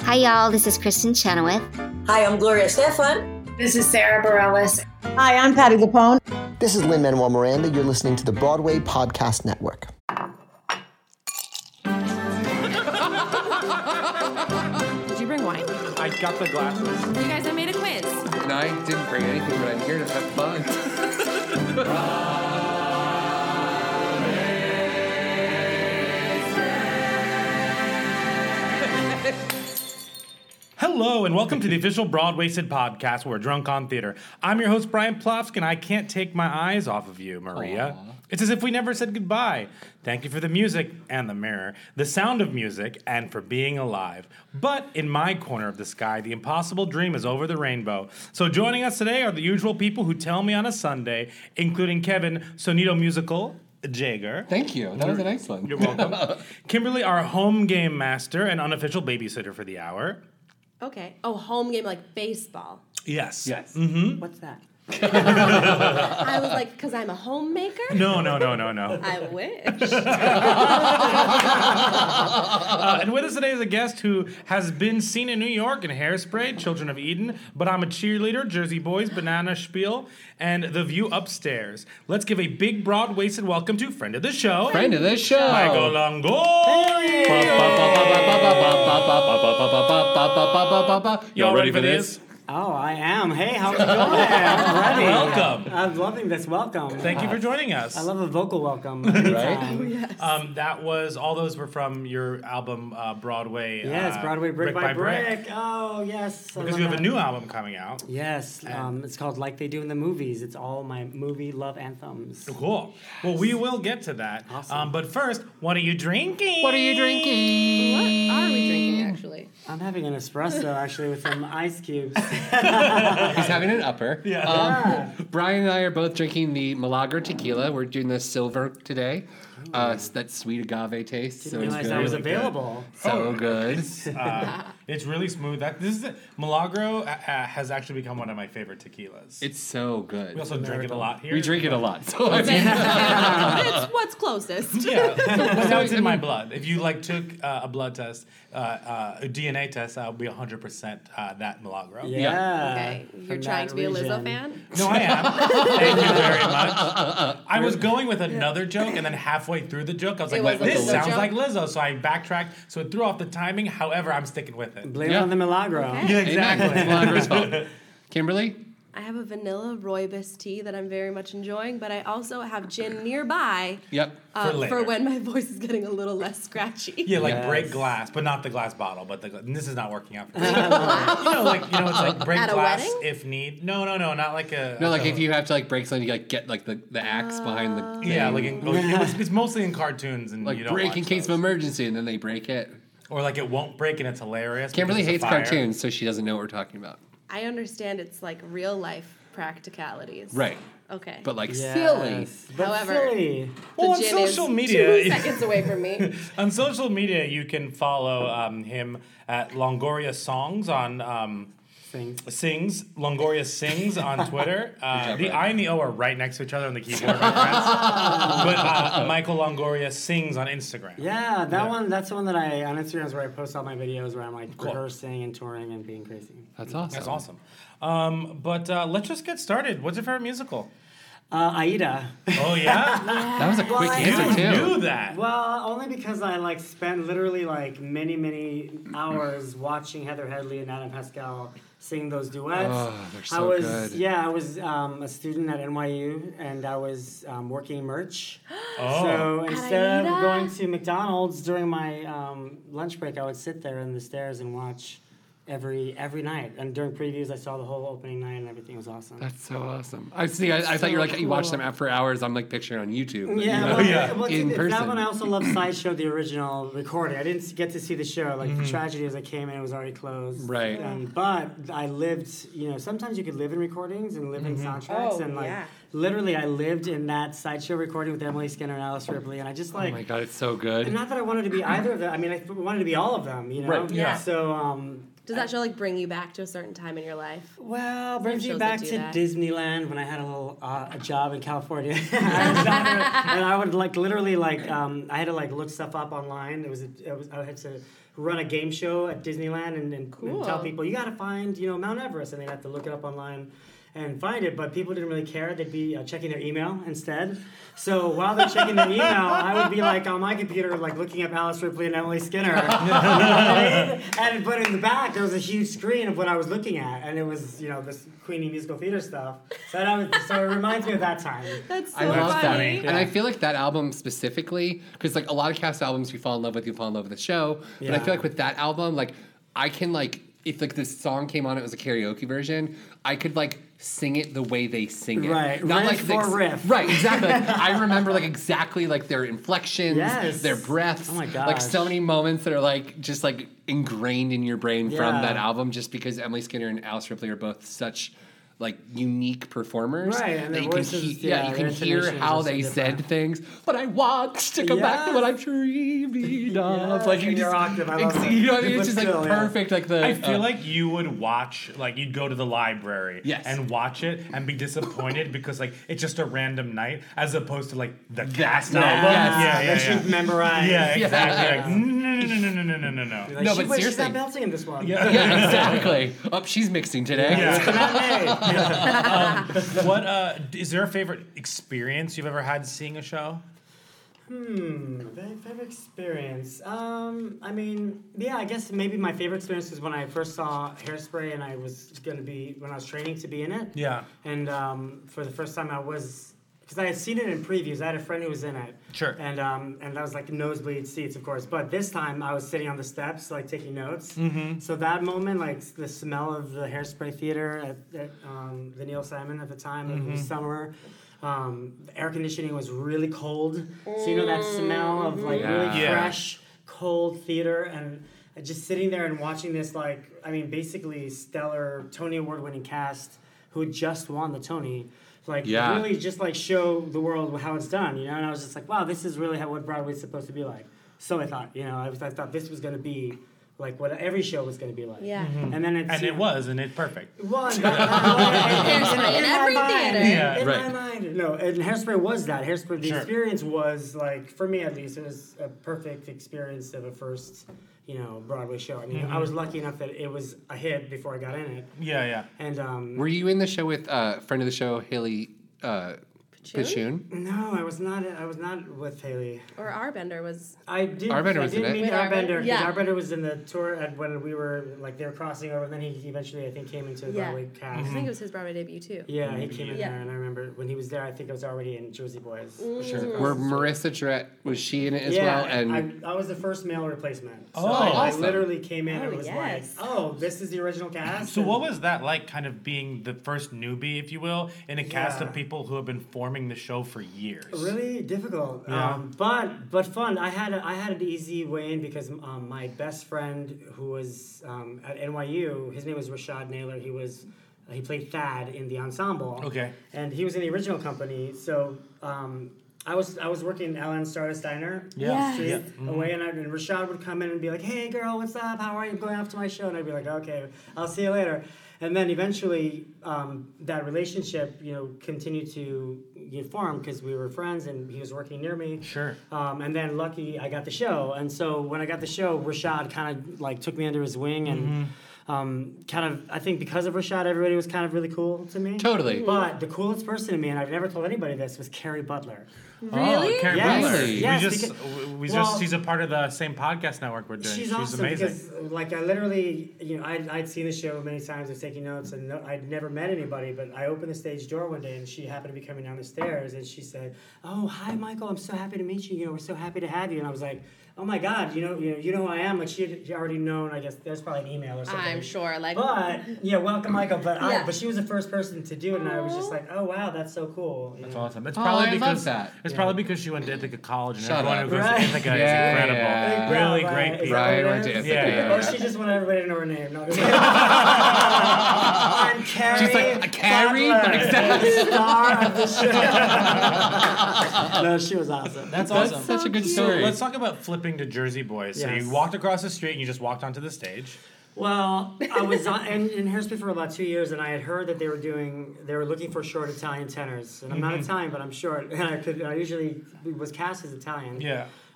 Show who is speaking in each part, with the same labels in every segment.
Speaker 1: Hi, y'all. This is Kristen Chenoweth.
Speaker 2: Hi, I'm Gloria Stefan.
Speaker 3: This is Sarah Bareilles.
Speaker 4: Hi, I'm Patty Lapone.
Speaker 5: This is Lynn Manuel Miranda. You're listening to the Broadway Podcast Network.
Speaker 6: Did you bring wine? You
Speaker 7: I got the glasses.
Speaker 6: guys, I made a quiz.
Speaker 7: And I didn't bring anything, but I'm here to have fun.
Speaker 8: Hello, and welcome to the official Broadwasted podcast where we're drunk on theater. I'm your host, Brian Plofsk, and I can't take my eyes off of you, Maria. It's as if we never said goodbye. Thank you for the music and the mirror, the sound of music, and for being alive. But in my corner of the sky, the impossible dream is over the rainbow. So joining us today are the usual people who tell me on a Sunday, including Kevin, Sonito Musical, Jager.
Speaker 7: Thank you. That was an excellent.
Speaker 8: You're welcome. Kimberly, our home game master and unofficial babysitter for the hour.
Speaker 9: Okay. Oh, home game like baseball.
Speaker 8: Yes.
Speaker 7: Yes.
Speaker 9: What's that? I was like, because I'm a homemaker.
Speaker 8: No, no, no, no, no.
Speaker 9: I wish.
Speaker 8: Uh, and with us today is a guest who has been seen in New York in Hairspray, Children of Eden, But I'm a Cheerleader, Jersey Boys, Banana Spiel, and The View Upstairs. Let's give a big, broad waisted welcome to friend of the show,
Speaker 7: Friend of the show.
Speaker 8: Michael Longoria.
Speaker 7: Y'all ready for this?
Speaker 10: Oh, I am. Hey, how's it going?
Speaker 9: Oh.
Speaker 10: I'm ready.
Speaker 8: Welcome.
Speaker 10: I'm loving this welcome.
Speaker 8: Thank you for joining us.
Speaker 10: I love a vocal welcome.
Speaker 7: Right?
Speaker 8: Um, that was all those were from your album uh, Broadway.
Speaker 10: Yes,
Speaker 8: uh,
Speaker 10: Broadway Brick, by Brick. Oh, yes. I
Speaker 8: Because
Speaker 10: love
Speaker 8: you have a
Speaker 10: that.
Speaker 8: new album coming out.
Speaker 10: Yes, um, it's called Like They Do in the Movies. It's all my movie love anthems.
Speaker 8: Cool. Well, we will get to that.
Speaker 10: Awesome.
Speaker 8: Um, but first, what are you drinking?
Speaker 7: What are you drinking?
Speaker 9: what are we drinking actually?
Speaker 10: I'm having an espresso actually with some ice cubes.
Speaker 7: He's having an upper. Yeah. Brian and I are both drinking the Milagro tequila. We're doing the silver today. Uh, s- that sweet agave taste. so it's
Speaker 10: Didn't realize
Speaker 7: good.
Speaker 10: that was available.
Speaker 7: so good.
Speaker 8: It's really smooth. That this is Milagro uh, uh, has actually become one of my favorite tequilas.
Speaker 7: It's so good.
Speaker 8: we also drink it a lot here.
Speaker 7: We drink it a lot. So I mean,
Speaker 9: it's what's closest.
Speaker 8: Yeah, so now it's in my blood. If you like took uh, a blood test, uh, uh, a DNA test, I'll be 100% uh, that Milagro.
Speaker 10: Yeah.
Speaker 9: Okay. You're
Speaker 10: from
Speaker 9: trying
Speaker 10: that
Speaker 9: to be a Lizzo
Speaker 10: region.
Speaker 9: fan.
Speaker 8: No, I am. Thank you very much. I was going with another joke, and then halfway through the joke, I was
Speaker 9: It
Speaker 8: like,
Speaker 9: was a
Speaker 8: "This
Speaker 9: Lizzo
Speaker 8: sounds
Speaker 9: joke?
Speaker 8: like Lizzo," so I backtracked. So it threw off the timing. However, I'm sticking with it.
Speaker 10: Blame it
Speaker 7: Yeah.
Speaker 10: on the Milagro.
Speaker 9: Okay.
Speaker 7: It's Milagro's fault. Kimberly,
Speaker 9: I have a vanilla rooibos tea that I'm very much enjoying, but I also have gin nearby
Speaker 7: Yep.
Speaker 9: uh,
Speaker 8: For
Speaker 9: for,
Speaker 8: later.
Speaker 9: when my voice is getting a little less scratchy.
Speaker 8: Yeah, like break
Speaker 10: Yes.
Speaker 8: glass, but not the glass bottle. But the gla- and this is not working out. For me. you know, like you know, it's like break
Speaker 9: At a
Speaker 8: glass
Speaker 9: wedding?
Speaker 8: if need. No, no, no, not like a.
Speaker 7: No, like
Speaker 8: a-
Speaker 7: if you have to like break something, you like get like the, the axe behind the thing.
Speaker 8: Yeah, like in, it was, it's mostly in cartoons and
Speaker 7: like
Speaker 8: you don't
Speaker 7: break
Speaker 8: watch
Speaker 7: in case
Speaker 8: those.
Speaker 7: of emergency, and then they break it.
Speaker 8: or like it won't break and it's hilarious. because
Speaker 7: Kimberly
Speaker 8: it's a
Speaker 7: hates
Speaker 8: fire.
Speaker 7: cartoons, so she doesn't know what we're talking about.
Speaker 9: I understand it's like real life practicalities.
Speaker 7: Right,
Speaker 9: Okay.
Speaker 7: but like
Speaker 10: Yes,
Speaker 7: silly.
Speaker 10: But
Speaker 9: However,
Speaker 10: silly.
Speaker 9: The
Speaker 8: Well, on
Speaker 9: gin is
Speaker 8: social
Speaker 9: two
Speaker 8: media,
Speaker 9: seconds away from me.
Speaker 8: on social media, you can follow um, him at Longoria Songs on. Um,
Speaker 10: Things.
Speaker 8: Sings Longoria sings on Twitter. Uh, the
Speaker 7: Brian.
Speaker 8: I and the O are right next to each other on the keyboard. my friends. but uh, Michael Longoria sings on Instagram.
Speaker 10: Yeah, that one. That's the one that I on Instagram is where I post all my videos where I'm like
Speaker 8: Cool.
Speaker 10: rehearsing and touring and being crazy.
Speaker 7: That's awesome.
Speaker 8: That's awesome. Um, but uh, let's just get started. What's your favorite musical?
Speaker 10: Uh, Aida.
Speaker 8: Oh yeah,
Speaker 7: That was a quick
Speaker 10: I
Speaker 7: answer
Speaker 8: you
Speaker 7: too.
Speaker 8: knew that.
Speaker 10: Well, only because I like spent literally like many, many hours watching Heather Headley and Adam Pascal sing those duets.
Speaker 7: Oh, they're
Speaker 10: I
Speaker 7: so
Speaker 10: was
Speaker 7: good.
Speaker 10: yeah, I was um, a student at NYU and I was um, working merch.
Speaker 8: Oh.
Speaker 10: So instead
Speaker 9: Aida.
Speaker 10: of going to McDonald's during my um, lunch break, I would sit there in the stairs and watch every every night. And during previews, I saw the whole opening night and everything was awesome.
Speaker 7: That's so awesome. I see. I, I thought you were like you watched them after hours. I'm like picturing on YouTube. but,
Speaker 10: Yeah,
Speaker 7: you know,
Speaker 10: well, yeah. Well,
Speaker 7: Oh, in
Speaker 10: it's- it's
Speaker 7: person.
Speaker 10: That one I also love Sideshow, the original recording. I didn't get to see the show. Like the tragedy is I came in, it was already closed.
Speaker 7: Mm-hmm. Right.
Speaker 10: Um, but I lived. You know, sometimes you could live in recordings and live in
Speaker 7: Mm-hmm.
Speaker 10: soundtracks,
Speaker 9: Oh,
Speaker 10: and like
Speaker 9: yeah.
Speaker 10: literally, I lived in that Sideshow recording with Emily Skinner and Alice Ripley, and I just
Speaker 7: Oh
Speaker 10: like.
Speaker 7: my god, it's so good.
Speaker 10: and not that I wanted to be either of them. I mean, I f- wanted to be all of them. You know.
Speaker 7: Right,
Speaker 8: yeah.
Speaker 10: So. Um,
Speaker 9: Does that show like bring you back to a certain time in your life?
Speaker 10: Well, brings me
Speaker 9: shows
Speaker 10: back
Speaker 9: that do
Speaker 10: to
Speaker 9: that.
Speaker 10: Disneyland when I had a little uh, a job in California, I was down there, and I would like literally like um, I had to like look stuff up online. It was, a, it was I had to run a game show at Disneyland and, and, and tell
Speaker 9: Cool.
Speaker 10: people you got to find you know Mount Everest, and they'd have to look it up online and find it. But people didn't really care; they'd be uh, checking their email instead. So while they're checking their email, I would be like on my computer, like looking up Alice Ripley and Emily Skinner. and but in the back there was a huge screen of what I was looking at, and it was you know this Queenie musical theater stuff. So that was, so it reminds me of that time.
Speaker 9: That's so
Speaker 7: I love that.
Speaker 9: funny.
Speaker 7: And I feel like that album specifically, because like a lot of cast albums, you fall in love with, you fall in love with the show. But I
Speaker 10: Yeah.
Speaker 7: feel like with that album, like I can like if like this song came on, it was a karaoke version. I could like sing it the way they sing it,
Speaker 10: Right.
Speaker 7: Not
Speaker 10: Riff
Speaker 7: like
Speaker 10: for
Speaker 7: the,
Speaker 10: riff.
Speaker 7: Right, exactly. Like, I remember like exactly like their inflections,
Speaker 10: Yes.
Speaker 7: their breaths.
Speaker 10: Oh my
Speaker 7: Like
Speaker 10: gosh.
Speaker 7: so many moments that are like just like ingrained in your brain from
Speaker 10: Yeah.
Speaker 7: that album, just because Emily Skinner and Alice Ripley are both such like unique performers
Speaker 10: Right, and
Speaker 7: that
Speaker 10: their
Speaker 7: you can
Speaker 10: voices,
Speaker 7: he- yeah,
Speaker 10: yeah,
Speaker 7: you
Speaker 10: their
Speaker 7: can hear
Speaker 10: intonations
Speaker 7: how
Speaker 10: are so
Speaker 7: they said
Speaker 10: different.
Speaker 7: things. But I want to go back to what I'm dreaming of.
Speaker 10: Yes,
Speaker 7: like you
Speaker 10: and your
Speaker 7: just,
Speaker 10: octave, I love
Speaker 7: ex-
Speaker 10: it.
Speaker 7: you know what I mean?
Speaker 10: But
Speaker 7: It's just like
Speaker 10: still, yeah.
Speaker 7: perfect. Like the
Speaker 8: I feel
Speaker 7: uh,
Speaker 8: like you would watch, like you'd go to the library
Speaker 7: Yes.
Speaker 8: and watch it and be disappointed because like it's just a random night as opposed to like the cast
Speaker 7: night,
Speaker 8: album.
Speaker 7: yes.
Speaker 8: Yeah,
Speaker 10: they
Speaker 8: yeah, yeah.
Speaker 10: should memorize.
Speaker 8: Yeah,
Speaker 7: Yeah.
Speaker 8: exactly. Like, no, no, no, no, no, no, no, no.
Speaker 10: Like,
Speaker 7: No,
Speaker 10: she
Speaker 7: but
Speaker 10: wished
Speaker 7: seriously.
Speaker 10: that belting in this one.
Speaker 7: yeah, exactly. Oh, she's mixing today.
Speaker 8: Yeah.
Speaker 10: Hey.
Speaker 8: What uh, is there a favorite experience you've ever had seeing a show?
Speaker 10: Hmm, fa- favorite experience. Um, I mean, yeah, I guess maybe my favorite experience was when I first saw Hairspray, and I was gonna be when I was training to be in it.
Speaker 8: Yeah.
Speaker 10: And um, for the first time, I was because I had seen it in previews. I had a friend who was in it.
Speaker 8: Sure.
Speaker 10: And um, and that was like nosebleed seats, of course. But this time, I was sitting on the steps, like taking notes. Mm-hmm. So that moment, like s- the smell of the Hairspray theater at, at um, the Neil Simon at the time, like,
Speaker 8: Mm-hmm.
Speaker 10: it was summer. Um, the air conditioning was really cold, so you know that smell of like really
Speaker 8: Yeah.
Speaker 10: fresh, cold theater, and just sitting there and watching this like I mean basically stellar Tony Award winning cast who just won the Tony, like
Speaker 7: Yeah.
Speaker 10: really just like show the world how it's done, you know. And I was just like, wow, this is really how what Broadway's supposed to be like. So I thought, you know, I, was, I thought this was gonna be like what every show was gonna be like.
Speaker 9: Yeah.
Speaker 7: Mm-hmm.
Speaker 10: And then it's
Speaker 8: And
Speaker 10: you
Speaker 8: it
Speaker 10: know,
Speaker 8: was, and it's perfect.
Speaker 10: well, and- and- and- and-
Speaker 9: Hairspray in
Speaker 10: my
Speaker 9: every
Speaker 10: mind,
Speaker 9: theater.
Speaker 8: Yeah.
Speaker 10: in
Speaker 7: Right.
Speaker 10: my mind, no. And hairspray was that hairspray. The
Speaker 8: Sure.
Speaker 10: experience was like, for me at least, it was a perfect experience of a first, you know, Broadway show. I mean, I
Speaker 7: Mm-hmm.
Speaker 10: was lucky enough that it was a hit before I got in it,
Speaker 8: Yeah, yeah.
Speaker 10: and um,
Speaker 7: Were you in the show with uh, friend of the show Haley uh, Pichun?
Speaker 10: no, I was not. I was not with Haley.
Speaker 9: Or Arbender was.
Speaker 10: I did.
Speaker 7: Arbender
Speaker 10: I
Speaker 7: was
Speaker 10: did
Speaker 7: in it.
Speaker 10: meet
Speaker 9: With Arbender?
Speaker 10: Arbender. 'cause
Speaker 9: Yeah.
Speaker 10: Arbender was in the tour at when we were like they were crossing over, and then he eventually I think came into the
Speaker 9: Yeah.
Speaker 10: Broadway cast.
Speaker 7: Mm-hmm.
Speaker 9: I think it was his Broadway debut too.
Speaker 10: Yeah, he came in
Speaker 9: Yeah.
Speaker 10: there, and I remember when he was there. I think I was already in Jersey Boys.
Speaker 7: Were Marissa Dret was she in it as well? And
Speaker 10: I, I was the first male replacement. So
Speaker 8: Oh,
Speaker 10: I, I
Speaker 7: awesome.
Speaker 10: literally came in and
Speaker 9: Oh,
Speaker 10: was
Speaker 9: yes.
Speaker 10: like, "Oh, this is the original cast."
Speaker 8: So
Speaker 10: and-
Speaker 8: what was that like, kind of being the first newbie, if you will, in a cast
Speaker 10: Yeah.
Speaker 8: of people who have been forming the show for years?
Speaker 10: Really difficult, um, but but fun. I had a, I had an easy way in because um, my best friend who was um, at NYU, his name was Rashad Naylor. He was he played Thad in the ensemble.
Speaker 8: Okay.
Speaker 10: and he was in the original company. So um, I was I was working at Alan Stardust Diner.
Speaker 8: Yeah.
Speaker 10: Street away, and, I, and Rashad would come in and be like, "Hey, girl, what's up? How are you? going off to my show?" And I'd be like, "Okay, I'll see you later." And then eventually, um, that relationship, you know, continued to you know, form because we were friends, and he was working near me.
Speaker 8: Sure.
Speaker 10: Um, and then lucky I got the show, and so when I got the show, Rashad kind of like took me under his wing, and um, kind of I think because of Rashad, everybody was kind of really cool to me.
Speaker 7: Totally. Mhm.
Speaker 10: But the coolest person to me, and I've never told anybody this, was Carrie Butler.
Speaker 8: Really? Oh, Karen
Speaker 10: Yes.
Speaker 8: Butler.
Speaker 10: Yes,
Speaker 8: we just
Speaker 10: because-
Speaker 8: we- we
Speaker 10: well-
Speaker 8: just she's a part of the same podcast network we're doing.
Speaker 10: She's,
Speaker 8: She's,
Speaker 10: awesome
Speaker 8: amazing.
Speaker 10: because, like, I literally, you know, I'd, I'd seen the show many times, I was taking notes, and no, I'd never met anybody, but I opened the stage door one day, and she happened to be coming down the stairs, and she said, "Oh, hi, Michael. I'm so happy to meet you. You know, we're so happy to have you." And I was like, "Oh my God, you know, you know, you know who I am." Like, she had already known. I guess there's probably an email or something.
Speaker 9: I'm sure. Like,
Speaker 10: But yeah, welcome, Michael. But I,
Speaker 9: Yeah.
Speaker 10: but she was the first person to do it, and I was just like, "Oh wow, that's so cool." you
Speaker 8: It's
Speaker 10: know?
Speaker 8: awesome. It's
Speaker 7: Oh,
Speaker 8: probably
Speaker 7: I love
Speaker 8: because
Speaker 7: that.
Speaker 8: it's probably because she went to Ithaca College and
Speaker 7: Shut
Speaker 8: everyone
Speaker 7: up.
Speaker 8: who goes
Speaker 10: Right.
Speaker 8: to Ithaca
Speaker 7: Yeah,
Speaker 8: is incredible.
Speaker 7: yeah.
Speaker 10: Yeah,
Speaker 8: Really
Speaker 10: right.
Speaker 8: great
Speaker 10: Is
Speaker 8: people.
Speaker 10: that what
Speaker 7: Right,
Speaker 10: it
Speaker 7: went to
Speaker 10: is?
Speaker 7: Ithaca,
Speaker 8: yeah,
Speaker 10: Or
Speaker 7: yeah.
Speaker 10: Oh, she just wanted everybody to know her name. No. I'm Carrie.
Speaker 7: She's like, "Carrie?"
Speaker 10: Butler,
Speaker 7: Exactly.
Speaker 10: the Star of the show. no, she was awesome.
Speaker 8: That's
Speaker 7: that's
Speaker 8: awesome.
Speaker 7: such a good
Speaker 8: so
Speaker 7: story.
Speaker 8: let's talk about flipping to Jersey Boys. So
Speaker 10: Yes.
Speaker 8: you walked across the street and you just walked onto the stage.
Speaker 10: Well, I was on, in, in Harrisburg for about two years, and I had heard that they were doing, they were looking for short Italian tenors, and I'm not Italian, but I'm short, and I could, I usually was cast as Italian.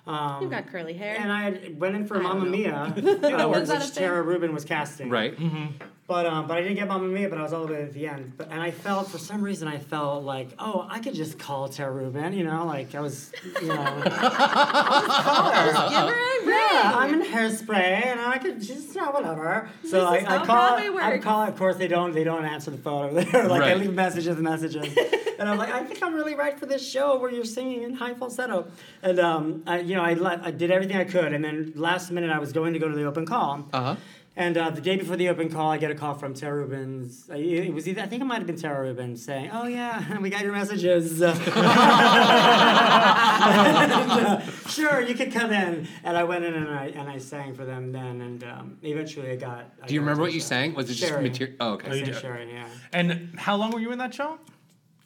Speaker 10: Um,
Speaker 9: You've got curly hair.
Speaker 10: and I had- went in for
Speaker 9: I don't
Speaker 10: Mamma
Speaker 9: know.
Speaker 10: Mia, uh,
Speaker 9: Is that a
Speaker 10: which
Speaker 9: thing?
Speaker 10: Tara Rubin was casting.
Speaker 7: Right.
Speaker 10: But um, but I didn't get Mamma Mia, but I was all the way at the end. But, and I felt for some reason I felt like oh I could just call Tara Rubin, you know, like I was, you know, yeah,
Speaker 9: Give her a ring.
Speaker 10: I'm in hairspray and I could just you know, whatever. So I,
Speaker 9: is
Speaker 10: I
Speaker 9: how
Speaker 10: call
Speaker 9: Broadway
Speaker 10: I
Speaker 9: works.
Speaker 10: call. Of course they don't they don't answer the phone. They're like I
Speaker 7: Right.
Speaker 10: leave messages and messages. and I'm like I think I'm really right for this show where you're singing in high falsetto. And um I, you know I let, I did everything I could and then last minute I was going to go to the open call.
Speaker 7: Uh huh.
Speaker 10: And uh, the day before the open call, I get a call from Tara Rubin's. I- It was either I think it might have been Tara Rubin saying, "Oh yeah, we got your messages. And, uh, sure, you could come in." And I went in and I and I sang for them then, and um, eventually I got. I
Speaker 7: Do you
Speaker 10: got
Speaker 7: remember
Speaker 10: to
Speaker 7: what you
Speaker 10: show.
Speaker 7: sang? Was it just
Speaker 10: Sharon.
Speaker 7: material? Oh,
Speaker 10: I
Speaker 7: okay.
Speaker 10: sang
Speaker 8: you do.
Speaker 10: Sharon, yeah.
Speaker 8: And how long were you in that show?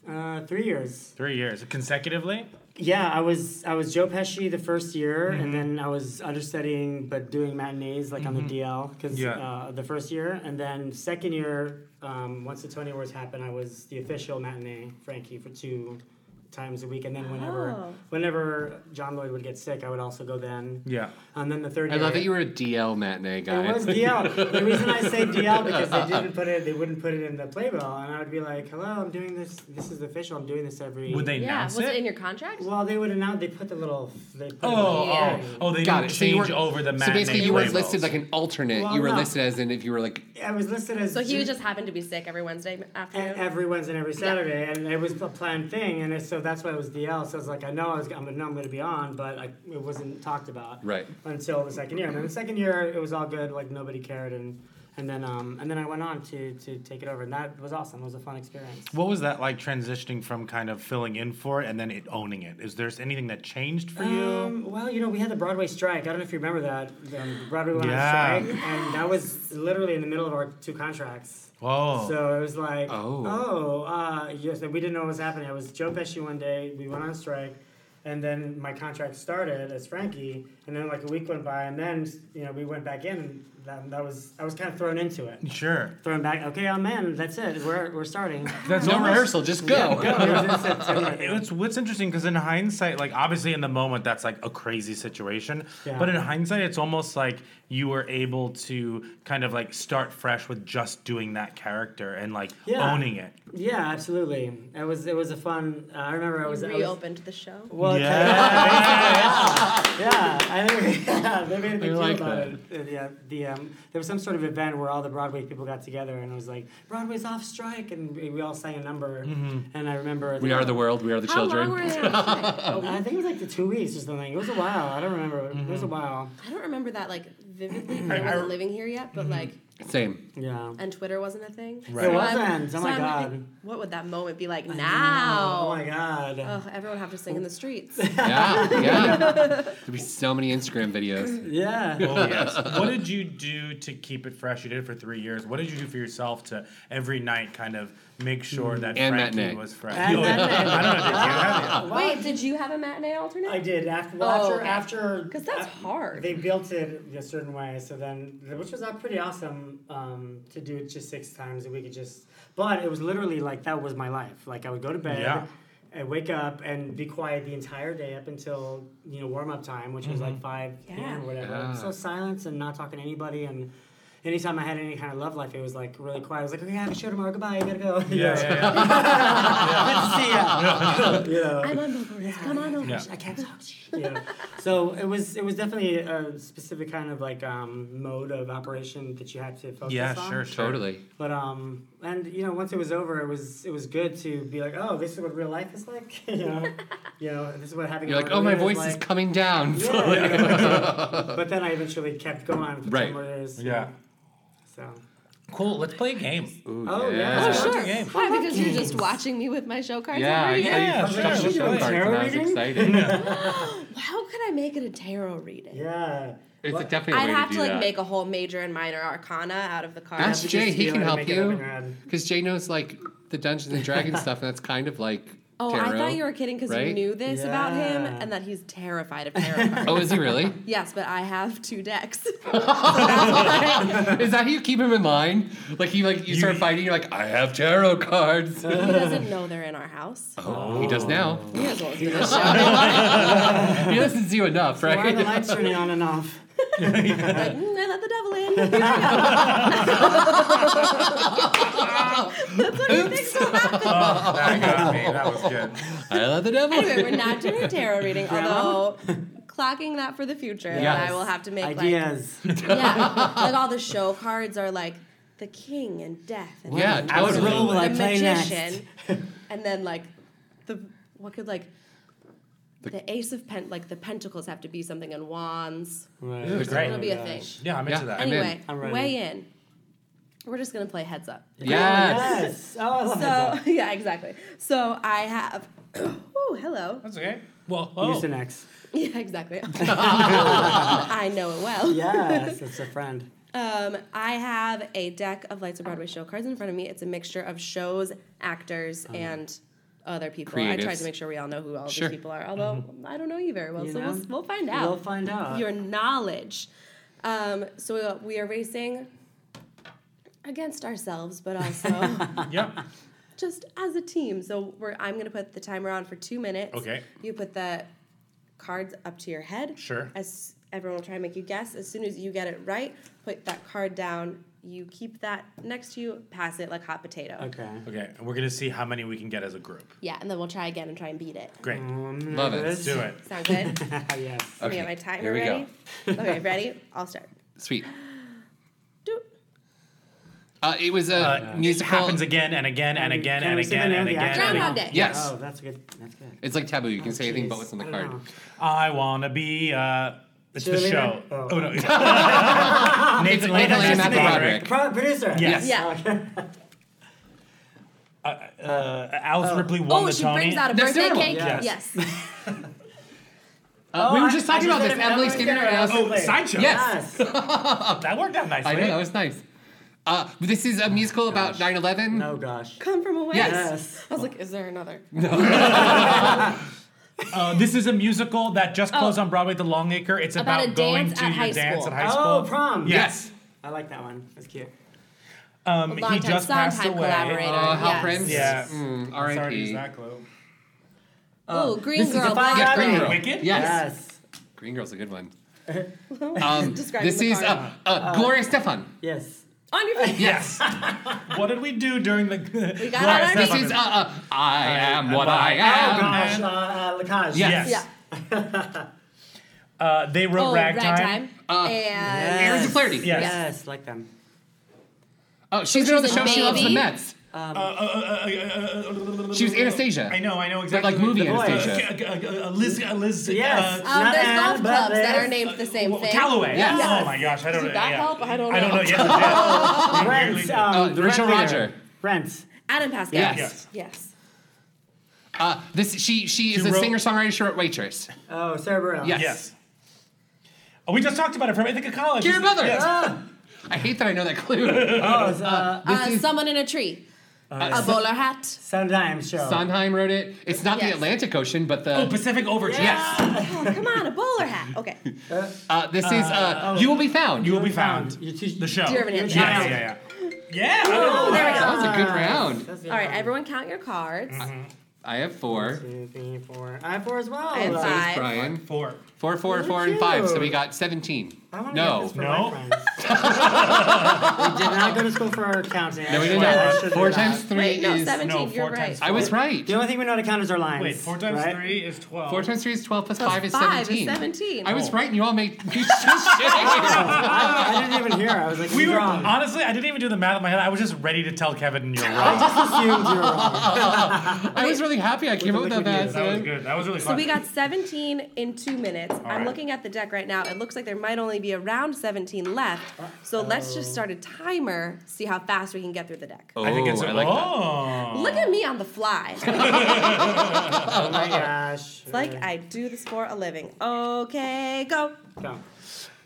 Speaker 10: Uh, three years.
Speaker 8: Three years consecutively.
Speaker 10: Yeah, I was I was Joe Pesci the first year,
Speaker 7: Mm-hmm.
Speaker 10: and then I was understudying but doing matinees like on the DL because
Speaker 8: Yeah.
Speaker 10: uh, the first year, and then second year, um, once the Tony Awards happened, I was the official matinee Frankie for two times a week, and then whenever
Speaker 9: Oh.
Speaker 10: whenever John Lloyd would get sick, I would also go then.
Speaker 8: Yeah.
Speaker 10: And then the third
Speaker 7: I
Speaker 10: year,
Speaker 7: love that you were a DL matinee guy.
Speaker 10: it was DL. the reason I say DL because they didn't put it, they wouldn't put it in the playbill, and I would be like, "Hello, I'm doing this. This is official. I'm doing this every."
Speaker 8: Would they
Speaker 9: Yeah,
Speaker 8: announce
Speaker 9: was it in your contract?
Speaker 10: Well, they would announce. They put the little. They put
Speaker 8: Oh,
Speaker 10: the
Speaker 9: Yeah.
Speaker 8: oh, oh! They
Speaker 7: Got
Speaker 8: didn't
Speaker 7: it. So you
Speaker 8: change
Speaker 7: were-
Speaker 8: over the
Speaker 7: So
Speaker 8: matinee
Speaker 7: basically, you were
Speaker 8: labels.
Speaker 7: listed like an alternate.
Speaker 10: Well,
Speaker 7: you were
Speaker 10: no.
Speaker 7: listed as in if you were like
Speaker 8: Oh.
Speaker 10: I was listed as.
Speaker 9: so he would just happen to be sick every Wednesday
Speaker 10: e-
Speaker 9: afternoon.
Speaker 10: Every Wednesday and every Saturday, and it was a planned thing, and it, so that's why it was DL. So I was like, I know I was, I'm, I know I'm going to be on, but I, it wasn't talked about
Speaker 7: Right.
Speaker 10: until the second year. And then the second year, it was all good, like nobody cared, and and then um and then I went on to to take it over, and that was awesome. It was a fun experience.
Speaker 8: What was that like transitioning from kind of filling in for it and then it owning it? Is there anything that changed for you?
Speaker 10: Um, well, you know, we had the Broadway strike. I don't know if you remember that. Um, Broadway went
Speaker 8: Yeah.
Speaker 10: on strike, and that was literally in the middle of our two contracts.
Speaker 8: Whoa.
Speaker 10: So it was like,
Speaker 7: Oh.
Speaker 10: oh, uh, yes, and we didn't know what was happening. I was Joe Pesci one day. We went on strike, and then my contract started as Frankie, and then like a week went by, and then you know we went back in, and that, that was I was kind of thrown into it.
Speaker 8: sure.
Speaker 10: Thrown back, okay, I'm in. That's it. We're, we're starting.
Speaker 8: That's
Speaker 7: no rehearsal, just go.
Speaker 10: It was in September.
Speaker 8: It's what's interesting because in hindsight, like obviously in the moment that's like a crazy situation,
Speaker 10: Yeah.
Speaker 8: but in hindsight, it's almost like you were able to kind of like start fresh with just doing that character and like
Speaker 10: Yeah.
Speaker 8: owning it.
Speaker 10: yeah, absolutely. It was it was a fun. Uh, I remember I was I was-
Speaker 9: Reopened the show.
Speaker 10: Well,
Speaker 8: Yeah.
Speaker 10: yeah, yeah, I think yeah, they made a big deal
Speaker 7: like
Speaker 10: about
Speaker 7: that.
Speaker 10: it. The, uh, the um, there was some sort of event where all the Broadway people got together, and it was like Broadway's off strike, and we we all sang a number. And I remember
Speaker 7: Mm-hmm. we are the world, we are the
Speaker 9: How
Speaker 7: children.
Speaker 9: long were they on strike? Oh,
Speaker 10: I think it was like the two weeks or something. It was a while. I don't remember. It was a
Speaker 7: Mm-hmm.
Speaker 10: while.
Speaker 9: I don't remember that like vividly. 'cause I wasn't living here yet, but like,
Speaker 7: Same.
Speaker 10: Yeah.
Speaker 9: and Twitter wasn't a thing.
Speaker 10: Right. Mm-hmm. It
Speaker 9: I'm-
Speaker 10: wasn't. Oh my
Speaker 9: I'm
Speaker 10: God.
Speaker 9: like, what would that moment be like
Speaker 10: Oh
Speaker 9: now?
Speaker 10: my god.
Speaker 9: Ugh, everyone would have to sing in the streets.
Speaker 7: Yeah, yeah. There'd be so many Instagram videos.
Speaker 10: Yeah.
Speaker 8: Oh yes. what did you do to keep it fresh? You did it for three years. What did you do for yourself to every night kind of make sure that
Speaker 7: And
Speaker 8: Frankie
Speaker 7: matinee.
Speaker 8: was fresh?
Speaker 10: And
Speaker 8: Oh, yeah.
Speaker 10: matinee.
Speaker 8: I don't know. Did you have it?
Speaker 9: Wait, did you have a matinee alternate?
Speaker 10: I did after well,
Speaker 9: Oh,
Speaker 10: after
Speaker 9: okay.
Speaker 10: after
Speaker 9: 'Cause that's
Speaker 10: a-
Speaker 9: hard.
Speaker 10: They built it a certain way, so then which was uh, pretty awesome um, to do it just six times a week. It just but it was literally like that was my life. Like I would go to bed.
Speaker 8: Yeah.
Speaker 10: And wake up and be quiet the entire day up until you know warm up time, which was like
Speaker 8: Mm-hmm.
Speaker 10: five
Speaker 9: Yeah.
Speaker 10: p.m. or whatever.
Speaker 7: Yeah.
Speaker 10: So silence and not talking to anybody. And anytime I had any kind of love life, it was like really quiet. I was like, okay, I have a show tomorrow. Goodbye, I gotta go. You
Speaker 8: Yeah,
Speaker 10: know?
Speaker 8: yeah, yeah.
Speaker 10: see ya. You know?
Speaker 9: I'm on Billboard. Come on over.
Speaker 8: Yeah.
Speaker 10: I can't talk. yeah. So it was it was definitely a specific kind of like um, mode of operation that you had to focus
Speaker 8: Yeah,
Speaker 10: on.
Speaker 8: sure, sure.
Speaker 7: Totally.
Speaker 10: But um, and you know, once it was over, it was it was good to be like, oh, this is what real life is like. you know, you know, this is what having.
Speaker 7: You're
Speaker 10: a
Speaker 7: like, oh, my
Speaker 10: career
Speaker 7: voice is
Speaker 10: like."
Speaker 7: coming down.
Speaker 10: Yeah. but then I eventually kept going for
Speaker 7: Right.
Speaker 10: two more years.
Speaker 8: Yeah.
Speaker 10: So.
Speaker 8: Cool. Let's play a game.
Speaker 10: Oh
Speaker 7: yeah.
Speaker 10: yeah.
Speaker 9: Oh, sure.
Speaker 8: game.
Speaker 9: Why? Because you're just watching me with my show cards
Speaker 7: Yeah, I,
Speaker 9: every
Speaker 7: I
Speaker 9: day?
Speaker 8: Yeah,
Speaker 7: used
Speaker 8: sure,
Speaker 7: to
Speaker 8: sure.
Speaker 7: show cards and I was
Speaker 10: Tarot reading?
Speaker 7: excited.
Speaker 9: How could I make it a tarot reading?
Speaker 10: Yeah.
Speaker 7: It's
Speaker 10: Well,
Speaker 7: a definitely
Speaker 9: I'd
Speaker 7: way
Speaker 9: have
Speaker 7: to,
Speaker 9: to
Speaker 7: do
Speaker 9: like
Speaker 7: that.
Speaker 9: make a whole major and minor arcana out of the cards.
Speaker 7: Ask Jay,
Speaker 10: just
Speaker 7: he
Speaker 10: feel
Speaker 7: can
Speaker 10: it and
Speaker 7: help
Speaker 10: make it up in
Speaker 7: you.
Speaker 10: your head.
Speaker 7: Because Jay knows like the Dungeons and Dragons stuff, and that's kind of like
Speaker 9: Oh, I
Speaker 7: tarot,
Speaker 9: thought you were kidding because you
Speaker 7: right?
Speaker 9: knew this about him
Speaker 10: Yeah.
Speaker 9: and that he's terrified of tarot cards.
Speaker 7: Oh, is he really?
Speaker 9: Yes, but I have two decks.
Speaker 7: Is that how you keep him in line? Like he like you, start fighting, you're like, I have tarot cards. Oh,
Speaker 9: he doesn't know they're in our house.
Speaker 7: He does now.
Speaker 9: He knows what to show.
Speaker 7: He listens to you enough,
Speaker 10: Why are the
Speaker 7: right?
Speaker 10: lights turning on and off?
Speaker 9: Like, mm, I let the devil in. Here we go. That's what he thinks will happen.
Speaker 8: That got me. That was good.
Speaker 7: I love the devil.
Speaker 9: Anyway, we're not doing a tarot reading, although clocking that for the future. and
Speaker 7: Yes.
Speaker 9: I will have to make like
Speaker 10: Ideas.
Speaker 9: yeah, like all the show cards are like the king and death and
Speaker 7: Yeah,
Speaker 9: like,
Speaker 10: What
Speaker 7: totally.
Speaker 10: role will I
Speaker 9: the
Speaker 10: play next?
Speaker 9: magician, and then like the what could like the, ace of pen like the pentacles have to be something and wands.
Speaker 10: Right.
Speaker 9: It'll
Speaker 8: Great.
Speaker 9: be a thing.
Speaker 8: Yeah, I'm
Speaker 7: Yeah,
Speaker 8: into that.
Speaker 7: Oh I'm in.
Speaker 9: Anyway,
Speaker 10: I'm ready.
Speaker 9: weigh in. We're just gonna play heads up.
Speaker 7: Yes.
Speaker 10: Yes. Oh, I love
Speaker 9: So yeah, exactly. So I have. Oh, hello.
Speaker 8: That's okay. Well,
Speaker 10: that.
Speaker 8: oh.
Speaker 10: Houston X.
Speaker 9: Yeah, exactly. I know it well.
Speaker 10: Yes, it's a friend.
Speaker 9: Um, I have a deck of Lights of Broadway show cards in front of me. It's a mixture of shows, actors,
Speaker 10: Uh-huh.
Speaker 9: and other people. I tried
Speaker 7: Creatives.
Speaker 9: to make sure we all know who all
Speaker 7: Sure.
Speaker 9: these people are, although I don't know you very well,
Speaker 10: Mm-hmm. You
Speaker 9: so
Speaker 10: know?
Speaker 9: we'll, we'll find out.
Speaker 10: We'll find out.
Speaker 9: Your knowledge. Um, so we are, we are racing against ourselves, but also
Speaker 8: yeah.
Speaker 9: just as a team. So we're, I'm going to put the timer on for two minutes.
Speaker 8: Okay.
Speaker 9: You put the cards up to your head.
Speaker 8: Sure.
Speaker 9: As everyone will try and make you guess. As soon as you get it right, put that card down. You keep that next to you. Pass it like hot potato.
Speaker 10: Okay.
Speaker 8: Okay, and we're gonna see how many we can get as a group.
Speaker 9: Yeah, and then we'll try again and try and beat it.
Speaker 8: Great.
Speaker 10: Mm.
Speaker 7: Love it.
Speaker 8: Do it.
Speaker 9: Sound good?
Speaker 10: yes.
Speaker 9: Let
Speaker 7: Oh,
Speaker 9: me get my timer
Speaker 7: here we go.
Speaker 9: ready. okay, ready? I'll start.
Speaker 7: Sweet.
Speaker 9: Doot.
Speaker 7: Uh, it was a
Speaker 8: Uh, it
Speaker 7: musical.
Speaker 8: happens again and again and again
Speaker 10: Can
Speaker 8: and
Speaker 10: we say the
Speaker 8: again
Speaker 10: name
Speaker 8: and
Speaker 10: of the
Speaker 8: again.
Speaker 10: actor?
Speaker 8: And
Speaker 9: Groundhog
Speaker 8: again.
Speaker 9: Day.
Speaker 7: Yes.
Speaker 10: Oh, that's good. That's good.
Speaker 7: It's like taboo. You can say anything
Speaker 10: Jeez,
Speaker 7: but what's on the
Speaker 10: I
Speaker 7: card.
Speaker 10: don't know.
Speaker 8: I wanna be. Uh, it's the
Speaker 10: Cheerleader?
Speaker 8: show.
Speaker 10: Oh.
Speaker 8: Oh, no. Nathan Lane
Speaker 7: Nathan
Speaker 8: and
Speaker 7: Lane,
Speaker 8: Matthew
Speaker 7: Matthew
Speaker 8: Broderick.
Speaker 7: Broderick.
Speaker 10: Pro- producer.
Speaker 8: Yes.
Speaker 9: Yeah.
Speaker 8: Uh, Alice Ripley won
Speaker 9: Oh,
Speaker 8: the
Speaker 9: she
Speaker 8: Tony.
Speaker 9: brings out a
Speaker 7: That's
Speaker 9: birthday
Speaker 7: terrible.
Speaker 9: cake.
Speaker 10: Yes.
Speaker 9: Yes.
Speaker 7: Uh, we
Speaker 10: Oh,
Speaker 7: were
Speaker 10: I-
Speaker 7: just
Speaker 10: I
Speaker 7: talking
Speaker 10: just
Speaker 7: about this.
Speaker 10: did it.
Speaker 7: Emily's getting her ass.
Speaker 8: Oh, sideshow.
Speaker 7: Yes.
Speaker 10: Yes.
Speaker 8: That worked out nicely.
Speaker 7: I know. That was nice. Uh, this is a musical about 9 11.
Speaker 10: oh gosh.
Speaker 9: Come from away.
Speaker 7: Yes.
Speaker 9: I was like, is there another?
Speaker 8: Uh, this is a musical that just closed on Broadway, The Long Acre. It's
Speaker 9: About
Speaker 8: about,
Speaker 9: a
Speaker 8: going
Speaker 9: dance
Speaker 8: to
Speaker 9: at
Speaker 8: your
Speaker 9: high
Speaker 8: dance
Speaker 9: school.
Speaker 8: at high
Speaker 10: Oh,
Speaker 8: school.
Speaker 10: prom.
Speaker 8: Yes.
Speaker 10: I like that one. That's cute.
Speaker 8: Um, he
Speaker 9: Longtime,
Speaker 8: just passed
Speaker 9: sometime
Speaker 8: away.
Speaker 9: collaborator.
Speaker 7: Uh, Hal
Speaker 9: Yes.
Speaker 7: Prince.
Speaker 8: Yeah.
Speaker 7: Mm,
Speaker 8: Sorry to use
Speaker 7: R.I.P.
Speaker 8: that clue.
Speaker 9: Oh, green
Speaker 10: is
Speaker 9: girl,
Speaker 10: the
Speaker 9: black
Speaker 10: five
Speaker 7: Yeah,
Speaker 10: Rabbit.
Speaker 7: Green Girl.
Speaker 8: Wicked?
Speaker 7: Yes.
Speaker 10: Yes.
Speaker 7: Green Girl's a good one.
Speaker 9: Um,
Speaker 7: this is uh, uh, Gloria Stefan.
Speaker 10: Yes.
Speaker 9: on your feet.
Speaker 8: Yes. what did we do during the? We
Speaker 9: got out our
Speaker 7: This
Speaker 9: Stefan.
Speaker 7: is uh, uh, I am what
Speaker 8: what
Speaker 7: I
Speaker 10: Oh
Speaker 7: am.
Speaker 10: gosh. Uh, uh, Lakaj.
Speaker 8: Yes.
Speaker 9: Yeah.
Speaker 8: Uh, they wrote
Speaker 9: Oh,
Speaker 8: ragtime.
Speaker 9: ragtime.
Speaker 7: Uh,
Speaker 9: and
Speaker 7: Here's the clarity.
Speaker 8: Yes.
Speaker 10: Yes. Like them.
Speaker 7: Oh, she's been on the
Speaker 9: She's a
Speaker 7: show. She loves the
Speaker 9: baby.
Speaker 7: Mets.
Speaker 8: Uh, She
Speaker 7: She was Anastasia.
Speaker 8: uh, I know, I know exactly.
Speaker 7: like, movie
Speaker 8: Uh,
Speaker 7: Anastasia.
Speaker 8: uh, uh, uh, Liz, uh, Liz.
Speaker 10: Yes.
Speaker 8: uh,
Speaker 9: Um,
Speaker 10: Not
Speaker 9: there's
Speaker 10: Anne,
Speaker 9: golf
Speaker 10: but
Speaker 9: clubs that
Speaker 10: there's-
Speaker 9: are named the same thing.
Speaker 8: Callaway.
Speaker 7: Yes.
Speaker 8: Oh my gosh, I don't
Speaker 9: Did
Speaker 8: know.
Speaker 9: that
Speaker 8: yeah.
Speaker 9: help? I don't
Speaker 8: I don't
Speaker 9: know.
Speaker 8: know. Yes, it did. It really
Speaker 10: Rent.
Speaker 8: did.
Speaker 10: Um,
Speaker 7: Oh, the
Speaker 10: Rent
Speaker 7: Rachel
Speaker 10: leader.
Speaker 7: Roger.
Speaker 10: Rent.
Speaker 9: Adam Pascal.
Speaker 7: Yes.
Speaker 8: Yes.
Speaker 9: Yes.
Speaker 7: Uh, this she she
Speaker 8: She
Speaker 7: is a
Speaker 8: wrote-
Speaker 7: singer songwriter. She wrote Waitress.
Speaker 10: Oh, Sarah Bareilles.
Speaker 7: Yes.
Speaker 8: Yes. Oh, we just talked about it from Ithaca College.
Speaker 7: Dear mother. Uh.
Speaker 8: Yes.
Speaker 7: I hate that I know that clue.
Speaker 10: Ah, Oh, it's, uh,
Speaker 9: Uh, someone in a tree. a bowler hat.
Speaker 10: Sondheim show.
Speaker 7: Sondheim wrote it. It's not the
Speaker 9: Yes.
Speaker 7: Atlantic Ocean, but the
Speaker 8: Oh, Pacific Overture.
Speaker 7: yes.
Speaker 9: Oh, come on, a bowler hat. Okay.
Speaker 7: Uh, this is uh, you will be found.
Speaker 8: You will be found.
Speaker 10: You teach-
Speaker 8: The show.
Speaker 9: Do you have an
Speaker 8: yeah,
Speaker 9: answer?
Speaker 8: yeah, yeah, yeah. Yeah.
Speaker 9: Oh, there we
Speaker 7: that
Speaker 9: go.
Speaker 7: was a good round.
Speaker 10: That's the
Speaker 9: All right,
Speaker 10: other
Speaker 9: everyone count your cards.
Speaker 7: I have four.
Speaker 10: one. Two, three, four. I have four as well. Uh, I
Speaker 9: have five.
Speaker 7: There's Brian.
Speaker 8: Four.
Speaker 7: Four, four,
Speaker 10: Look
Speaker 7: four,
Speaker 10: at
Speaker 7: and five. So
Speaker 10: you.
Speaker 7: we got seventeen.
Speaker 10: I wanna get
Speaker 7: No.
Speaker 10: this for
Speaker 8: No.
Speaker 10: my friends. we did not go to school for our accounting.
Speaker 7: No, we didn't.
Speaker 8: Four.
Speaker 7: know.
Speaker 10: Four,
Speaker 7: Four times three
Speaker 9: Wait, no,
Speaker 7: is.
Speaker 9: 17.
Speaker 8: No,
Speaker 9: You're
Speaker 8: four
Speaker 9: right.
Speaker 8: times
Speaker 7: I was right.
Speaker 10: The only thing we know how to count is our lines.
Speaker 8: Wait, four times
Speaker 10: right?
Speaker 8: three is twelve.
Speaker 7: Four times three is twelve. Plus,
Speaker 9: Plus
Speaker 7: five is
Speaker 9: five is
Speaker 7: seventeen.
Speaker 9: 17.
Speaker 7: I was
Speaker 8: Oh.
Speaker 7: right, and you all made. You just shit.
Speaker 10: I, I didn't even hear. I was like,
Speaker 8: We
Speaker 10: "You're
Speaker 8: were
Speaker 10: wrong.
Speaker 8: honestly, I didn't even do the math in my head. I was just ready to tell Kevin you're
Speaker 10: I
Speaker 8: wrong.
Speaker 10: just assumed you were wrong.
Speaker 7: I was really happy. I came up with that
Speaker 10: liquid
Speaker 7: fast.
Speaker 10: news.
Speaker 8: that was good. That was really fun.
Speaker 9: So we got 17 in two minutes. I'm
Speaker 8: right.
Speaker 9: looking at the deck right now. It looks like there might only be around 17 left. So let's just start a timer, see how fast we can get through the deck.
Speaker 7: Oh,
Speaker 8: I think it's
Speaker 7: I like that.
Speaker 8: oh.
Speaker 9: Look at me on the fly.
Speaker 10: Oh my gosh.
Speaker 9: like I do this for a living. Okay, go.
Speaker 10: Go.
Speaker 8: Um,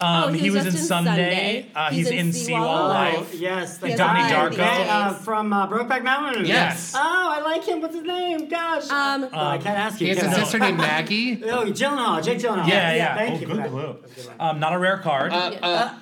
Speaker 9: Oh, he
Speaker 8: he,
Speaker 9: was
Speaker 8: was,
Speaker 9: just
Speaker 8: in
Speaker 9: in
Speaker 8: Sunday.
Speaker 9: Sunday.
Speaker 8: Uh,
Speaker 9: He's
Speaker 8: he's,
Speaker 9: in
Speaker 8: in
Speaker 9: Seawall
Speaker 8: Seawall
Speaker 9: Live.
Speaker 8: Live.
Speaker 10: Oh, Yes, like
Speaker 9: Yes,
Speaker 8: Donnie
Speaker 10: Donnie
Speaker 8: Darko.
Speaker 10: uh, from uh, Brokeback Mountain.
Speaker 7: Yes.
Speaker 9: Uh,
Speaker 10: Oh, I like him. What's his name? Gosh.
Speaker 7: Uh,
Speaker 9: Um,
Speaker 10: Oh, I can't ask you.
Speaker 7: He has a
Speaker 10: can't
Speaker 7: sister named Maggie.
Speaker 10: I? Oh, Gyllenhaal, Jake Gyllenhaal.
Speaker 8: Yeah, yeah.
Speaker 10: Thank
Speaker 8: oh,
Speaker 10: you. for
Speaker 8: good
Speaker 10: that.
Speaker 8: clue. Um, not a rare card.
Speaker 7: Uh, uh,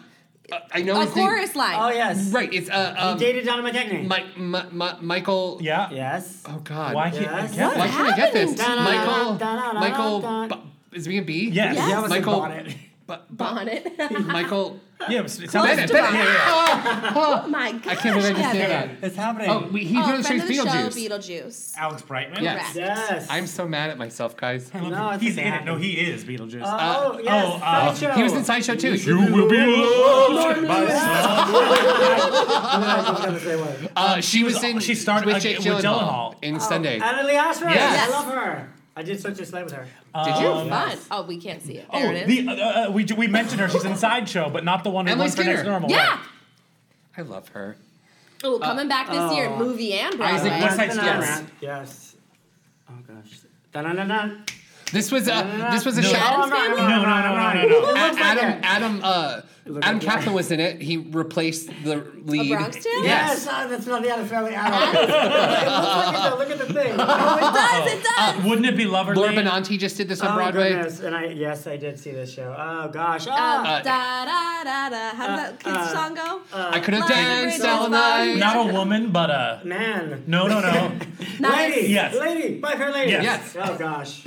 Speaker 7: uh, I know
Speaker 9: a
Speaker 7: his name-
Speaker 9: chorus line.
Speaker 10: Oh yes.
Speaker 7: Right. It's uh, um,
Speaker 10: Dated Donna McKechnie.
Speaker 7: Mike, Mi- Mi- Michael.
Speaker 8: yeah.
Speaker 10: Yes.
Speaker 7: Oh God.
Speaker 8: Why can't
Speaker 10: Yes.
Speaker 8: I get
Speaker 7: Why
Speaker 8: it?
Speaker 7: can't I get this?
Speaker 10: happened?
Speaker 7: Michael.
Speaker 10: Da-da-da-da-da-da.
Speaker 7: Michael. Bu- is he a B?
Speaker 8: Yes.
Speaker 10: Yeah, I was
Speaker 7: Michael.
Speaker 10: on it.
Speaker 7: Bu- Bu-
Speaker 9: Bonnet.
Speaker 7: Oh, Michael.
Speaker 8: Yeah, it, was- it
Speaker 7: Bennett.
Speaker 8: sounds
Speaker 7: Bennett. Yeah, yeah.
Speaker 9: oh my god.
Speaker 7: I can't believe I just did that.
Speaker 10: It's happening.
Speaker 7: Oh, we, he's
Speaker 9: Oh,
Speaker 7: going to
Speaker 9: friend
Speaker 7: chase
Speaker 9: of the show,
Speaker 7: Beetlejuice.
Speaker 9: Beetlejuice.
Speaker 8: Alex Brightman.
Speaker 7: Yes.
Speaker 9: Correct.
Speaker 10: Yes.
Speaker 7: I'm so mad at myself, guys.
Speaker 10: No, it's
Speaker 8: He's in it.
Speaker 10: happening.
Speaker 8: No, he is Beetlejuice.
Speaker 10: Oh yes.
Speaker 8: oh, uh,
Speaker 10: Sideshow.
Speaker 7: He was in Sideshow too.
Speaker 8: will be loved by some.
Speaker 10: I was gonna say what.
Speaker 7: Uh, she was
Speaker 8: was-
Speaker 7: in.
Speaker 8: she starred
Speaker 7: with
Speaker 8: ag-
Speaker 7: Jake
Speaker 8: with
Speaker 7: Gyllenhaal
Speaker 8: Gyllenhaal. Oh,
Speaker 7: in Sunday.
Speaker 10: Annalie Ashford.
Speaker 7: Yes.
Speaker 10: I love her. I did such a slay with her.
Speaker 8: Uh,
Speaker 7: Did you?
Speaker 9: Oh, fun. Oh, we can't see it. There
Speaker 8: Oh,
Speaker 9: it is.
Speaker 8: the, uh, uh, we, we mentioned her. She's in Sideshow, but not the one who
Speaker 7: Emily
Speaker 8: won for
Speaker 7: Skinner.
Speaker 8: Next Normal.
Speaker 9: yeah.
Speaker 7: I love her.
Speaker 9: Oh, coming back this year, movie and
Speaker 7: Uh, Isaac
Speaker 9: Broadway.
Speaker 7: West Side
Speaker 10: Dun-dun-dun.
Speaker 7: Story. Yes.
Speaker 10: Yes. Oh gosh. Dun-dun-dun-dun.
Speaker 7: This was a this was a show.
Speaker 10: Oh, I'm right, I'm right,
Speaker 8: No,
Speaker 10: I'm
Speaker 8: no,
Speaker 10: right,
Speaker 8: no,
Speaker 10: I'm
Speaker 8: no, no,
Speaker 10: right.
Speaker 8: no.
Speaker 10: It
Speaker 7: A-
Speaker 10: looks like
Speaker 7: Adam
Speaker 10: it.
Speaker 7: Adam uh, Adam
Speaker 10: like that.
Speaker 7: Kaplan was in it. He replaced the lead.
Speaker 9: Bronx Tale?
Speaker 10: Yes,
Speaker 7: Yes.
Speaker 10: uh, that's not the Adam Family at all. it looks like it though. Look at the thing. Oh,
Speaker 9: Does it does?
Speaker 8: Wouldn't it be Loverly?
Speaker 7: Laura Benanti just did this
Speaker 8: Oh,
Speaker 7: on Broadway.
Speaker 10: goodness. And I yes, I did see this show. Oh gosh.
Speaker 9: Um,
Speaker 10: Ah.
Speaker 7: Uh,
Speaker 9: da da da da. How did that kid's
Speaker 10: uh,
Speaker 9: song go?
Speaker 7: I could have
Speaker 9: Love
Speaker 7: danced
Speaker 9: Bridges
Speaker 7: all
Speaker 9: Bone.
Speaker 7: night.
Speaker 8: Not a woman, but a.
Speaker 10: man.
Speaker 8: No, no, no.
Speaker 9: Nice.
Speaker 10: Lady.
Speaker 8: Yes.
Speaker 10: Lady. By her lady.
Speaker 7: Yes.
Speaker 10: Oh gosh.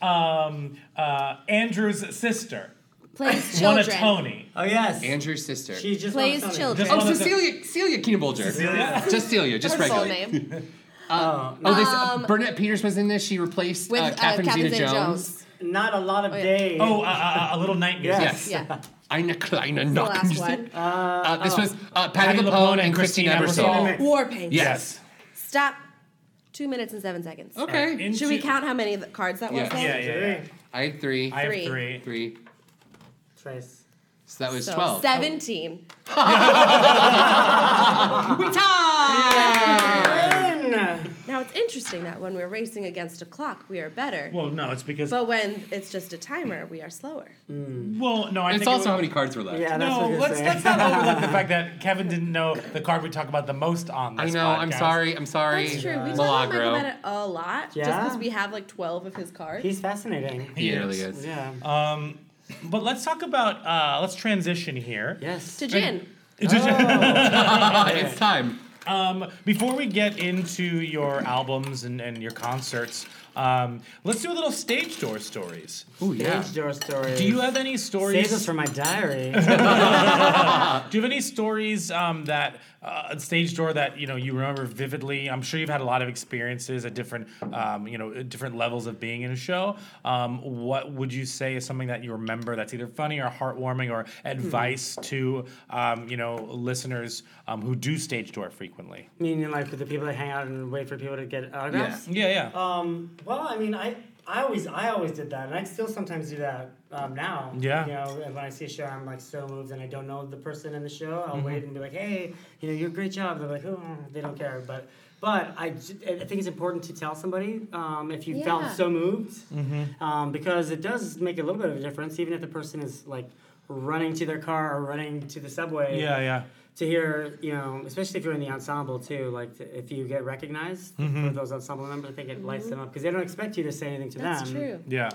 Speaker 8: um, uh, Andrew's sister
Speaker 9: Plays
Speaker 8: won a
Speaker 9: children.
Speaker 8: Tony.
Speaker 10: Oh yes.
Speaker 7: Andrew's sister.
Speaker 10: she just
Speaker 9: Plays
Speaker 10: wants something.
Speaker 9: children.
Speaker 8: Just
Speaker 7: oh,
Speaker 8: one of the-
Speaker 7: Cecilia Celia Keenan-Bolger.
Speaker 8: Cecilia?
Speaker 7: Just Celia, just
Speaker 9: Her full
Speaker 7: regular.
Speaker 9: name.
Speaker 10: Oh,
Speaker 7: Oh, this, uh, Burnett Peters was in this. She replaced
Speaker 9: Um, With
Speaker 7: uh,
Speaker 9: uh,
Speaker 7: Catherine Zeta-Jones.
Speaker 9: Jones.
Speaker 10: not a lot of
Speaker 9: yeah.
Speaker 10: days.
Speaker 8: Oh, uh, uh, uh, a little night music.
Speaker 10: Yes.
Speaker 7: Yes.
Speaker 9: Yeah.
Speaker 7: Eine kleine
Speaker 9: The
Speaker 7: Nacht.
Speaker 9: last one.
Speaker 7: Uh, this was uh, Patty LuPone and Christine Ebersole.
Speaker 9: War Paint.
Speaker 7: Yes.
Speaker 9: Stop. Two minutes and seven seconds.
Speaker 7: Okay.
Speaker 8: In-
Speaker 9: Should we count how many th- cards that was?
Speaker 7: Yeah.
Speaker 9: then?
Speaker 8: Yeah, yeah, yeah.
Speaker 7: I had three.
Speaker 8: I have
Speaker 9: Three.
Speaker 8: three.
Speaker 7: three.
Speaker 10: Trace.
Speaker 7: So that was
Speaker 9: So
Speaker 7: 12.
Speaker 9: 17.
Speaker 10: Win!
Speaker 9: Now it's interesting that when we're racing against a clock, we are better.
Speaker 8: Well, no, it's because.
Speaker 9: but when it's just a timer, we are slower.
Speaker 8: well, no, I
Speaker 7: And it's
Speaker 8: think. it
Speaker 7: also
Speaker 8: would-
Speaker 7: how many cards were left.
Speaker 10: Yeah, that's
Speaker 8: no,
Speaker 10: what you're
Speaker 8: let's,
Speaker 10: saying.
Speaker 8: let's not overlook the fact that Kevin didn't know the card we talk about the most on this
Speaker 7: I know. I'm
Speaker 8: podcast.
Speaker 7: sorry. I'm sorry.
Speaker 9: That's true. We talk about Michael
Speaker 7: uh, Milagro.
Speaker 9: Bennett a lot, just
Speaker 10: Yeah.
Speaker 9: because we have like 12 of his cards.
Speaker 10: He's fascinating.
Speaker 7: He really
Speaker 8: Yes.
Speaker 7: is.
Speaker 10: Yeah.
Speaker 8: Uh, But let's talk about. Uh, let's transition here.
Speaker 10: yes.
Speaker 9: to Jin.
Speaker 7: it's time.
Speaker 8: Um, before we get into your albums and, and your concerts, um, let's do a little stage door stories.
Speaker 7: Oh, yeah.
Speaker 10: Stage door stories.
Speaker 8: Do you have any stories?
Speaker 10: Save this for my diary.
Speaker 8: Do you have any stories um, that uh, stage door that you know you remember vividly? I'm sure you've had a lot of experiences at different um, you know at different levels of being in a show. Um, what would you say is something that you remember that's either funny or heartwarming or advice
Speaker 10: Hmm.
Speaker 8: to um, you know listeners um, who do stage door frequently?
Speaker 10: Meaning, like, with the people that hang out and wait for people to get autographs.
Speaker 8: Yeah, yeah.
Speaker 10: Um, well, I mean, I, I always, I always did that, and I still sometimes do that um, now.
Speaker 8: Yeah.
Speaker 10: You know, and when I see a show, I'm like so moved, and I don't know the person in the show. I'll wait and be like, hey, you know, you're a great job. They're like, oh, they don't care, but. But I, j- I think it's important to tell somebody um, if you felt
Speaker 9: Yeah.
Speaker 10: so moved, um, because it does make a little bit of a difference, even if the person is like running to their car or running to the subway
Speaker 8: yeah, yeah.
Speaker 10: to hear, you know, especially if you're in the ensemble too, like t- if you get recognized for those ensemble members, I think it lights them up because they don't expect you to say anything to
Speaker 9: Mm-hmm. That's
Speaker 10: them.
Speaker 9: true.
Speaker 8: Yeah.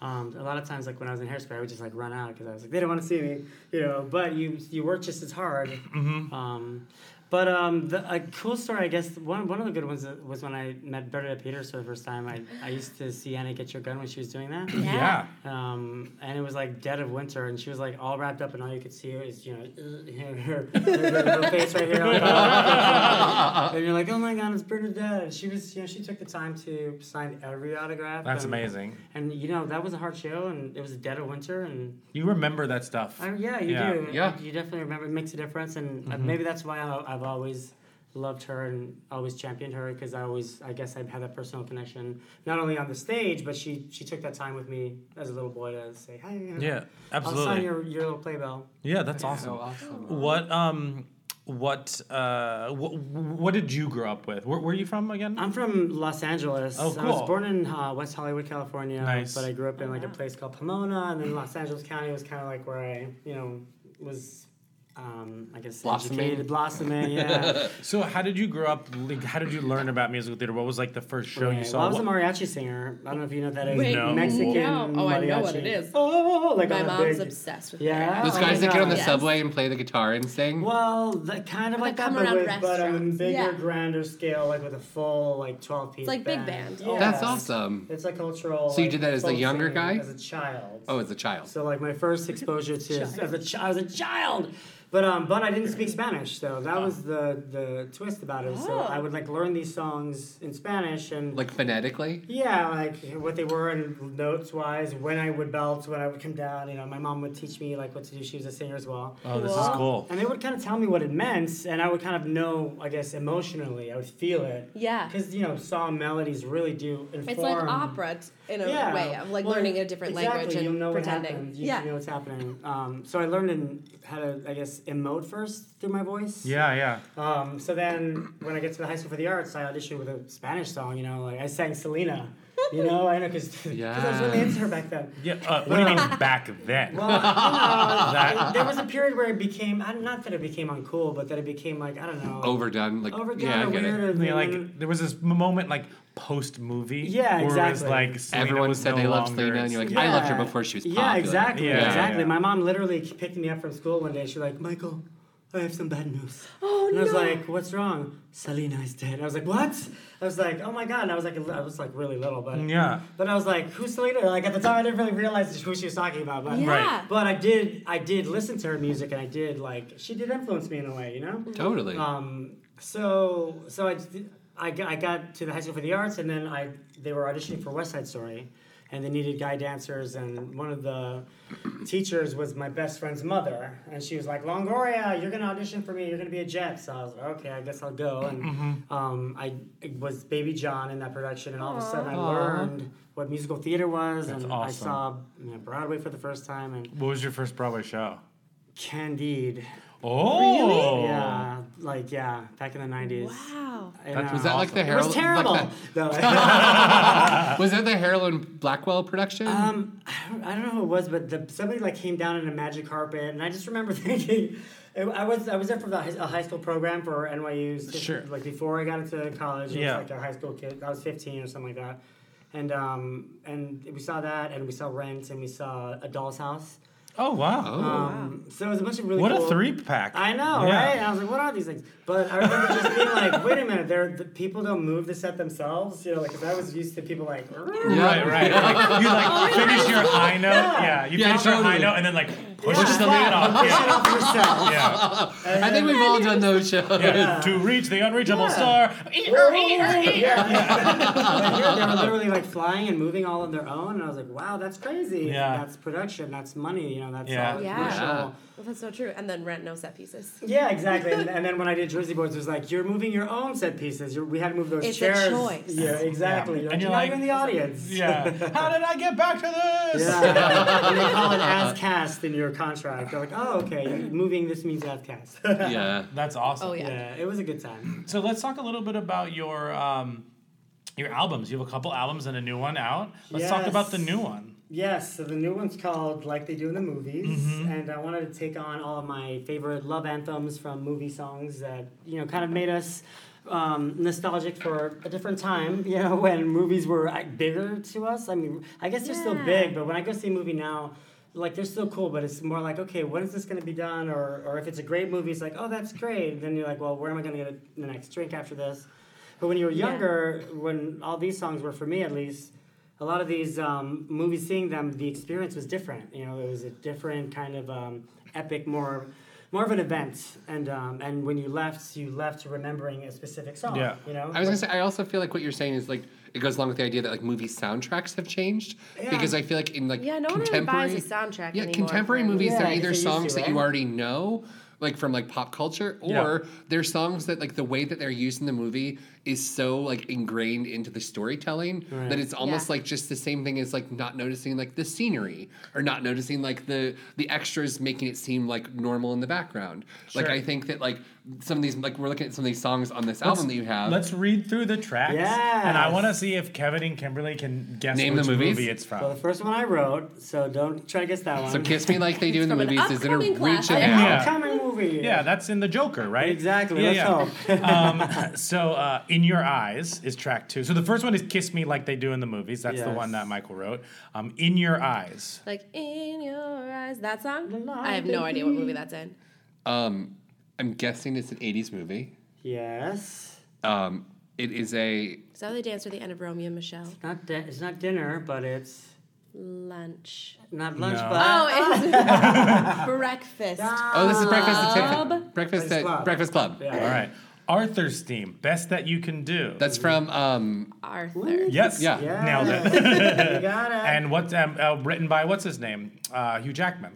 Speaker 10: Um, a lot of times, like when I was in hairspray, I would just like run out because I was like, they don't want to see me, you know. But you you work just as hard. Um, but um, the, a cool story, I guess one one of the good ones uh, was when I met Bernadette Peters for the first time. I, I used to see Anna get your gun when she was doing that.
Speaker 9: Yeah.
Speaker 8: Yeah.
Speaker 10: Um, and it was like dead of winter, and she was like all wrapped up, and all you could see is you know uh, her, her, her, her face right here, like, and you're like, oh my god, it's Bernadette. And she was, you know, she took the time to sign every autograph.
Speaker 8: That's
Speaker 10: and-
Speaker 8: amazing.
Speaker 10: And you know that was a hard show, and it was dead of winter, and
Speaker 8: You remember that stuff.
Speaker 10: I, yeah, you
Speaker 8: Yeah. Mm-hmm.
Speaker 10: do,
Speaker 7: Yeah.
Speaker 10: you definitely remember. It makes a difference, and uh maybe that's why I, I've always loved her and always championed her because I always, I guess, I had that personal connection not only on the stage, but she she took that time with me as a little boy to say, hey, you know,
Speaker 8: Yeah,
Speaker 10: I'll sign
Speaker 8: absolutely.
Speaker 10: your, your little playbill.
Speaker 8: Yeah, that's awesome.
Speaker 7: awesome.
Speaker 8: What um what uh, wh- what did you grow up with? Where, where are you from again?
Speaker 10: I'm from Los Angeles.
Speaker 8: Oh,
Speaker 10: I was
Speaker 8: cool.
Speaker 10: born in uh, West Hollywood, California,
Speaker 8: Nice.
Speaker 10: but I grew up in like a place called Pomona, and then Los Angeles County was kind of like where I, you know, was. Um, I guess
Speaker 7: Blossoming.
Speaker 10: educated, blossoming, yeah.
Speaker 8: so how did you grow up? Like, how did you learn about musical theater? What was like the first show you
Speaker 10: Right.
Speaker 8: saw?
Speaker 10: Well, I was
Speaker 8: What-
Speaker 10: a mariachi singer. I don't know if you know what that is
Speaker 9: Wait,
Speaker 8: No.
Speaker 10: Mexican.
Speaker 9: no. Oh, I know what
Speaker 10: mariachi.
Speaker 9: it is.
Speaker 10: Oh, like
Speaker 9: My
Speaker 10: on a
Speaker 9: mom's
Speaker 10: big-
Speaker 9: obsessed with
Speaker 10: Yeah.
Speaker 7: Those
Speaker 10: Oh
Speaker 7: guys
Speaker 10: my
Speaker 7: that get on the
Speaker 10: God.
Speaker 7: subway and play the guitar and sing.
Speaker 10: Well, that kind of
Speaker 9: Like
Speaker 10: like that, but,
Speaker 9: come-around
Speaker 10: with, but on a
Speaker 9: restaurants.
Speaker 10: bigger,
Speaker 9: Yeah.
Speaker 10: grander scale, like with a full like twelve
Speaker 9: It's
Speaker 10: piece.
Speaker 9: like big band. Oh,
Speaker 7: That's
Speaker 10: Yeah.
Speaker 7: awesome.
Speaker 10: It's like cultural.
Speaker 7: So you
Speaker 10: like,
Speaker 7: did that as a
Speaker 10: folk
Speaker 7: younger
Speaker 10: singing
Speaker 7: guy?
Speaker 10: As a child.
Speaker 7: Oh, as a child.
Speaker 10: So like my first exposure to as a ch- I was a child, but um, but I didn't speak Spanish, so that was the the twist about it. So
Speaker 9: Oh.
Speaker 10: I would like learn these songs in Spanish and
Speaker 7: Like phonetically.
Speaker 10: yeah, like what they were and notes wise, when I would belt, when I would come down. You know, my mom would teach me like what to do. She was a singer as well.
Speaker 8: oh, this is cool.
Speaker 10: And they would kind of tell me what it meant, and I would kind of know, I guess, emotionally. I would feel it.
Speaker 9: Yeah.
Speaker 10: Because, you know, song melodies really do inform.
Speaker 9: It's like opera t- in a
Speaker 10: Yeah.
Speaker 9: way of like
Speaker 10: Well,
Speaker 9: learning a different
Speaker 10: exactly.
Speaker 9: language and
Speaker 10: You'll know What
Speaker 9: pretending.
Speaker 10: happened. You,
Speaker 9: yeah.
Speaker 10: you know what's happening. Um, so I learned in, how to, I guess, emote first through my voice.
Speaker 8: Yeah, yeah.
Speaker 10: Um, so then, when I get to the High School for the Arts, I auditioned with a Spanish song, you know, like I sang Selena. You know, I know, because I was really
Speaker 7: Yeah.
Speaker 10: into her back then.
Speaker 8: Yeah. Uh, what do you mean back then?
Speaker 10: Well, you know,
Speaker 8: That-
Speaker 10: there was a period where it became, I- not that it became uncool, but that it became like, I don't know.
Speaker 7: Overdone. Like
Speaker 10: overdone
Speaker 7: yeah,
Speaker 10: or
Speaker 7: I get
Speaker 10: weird
Speaker 7: it.
Speaker 10: or
Speaker 8: Yeah,
Speaker 10: mm,
Speaker 8: like there was this m- moment like post movie.
Speaker 10: Yeah,
Speaker 8: Where it was
Speaker 10: exactly.
Speaker 8: like Selena
Speaker 7: Everyone
Speaker 8: was
Speaker 7: said
Speaker 8: no
Speaker 7: they loved
Speaker 8: longer-
Speaker 7: Selena, and you're like, I loved her
Speaker 10: yeah.
Speaker 7: before she was
Speaker 10: yeah,
Speaker 7: popular.
Speaker 10: exactly,
Speaker 8: Yeah,
Speaker 10: exactly.
Speaker 8: yeah.
Speaker 10: My mom literally picked me up from school one day. She was like, Michael, I have some bad news.
Speaker 7: Oh,
Speaker 10: and I was like, what's wrong? Selena is dead. I was like, what? I was like, oh my god. And I was like, I was like really little, but
Speaker 8: Yeah.
Speaker 10: But I was like, who's Selena? Like at the time, I didn't really realize who she was talking about. But
Speaker 9: Yeah.
Speaker 8: Right.
Speaker 10: but I did, I did listen to her music, and I did like she did influence me in a way, you know.
Speaker 7: Totally.
Speaker 10: Um, so so I, did- I, got- I got to the High School for the Arts, and then I they were auditioning for West Side Story, and they needed guy dancers, and one of the teachers was my best friend's mother, and she was like, Longoria, you're gonna audition for me, you're gonna be a jet. So I was like, okay, I guess I'll go, and um, I was Baby John in that production, and all of a sudden I learned what musical theater was, and I
Speaker 8: awesome.
Speaker 10: saw you know, Broadway for the first time, and
Speaker 8: What was your first Broadway show?
Speaker 10: Candide.
Speaker 8: Oh.
Speaker 10: Yeah, like yeah, back in the nineties.
Speaker 9: wow.
Speaker 10: That,
Speaker 7: was that like the
Speaker 10: It was
Speaker 7: Harold?
Speaker 10: terrible.
Speaker 7: Like
Speaker 10: though.
Speaker 7: that, was that the Harold Blackwell production?
Speaker 10: um, I don't, I don't know who it was, but the, somebody like came down in a magic carpet, and I just remember thinking, I I was I was there for the, high- a high school program for NYU's, just,
Speaker 8: Sure.
Speaker 10: like before I got into college. It
Speaker 8: Yeah.
Speaker 10: was like a high school kid. I was fifteen or something like that, and um, and we saw that, and we saw Rent, and we saw A Doll's House.
Speaker 8: Oh wow.
Speaker 10: Um, so it was a bunch of really
Speaker 8: What
Speaker 10: cool,
Speaker 8: a three pack.
Speaker 10: I know, right? And I was like, what are these things? But I remember just being like, wait a minute, they're, the people don't move the set themselves. You know, like, 'cause I was used to people like,
Speaker 7: Yeah.
Speaker 8: Right, right. Like, you like
Speaker 9: Oh,
Speaker 8: finish your high note. Yeah, you
Speaker 7: Yeah,
Speaker 8: finish your high
Speaker 7: totally.
Speaker 8: note and then like push the
Speaker 7: Yeah.
Speaker 8: lid off.
Speaker 10: push it
Speaker 8: Yeah.
Speaker 10: off yourself.
Speaker 8: yeah.
Speaker 7: I think we've all done those shows.
Speaker 8: Yeah. To reach the unreachable star.
Speaker 10: Yeah, they were literally like flying and moving all on their own. And I was like, wow, that's crazy.
Speaker 8: Yeah.
Speaker 10: That's production. That's money. You know, that's
Speaker 8: Yeah.
Speaker 10: all
Speaker 9: Yeah.
Speaker 10: commercial.
Speaker 9: Well, that's so true. And then rent no set pieces.
Speaker 10: Yeah, exactly. And, and then when I did Jersey Boys, it was like, you're moving your own set pieces. You're, we had to move those
Speaker 9: It's a
Speaker 10: chairs.
Speaker 9: choice.
Speaker 10: Yeah, exactly.
Speaker 8: And
Speaker 10: You're
Speaker 8: you're like-
Speaker 10: like, now you're in the audience.
Speaker 8: Yeah. How did I get back to this?
Speaker 10: Yeah. and they call it as cast in your contract. They're like, oh, okay, you're moving this means as cast.
Speaker 7: yeah.
Speaker 8: That's awesome.
Speaker 9: Oh yeah.
Speaker 10: yeah, it was a good time.
Speaker 8: So let's talk a little bit about your um, your albums. You have a couple albums and a new one out. Let's talk
Speaker 10: Yes.
Speaker 8: about the new one.
Speaker 10: Yes, so the new one's called Like They Do in the Movies, and I wanted to take on all of my favorite love anthems from movie songs that, you know, kind of made us um, nostalgic for a different time, you know, when movies were like, bigger to us. I mean, I guess they're still
Speaker 9: Yeah.
Speaker 10: big, but when I go see a movie now, like they're still cool, but it's more like, okay, when is this going to be done? Or, or if it's a great movie, it's like, oh, that's great. Then you're like, well, where am I going to get a, the next drink after this? But when you were younger, when all these songs were for me at least, a lot of these um, movies, seeing them, the experience was different. You know, it was a different kind of um, epic, more more of an event. And um, and when you left, you left remembering a specific song.
Speaker 8: Yeah.
Speaker 10: You know,
Speaker 7: I was gonna say. I also feel like what you're saying is like it goes along with the idea that like movie soundtracks have changed because I feel like in like
Speaker 9: Yeah, no one really
Speaker 7: contemporary
Speaker 9: buys a soundtrack
Speaker 7: yeah
Speaker 9: anymore
Speaker 7: contemporary
Speaker 9: for-
Speaker 7: movies
Speaker 10: Yeah,
Speaker 7: they're
Speaker 10: because
Speaker 7: either
Speaker 10: they used
Speaker 7: songs
Speaker 10: to,
Speaker 7: that you
Speaker 10: right?
Speaker 7: already know like from like pop culture or they're songs that like the way that they're used in the movie is so like ingrained into the storytelling that it's almost
Speaker 9: Yeah.
Speaker 7: like just the same thing as like not noticing like the scenery or not noticing like the the extras making it seem like normal in the background like
Speaker 8: Sure.
Speaker 7: i think that like some of these like we're looking at some of these songs on this album that you have.
Speaker 8: Let's read through the tracks. And I want to see if Kevin and Kimberly can guess
Speaker 7: Name the
Speaker 8: which
Speaker 7: movies?
Speaker 8: movie it's from.
Speaker 10: So the first one I wrote, so don't try to guess that one.
Speaker 7: so kiss me like they do in the
Speaker 9: From an
Speaker 7: movies is in a
Speaker 9: upcoming
Speaker 7: reach
Speaker 9: class.
Speaker 7: and
Speaker 8: Yeah.
Speaker 7: out.
Speaker 10: Upcoming movie.
Speaker 8: yeah, that's in the Joker, right?
Speaker 10: Exactly.
Speaker 8: Yeah,
Speaker 10: Let's
Speaker 8: yeah.
Speaker 10: hope.
Speaker 8: So, uh, In Your Eyes is track two. So, the first one is Kiss Me Like They Do in the Movies. That's the
Speaker 10: Yes.
Speaker 8: one that Michael wrote. Um, in Your Eyes.
Speaker 9: Like in your eyes, that song. I have no idea what movie that's in.
Speaker 7: Um, I'm guessing it's an '80s movie.
Speaker 10: Yes.
Speaker 7: Um, it is a
Speaker 9: Is that how they dance with the end of Romeo and Michelle?
Speaker 10: Not di- it's not dinner, but it's
Speaker 9: Lunch.
Speaker 10: not lunch,
Speaker 8: No.
Speaker 10: but
Speaker 9: Oh, it's breakfast.
Speaker 7: oh this is breakfast at Tiff-
Speaker 9: Club?
Speaker 7: breakfast
Speaker 10: Breakfast
Speaker 7: at
Speaker 10: Club.
Speaker 7: Breakfast Club.
Speaker 10: Yeah.
Speaker 8: All right. Arthur's theme, Best That You Can Do.
Speaker 7: That's from um,
Speaker 9: Arthur.
Speaker 8: yes.
Speaker 7: Yeah.
Speaker 8: Nailed it.
Speaker 10: you got it.
Speaker 8: And what's um, uh, written by what's his name? Uh, Hugh Jackman.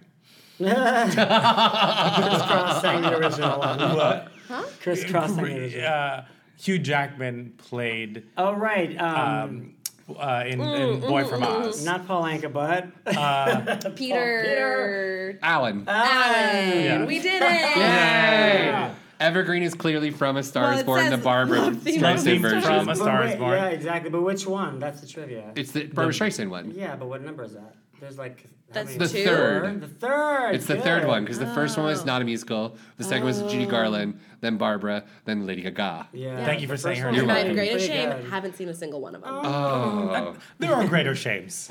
Speaker 10: Crisscross sang the original one. Crisscross sang the original.
Speaker 8: Uh, Hugh Jackman played
Speaker 10: Oh right, um,
Speaker 8: uh, in, in Boy from Oz.
Speaker 10: mm. not Paul Anka, but
Speaker 8: Uh,
Speaker 7: Oh,
Speaker 9: Peter.
Speaker 7: Alan.
Speaker 10: Oh,
Speaker 9: Allen.
Speaker 8: Yeah.
Speaker 9: We did it.
Speaker 7: Yay! Evergreen is clearly from A Star
Speaker 9: Well,
Speaker 7: Is
Speaker 9: it
Speaker 7: Born,
Speaker 9: says
Speaker 7: the Barbara
Speaker 9: love theme
Speaker 7: Streisand
Speaker 8: song. From
Speaker 7: version.
Speaker 8: A Star
Speaker 10: But
Speaker 8: Is
Speaker 10: wait,
Speaker 8: Born.
Speaker 10: Yeah, exactly. But which one? That's the trivia.
Speaker 7: It's the Barbara Streisand one.
Speaker 10: yeah, but what number is that? There's like. how
Speaker 9: That's
Speaker 10: many-
Speaker 7: The
Speaker 9: Two. Oh.
Speaker 7: third.
Speaker 10: The third.
Speaker 7: It's the
Speaker 10: good.
Speaker 7: third one because the first one was not a musical. The second was Judy Garland, then Barbara, then Lady Gaga.
Speaker 10: Yeah.
Speaker 8: Thank you for
Speaker 10: the
Speaker 8: saying
Speaker 10: first
Speaker 8: her
Speaker 10: one
Speaker 8: name. You're
Speaker 10: was
Speaker 9: My
Speaker 10: pretty
Speaker 9: greatest
Speaker 10: good.
Speaker 9: shame, haven't seen a single one of them.
Speaker 7: Oh.
Speaker 8: There are greater shames.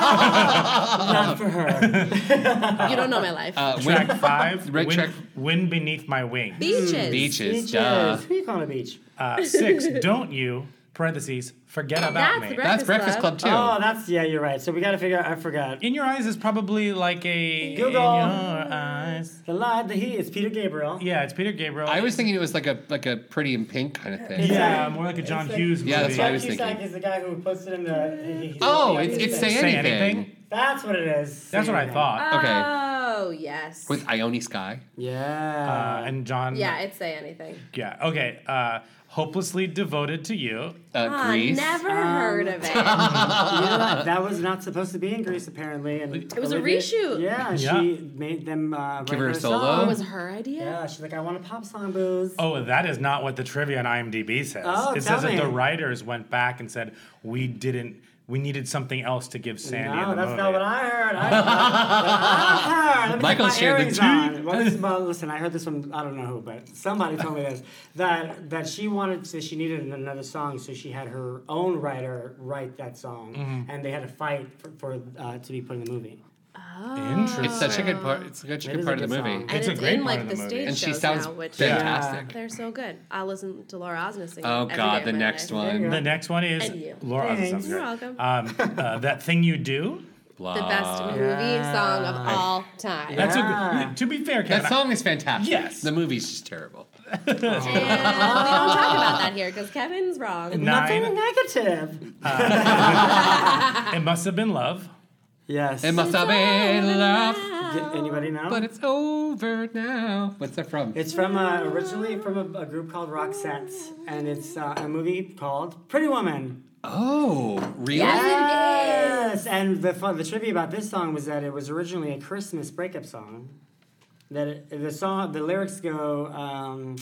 Speaker 10: Not for her.
Speaker 9: you don't know my life.
Speaker 7: Oh. Uh, when-
Speaker 8: track five,
Speaker 7: Red
Speaker 8: wind,
Speaker 7: track-
Speaker 8: wind Beneath My Wing.
Speaker 9: Beaches.
Speaker 7: mm, beaches,
Speaker 10: Beaches.
Speaker 7: duh.
Speaker 10: Who you calling a beach?
Speaker 8: Uh, six, Don't You, parentheses, Forget About
Speaker 9: That's
Speaker 8: Me.
Speaker 9: the breakfast,
Speaker 7: That's Breakfast Club, too.
Speaker 10: Oh, that's yeah. You're right. So we got to figure out. I forgot.
Speaker 8: In Your Eyes is probably like a.
Speaker 10: Google.
Speaker 8: In Your Eyes.
Speaker 10: The light, the heat. It's Peter Gabriel.
Speaker 8: Yeah, it's Peter
Speaker 9: Oh,
Speaker 8: Gabriel.
Speaker 7: I was thinking it was like a like a Pretty in Pink kind of thing.
Speaker 8: Yeah,
Speaker 10: uh,
Speaker 8: more like a John Hughes movie.
Speaker 7: Yeah, that's what I was
Speaker 10: Cusack
Speaker 7: thinking.
Speaker 10: is the guy who posted in the. he- he- he-
Speaker 7: Oh,
Speaker 10: he-
Speaker 7: it's, it's
Speaker 10: he-
Speaker 7: Say,
Speaker 8: Say
Speaker 7: anything.
Speaker 8: anything.
Speaker 10: That's what it is.
Speaker 8: That's
Speaker 10: Say
Speaker 8: what I
Speaker 10: Anything.
Speaker 8: thought.
Speaker 7: Okay,
Speaker 9: Oh, yes.
Speaker 7: with Ione Sky.
Speaker 10: Yeah.
Speaker 8: Uh, and John.
Speaker 9: yeah, it's say anything.
Speaker 8: Yeah, Okay. Uh, Hopelessly devoted to you.
Speaker 7: Uh, Grease.
Speaker 9: Ah, never heard of it.
Speaker 10: You know what? that was not supposed to be in Greece, apparently. And it
Speaker 9: was a reshoot.
Speaker 10: Yeah,
Speaker 8: Yeah.
Speaker 10: she made them uh,
Speaker 7: Give
Speaker 10: write
Speaker 7: her a solo?
Speaker 9: It
Speaker 10: song.
Speaker 9: was her idea.
Speaker 10: Yeah, she's like, I want a pop song, booze.
Speaker 8: Oh, that is not what the trivia on IMDb says.
Speaker 10: Oh,
Speaker 8: it
Speaker 10: tell
Speaker 8: says that the
Speaker 10: me.
Speaker 8: writers went back and said, we didn't, we needed something else to give Sandy in
Speaker 10: no,
Speaker 8: the
Speaker 10: that's
Speaker 8: movie.
Speaker 10: not what I heard. I, I heard. Let me
Speaker 7: Michael
Speaker 10: put my
Speaker 7: shared the
Speaker 10: earrings
Speaker 7: tea.
Speaker 10: on. Well, this- well, listen, I heard this from I don't know who, but somebody told me this that that she wanted to, she needed another song, so she had her own writer write that song,
Speaker 8: Mm-hmm.
Speaker 10: and they had a fight for, for uh, to be put in the movie.
Speaker 8: Interesting.
Speaker 7: It's such a good part. It's such a
Speaker 10: It
Speaker 7: good
Speaker 10: is
Speaker 7: part
Speaker 10: a
Speaker 7: of the
Speaker 10: good
Speaker 7: movie.
Speaker 9: And
Speaker 8: It's a
Speaker 9: it's
Speaker 8: great
Speaker 9: in
Speaker 8: part
Speaker 9: like
Speaker 8: of
Speaker 9: the
Speaker 8: the movie.
Speaker 9: stage
Speaker 7: And she
Speaker 9: shows
Speaker 7: sounds
Speaker 9: now, which
Speaker 7: fantastic.
Speaker 9: they're so good. I listen to Laura Osnes sing.
Speaker 7: Oh
Speaker 9: every day
Speaker 7: God,
Speaker 9: of
Speaker 7: the
Speaker 9: my
Speaker 7: next
Speaker 9: life.
Speaker 7: one.
Speaker 8: The next one is
Speaker 9: And you.
Speaker 8: Laura. Osnes,
Speaker 10: Thanks.
Speaker 8: I'm
Speaker 9: You're
Speaker 8: sorry.
Speaker 9: welcome.
Speaker 8: Um, uh, that thing you do.
Speaker 9: the best movie song of all time.
Speaker 8: That's
Speaker 10: Yeah.
Speaker 8: a, to be fair, Kevin.
Speaker 7: That song is fantastic.
Speaker 8: Yes.
Speaker 7: The movie's just terrible.
Speaker 9: And we don't talk about that here because Kevin's wrong.
Speaker 10: Nothing
Speaker 8: Nine.
Speaker 10: negative.
Speaker 8: It must have been love.
Speaker 10: Yes.
Speaker 7: It must have been love,
Speaker 10: Did anybody know?
Speaker 7: but it's over now. What's that from?
Speaker 10: It's from uh, originally from a, a group called Roxette, and it's uh, a movie called Pretty Woman.
Speaker 7: oh, really?
Speaker 10: Yes, and the fun, the trivia about this song was that it was originally a Christmas breakup song. That it, the song, the lyrics go, um,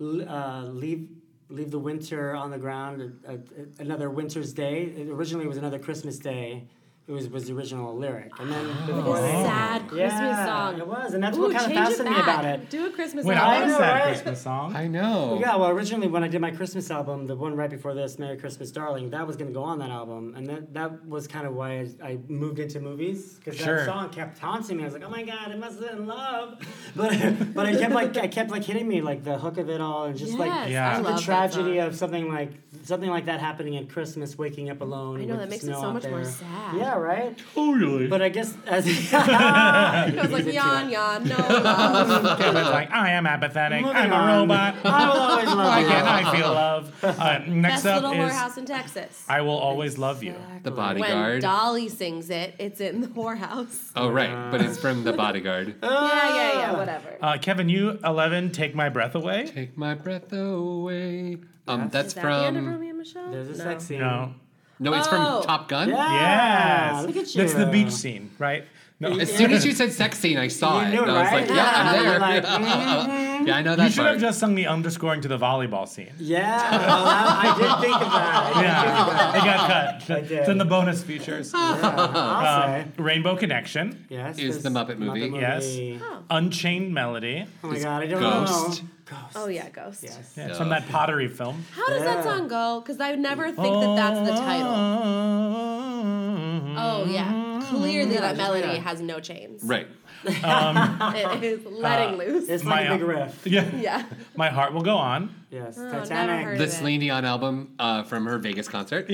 Speaker 10: l- uh, leave. Leave the winter on the ground. a- a- Another winter's day. It originally was another Christmas day. It was was the original lyric, and then
Speaker 9: Oh.
Speaker 10: before they-
Speaker 9: Sad Christmas
Speaker 10: Yeah,
Speaker 9: song.
Speaker 10: It was, and that's
Speaker 9: Ooh,
Speaker 10: what kind of
Speaker 9: change it
Speaker 10: fascinated me
Speaker 9: back.
Speaker 10: about it.
Speaker 9: Do a Christmas
Speaker 8: Wait,
Speaker 10: I
Speaker 8: I
Speaker 9: album.
Speaker 8: want a
Speaker 10: know,
Speaker 8: sad
Speaker 10: right?
Speaker 8: Christmas song.
Speaker 7: I know.
Speaker 10: Yeah, well, originally when I did my Christmas album, the one right before this, "Merry Christmas, Darling," that was going to go on that album, and that that was kind of why I, I moved into movies because
Speaker 8: Sure.
Speaker 10: that song kept haunting me. I was like, "Oh my god, I must have been in love," but but it kept like I kept like hitting me like the hook of it all, and just
Speaker 9: Yes,
Speaker 10: like
Speaker 8: Yeah. I
Speaker 10: the
Speaker 9: love that
Speaker 10: tragedy
Speaker 9: song.
Speaker 10: of something like something like that happening at Christmas, waking up alone.
Speaker 9: I know,
Speaker 10: with
Speaker 9: that
Speaker 10: the
Speaker 9: makes it
Speaker 10: snow
Speaker 9: so
Speaker 10: out
Speaker 9: much more
Speaker 10: there.
Speaker 9: sad.
Speaker 10: Yeah, right.
Speaker 8: Totally.
Speaker 10: But I guess as
Speaker 9: I was like, yawn, yawn, no love.
Speaker 8: Kevin's like, I am apathetic.
Speaker 10: Moving
Speaker 8: I'm
Speaker 10: on.
Speaker 8: a robot.
Speaker 10: I will always love
Speaker 8: Why
Speaker 10: you.
Speaker 8: can't I feel love? Uh, next
Speaker 9: Best
Speaker 8: up
Speaker 9: little
Speaker 8: is
Speaker 9: whorehouse in Texas.
Speaker 8: I will always love you.
Speaker 7: The
Speaker 9: When
Speaker 7: Bodyguard.
Speaker 9: Dolly sings it, it's in the whorehouse.
Speaker 7: oh, right. But it's from The Bodyguard.
Speaker 9: yeah, yeah,
Speaker 10: Ah.
Speaker 9: yeah, whatever.
Speaker 8: Uh, Kevin, you eleven. Take my breath away.
Speaker 7: Take my breath away. Um, that's
Speaker 9: Is that the end of
Speaker 7: from
Speaker 9: Romeo and Michelle?
Speaker 10: There's a
Speaker 9: No.
Speaker 10: sex scene.
Speaker 8: No.
Speaker 7: no, it's from
Speaker 9: Oh.
Speaker 7: Top Gun.
Speaker 10: Yeah,
Speaker 8: Yes.
Speaker 10: Look at you.
Speaker 8: That's the beach scene, right? No.
Speaker 7: As soon as you said sex scene, I saw
Speaker 10: You
Speaker 7: it.
Speaker 10: knew it,
Speaker 7: and I was
Speaker 10: right?
Speaker 7: like, yeah, I'm there.
Speaker 10: You're like, mhm.
Speaker 7: Yeah, I know
Speaker 8: You
Speaker 7: that
Speaker 8: should have
Speaker 7: part.
Speaker 8: just sung the underscoring to the volleyball scene.
Speaker 10: Yeah, well, I, I did think of that. I did think of
Speaker 8: Yeah,
Speaker 10: that.
Speaker 8: it got cut.
Speaker 10: I did.
Speaker 8: It's in the bonus features.
Speaker 10: I'll say.
Speaker 8: Rainbow Connection,
Speaker 10: Yes.
Speaker 7: Is
Speaker 10: this
Speaker 7: the Muppet movie.
Speaker 8: Yes. Unchained Melody.
Speaker 10: Oh my god, I don't
Speaker 7: Ghost.
Speaker 10: know.
Speaker 9: Oh yeah, Ghost.
Speaker 10: Yes.
Speaker 8: Yeah, it's from that pottery film.
Speaker 9: How does that song go? Because I never think that that's the title. Oh yeah, clearly that melody has no chains.
Speaker 7: Right.
Speaker 9: It is letting loose.
Speaker 10: It's like
Speaker 8: My-
Speaker 10: a big riff.
Speaker 8: Yeah.
Speaker 9: yeah.
Speaker 8: My heart will go on.
Speaker 10: Yes.
Speaker 9: Oh, never
Speaker 10: Titanic.
Speaker 9: heard
Speaker 7: The
Speaker 9: it.
Speaker 7: Celine Dion album uh, from her Vegas concert.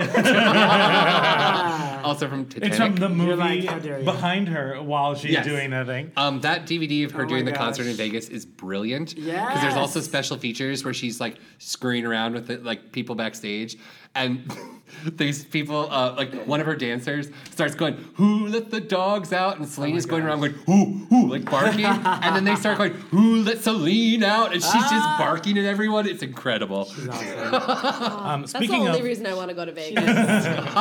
Speaker 7: also from Titanic.
Speaker 8: It's from the movie
Speaker 10: like, how dare you.
Speaker 8: behind her while she's
Speaker 7: Yes.
Speaker 8: doing the thing.
Speaker 7: Um, that DVD of her
Speaker 10: Oh
Speaker 7: doing
Speaker 10: my
Speaker 7: the concert
Speaker 10: gosh.
Speaker 7: in Vegas is brilliant. Because there's also special features where she's like screwing around with the, like people backstage, and these people, uh, like one of her dancers, starts going, "Who let the dogs out?"
Speaker 10: Oh
Speaker 7: And Celine is going around going, "Who, who?" like barking, and then they start going, "Who let Celine out?" And she's
Speaker 10: Ah.
Speaker 7: just barking at everyone. It's incredible.
Speaker 8: Um,
Speaker 9: That's
Speaker 8: speaking
Speaker 9: the
Speaker 8: of
Speaker 9: only reason I want to go to Vegas.
Speaker 8: speaking of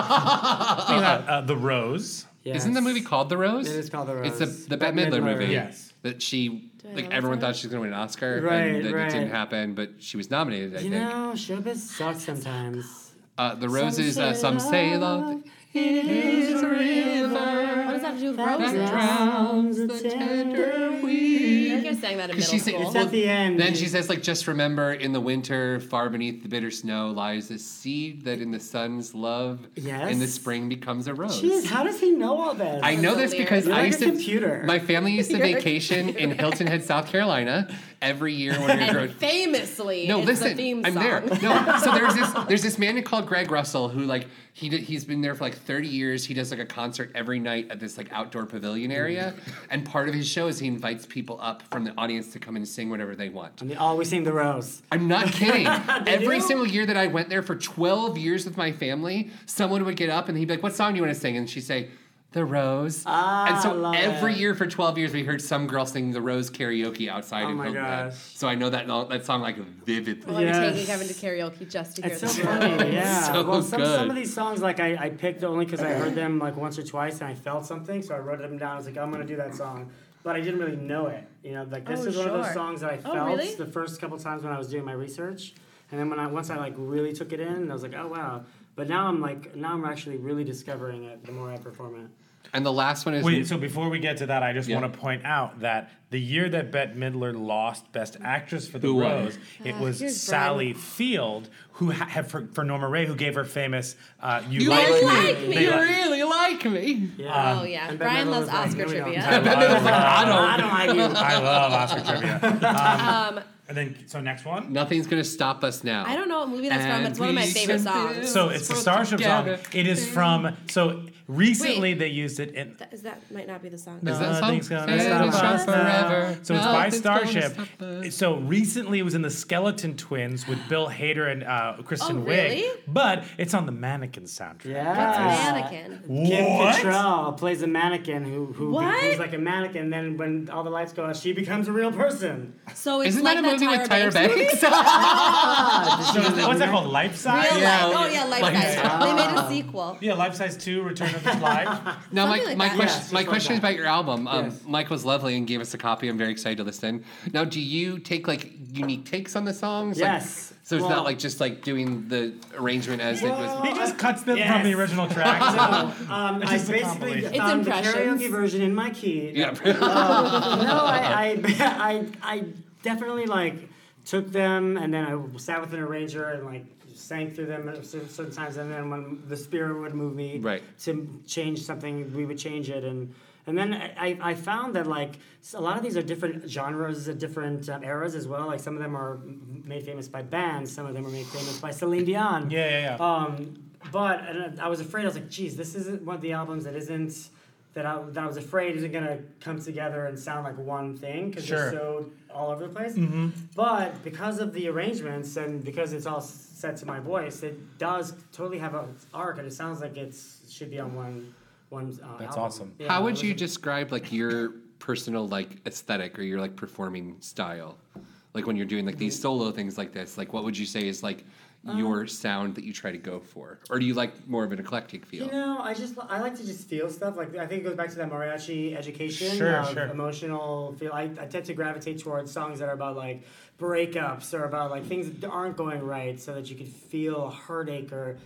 Speaker 8: that, uh, the rose.
Speaker 10: Yes.
Speaker 7: Isn't the movie called The Rose?
Speaker 10: It is called The
Speaker 7: It's the,
Speaker 10: Rose.
Speaker 7: the Bette
Speaker 10: Bette
Speaker 7: Midler,
Speaker 10: Midler.
Speaker 7: movie.
Speaker 8: Yes.
Speaker 7: That she, like
Speaker 9: know
Speaker 7: everyone
Speaker 9: that?
Speaker 7: thought she was going to win an Oscar,
Speaker 10: Right,
Speaker 7: and that
Speaker 10: right.
Speaker 7: it didn't happen. But she was nominated, I
Speaker 10: You
Speaker 7: think.
Speaker 10: know, showbiz sucks sometimes.
Speaker 7: Uh, the roses, uh, some say love is a river
Speaker 9: What does that have to do with
Speaker 7: that
Speaker 9: roses?
Speaker 7: drowns the tender
Speaker 9: I
Speaker 7: weed.
Speaker 9: think I sang that in middle
Speaker 7: Because she said-
Speaker 9: school.
Speaker 10: It's at the end.
Speaker 7: Then she says, like, just remember, in the winter, far beneath the bitter snow lies a seed that in the sun's love, in the
Speaker 10: Yes.
Speaker 7: spring becomes a rose.
Speaker 10: Jeez, how does he know all this?
Speaker 7: I know
Speaker 9: so
Speaker 7: this
Speaker 9: weird.
Speaker 7: because
Speaker 10: You're
Speaker 7: I
Speaker 10: like
Speaker 7: used
Speaker 10: a
Speaker 7: to.
Speaker 10: computer.
Speaker 7: My family used to vacation in Hilton Head, South Carolina, every year when we were growing.
Speaker 9: and famously,
Speaker 7: No,
Speaker 9: it's
Speaker 7: listen,
Speaker 9: the theme
Speaker 7: I'm
Speaker 9: song.
Speaker 7: there. No, so there's this there's this man called Greg Russell who like he did, he's been there for like 30 years. He does like a concert every night at this like outdoor pavilion area,
Speaker 10: Mm.
Speaker 7: and part of his show is he invites people up from the audience to come and sing whatever they want.
Speaker 10: And they always sing the rose.
Speaker 7: I'm not kidding. Every single year that I went there for 12 years with my family, someone would get up and he'd be like, What song do you want to sing? And she'd say, The Rose. and
Speaker 10: Ah, I
Speaker 7: so
Speaker 10: love
Speaker 7: every
Speaker 10: it.
Speaker 7: year for 12 years, we heard some girl sing The Rose karaoke outside
Speaker 10: Oh
Speaker 7: in
Speaker 10: my
Speaker 7: Hilton Head.
Speaker 10: gosh.
Speaker 7: So I know that, that song like vividly.
Speaker 9: I'm
Speaker 10: Yes.
Speaker 9: taking Kevin to karaoke just to hear
Speaker 10: It's so
Speaker 9: this.
Speaker 10: funny, yeah.
Speaker 7: So
Speaker 10: well, some, some
Speaker 7: good.
Speaker 10: of these songs, like I, I picked only because I heard them like once or twice and I felt something, so I wrote them down. I was like, I'm gonna do that song, but I didn't really know it. You know, like this
Speaker 9: Oh,
Speaker 10: is one of those
Speaker 9: sure.
Speaker 10: songs that I
Speaker 9: Oh,
Speaker 10: felt
Speaker 9: really?
Speaker 10: the first couple times when I was doing my research, and then when I once I like really took it in, I was like, oh wow. But now I'm like, now I'm actually really discovering it the more I perform it.
Speaker 7: And the last one is
Speaker 8: Wait, so before we get to that, I just
Speaker 7: Yeah.
Speaker 8: want to point out that the year that Bette Midler lost Best Actress for The
Speaker 7: Who won?
Speaker 8: Rose, it was
Speaker 9: here's
Speaker 8: Sally Field who ha- had for, for Norma Ray who gave her famous uh, "You,
Speaker 7: You
Speaker 8: Like,
Speaker 7: really
Speaker 8: Me."
Speaker 7: like me.
Speaker 8: They
Speaker 7: You
Speaker 8: like-
Speaker 7: really like me.
Speaker 9: Oh yeah,
Speaker 10: And Ben
Speaker 9: Brian
Speaker 10: Miller
Speaker 9: loves
Speaker 10: was like,
Speaker 9: Oscar
Speaker 10: "Here we go."
Speaker 9: trivia.
Speaker 7: I
Speaker 10: I
Speaker 7: don't.
Speaker 10: don't like you.
Speaker 8: I love Oscar trivia. Um, and then so next one.
Speaker 7: Nothing's gonna stop us now.
Speaker 9: I don't know what movie that's from.
Speaker 7: And
Speaker 9: It's one of
Speaker 7: we
Speaker 9: my favorite
Speaker 7: should
Speaker 9: songs.
Speaker 7: do
Speaker 8: So it's the Starship
Speaker 7: together.
Speaker 8: song. It is from so recently
Speaker 9: Wait.
Speaker 8: they used it in
Speaker 9: That, is that might not be the song.
Speaker 7: Is that song?
Speaker 8: Nothing's gonna
Speaker 7: Standing
Speaker 8: stop
Speaker 7: strong
Speaker 8: us now.
Speaker 7: forever.
Speaker 8: So it's by
Speaker 7: Nothing's gonna
Speaker 8: Starship.
Speaker 7: stop us.
Speaker 8: So recently it was in the Skeleton Twins with Bill Hader and uh, Kristen
Speaker 9: Oh,
Speaker 8: Wiig,
Speaker 9: really?
Speaker 8: but it's on the Mannequin soundtrack.
Speaker 9: Ah.
Speaker 10: Yeah.
Speaker 9: Mannequin.
Speaker 10: Kim
Speaker 8: What?
Speaker 10: Cattrall plays a mannequin who who
Speaker 9: What?
Speaker 10: who's like a mannequin. then when all the lights go out, she becomes a real person.
Speaker 9: So it's
Speaker 7: Isn't
Speaker 9: like
Speaker 7: that a movie with
Speaker 9: Tyra
Speaker 7: Tyra Banks?
Speaker 8: So is that- what's that called? Life size.
Speaker 9: Real
Speaker 7: Yeah.
Speaker 9: life. Oh yeah, life
Speaker 7: Like-
Speaker 9: size. They made a sequel.
Speaker 8: Yeah, Life Size Two: Return of the Live.
Speaker 7: Now, my,
Speaker 9: Something like
Speaker 7: my
Speaker 9: that.
Speaker 7: question,
Speaker 10: Yeah,
Speaker 7: my
Speaker 10: just like
Speaker 7: question is
Speaker 10: that.
Speaker 7: about your album. Um,
Speaker 10: Yes.
Speaker 7: Mike was lovely and gave us a copy. I'm very excited to listen. Now, do you take like unique takes on the songs? Like,
Speaker 10: Yes.
Speaker 7: so it's
Speaker 10: Well-
Speaker 7: not like just like doing the arrangement as it
Speaker 8: he
Speaker 7: was.
Speaker 8: just cuts them
Speaker 10: Yes.
Speaker 8: from the original track.
Speaker 10: Um, I
Speaker 8: just a
Speaker 10: basically
Speaker 8: compilation.
Speaker 9: It's
Speaker 10: found the
Speaker 9: impressions.
Speaker 10: karaoke version in my key.
Speaker 7: Yeah.
Speaker 10: no, I, I, I, I definitely like took them and then I sat with an arranger and like sang through them at certain, certain times and then when the spirit would move me
Speaker 7: Right.
Speaker 10: to change something, we would change it and. And then I, I I found that like s- a lot of these are different genres, uh, different um, eras as well. Like some of them are m- made famous by bands, some of them are made famous by Celine Dion.
Speaker 8: yeah, yeah, yeah.
Speaker 10: Um, but and I was afraid. I was like, "Geez, this isn't one of the albums that isn't that I, that I was afraid isn't gonna come together and sound like one thing because
Speaker 8: Sure. Mm-hmm.
Speaker 10: they're so all over the place." But because of the arrangements and because it's all s- set to my voice, it does totally have an arc, and it sounds like it's should be on one one. Uh,
Speaker 8: That's
Speaker 10: album.
Speaker 8: awesome.
Speaker 10: Yeah,
Speaker 7: How
Speaker 10: it
Speaker 7: would you
Speaker 10: was-
Speaker 7: describe like your personal like aesthetic or your like performing style? Like when you're doing like these solo things like this, like what would you say is like your
Speaker 10: Um,
Speaker 7: sound that you try to go for, or do you like more of an eclectic feel?
Speaker 10: You know, I just I like to just feel stuff. Like I think it goes back to that mariachi education,
Speaker 8: Sure,
Speaker 10: of
Speaker 8: sure.
Speaker 10: emotional feel. I, I tend to gravitate towards songs that are about like breakups or about like things that aren't going right, so that you can feel heartache or.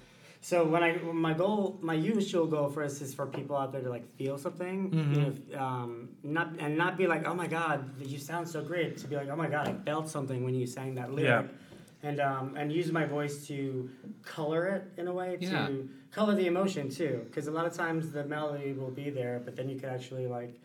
Speaker 10: So when I when my goal, my usual goal for us is for people out there to like feel something,
Speaker 8: Mm-hmm.
Speaker 10: you know, um, not and not be like, oh my god, you sound so great. To be like, oh my god, I felt something when you sang that lyric. And, um, and use my voice to color it in a way to
Speaker 7: Yeah.
Speaker 10: color the emotion too because a lot of times the melody will be there but then you can actually like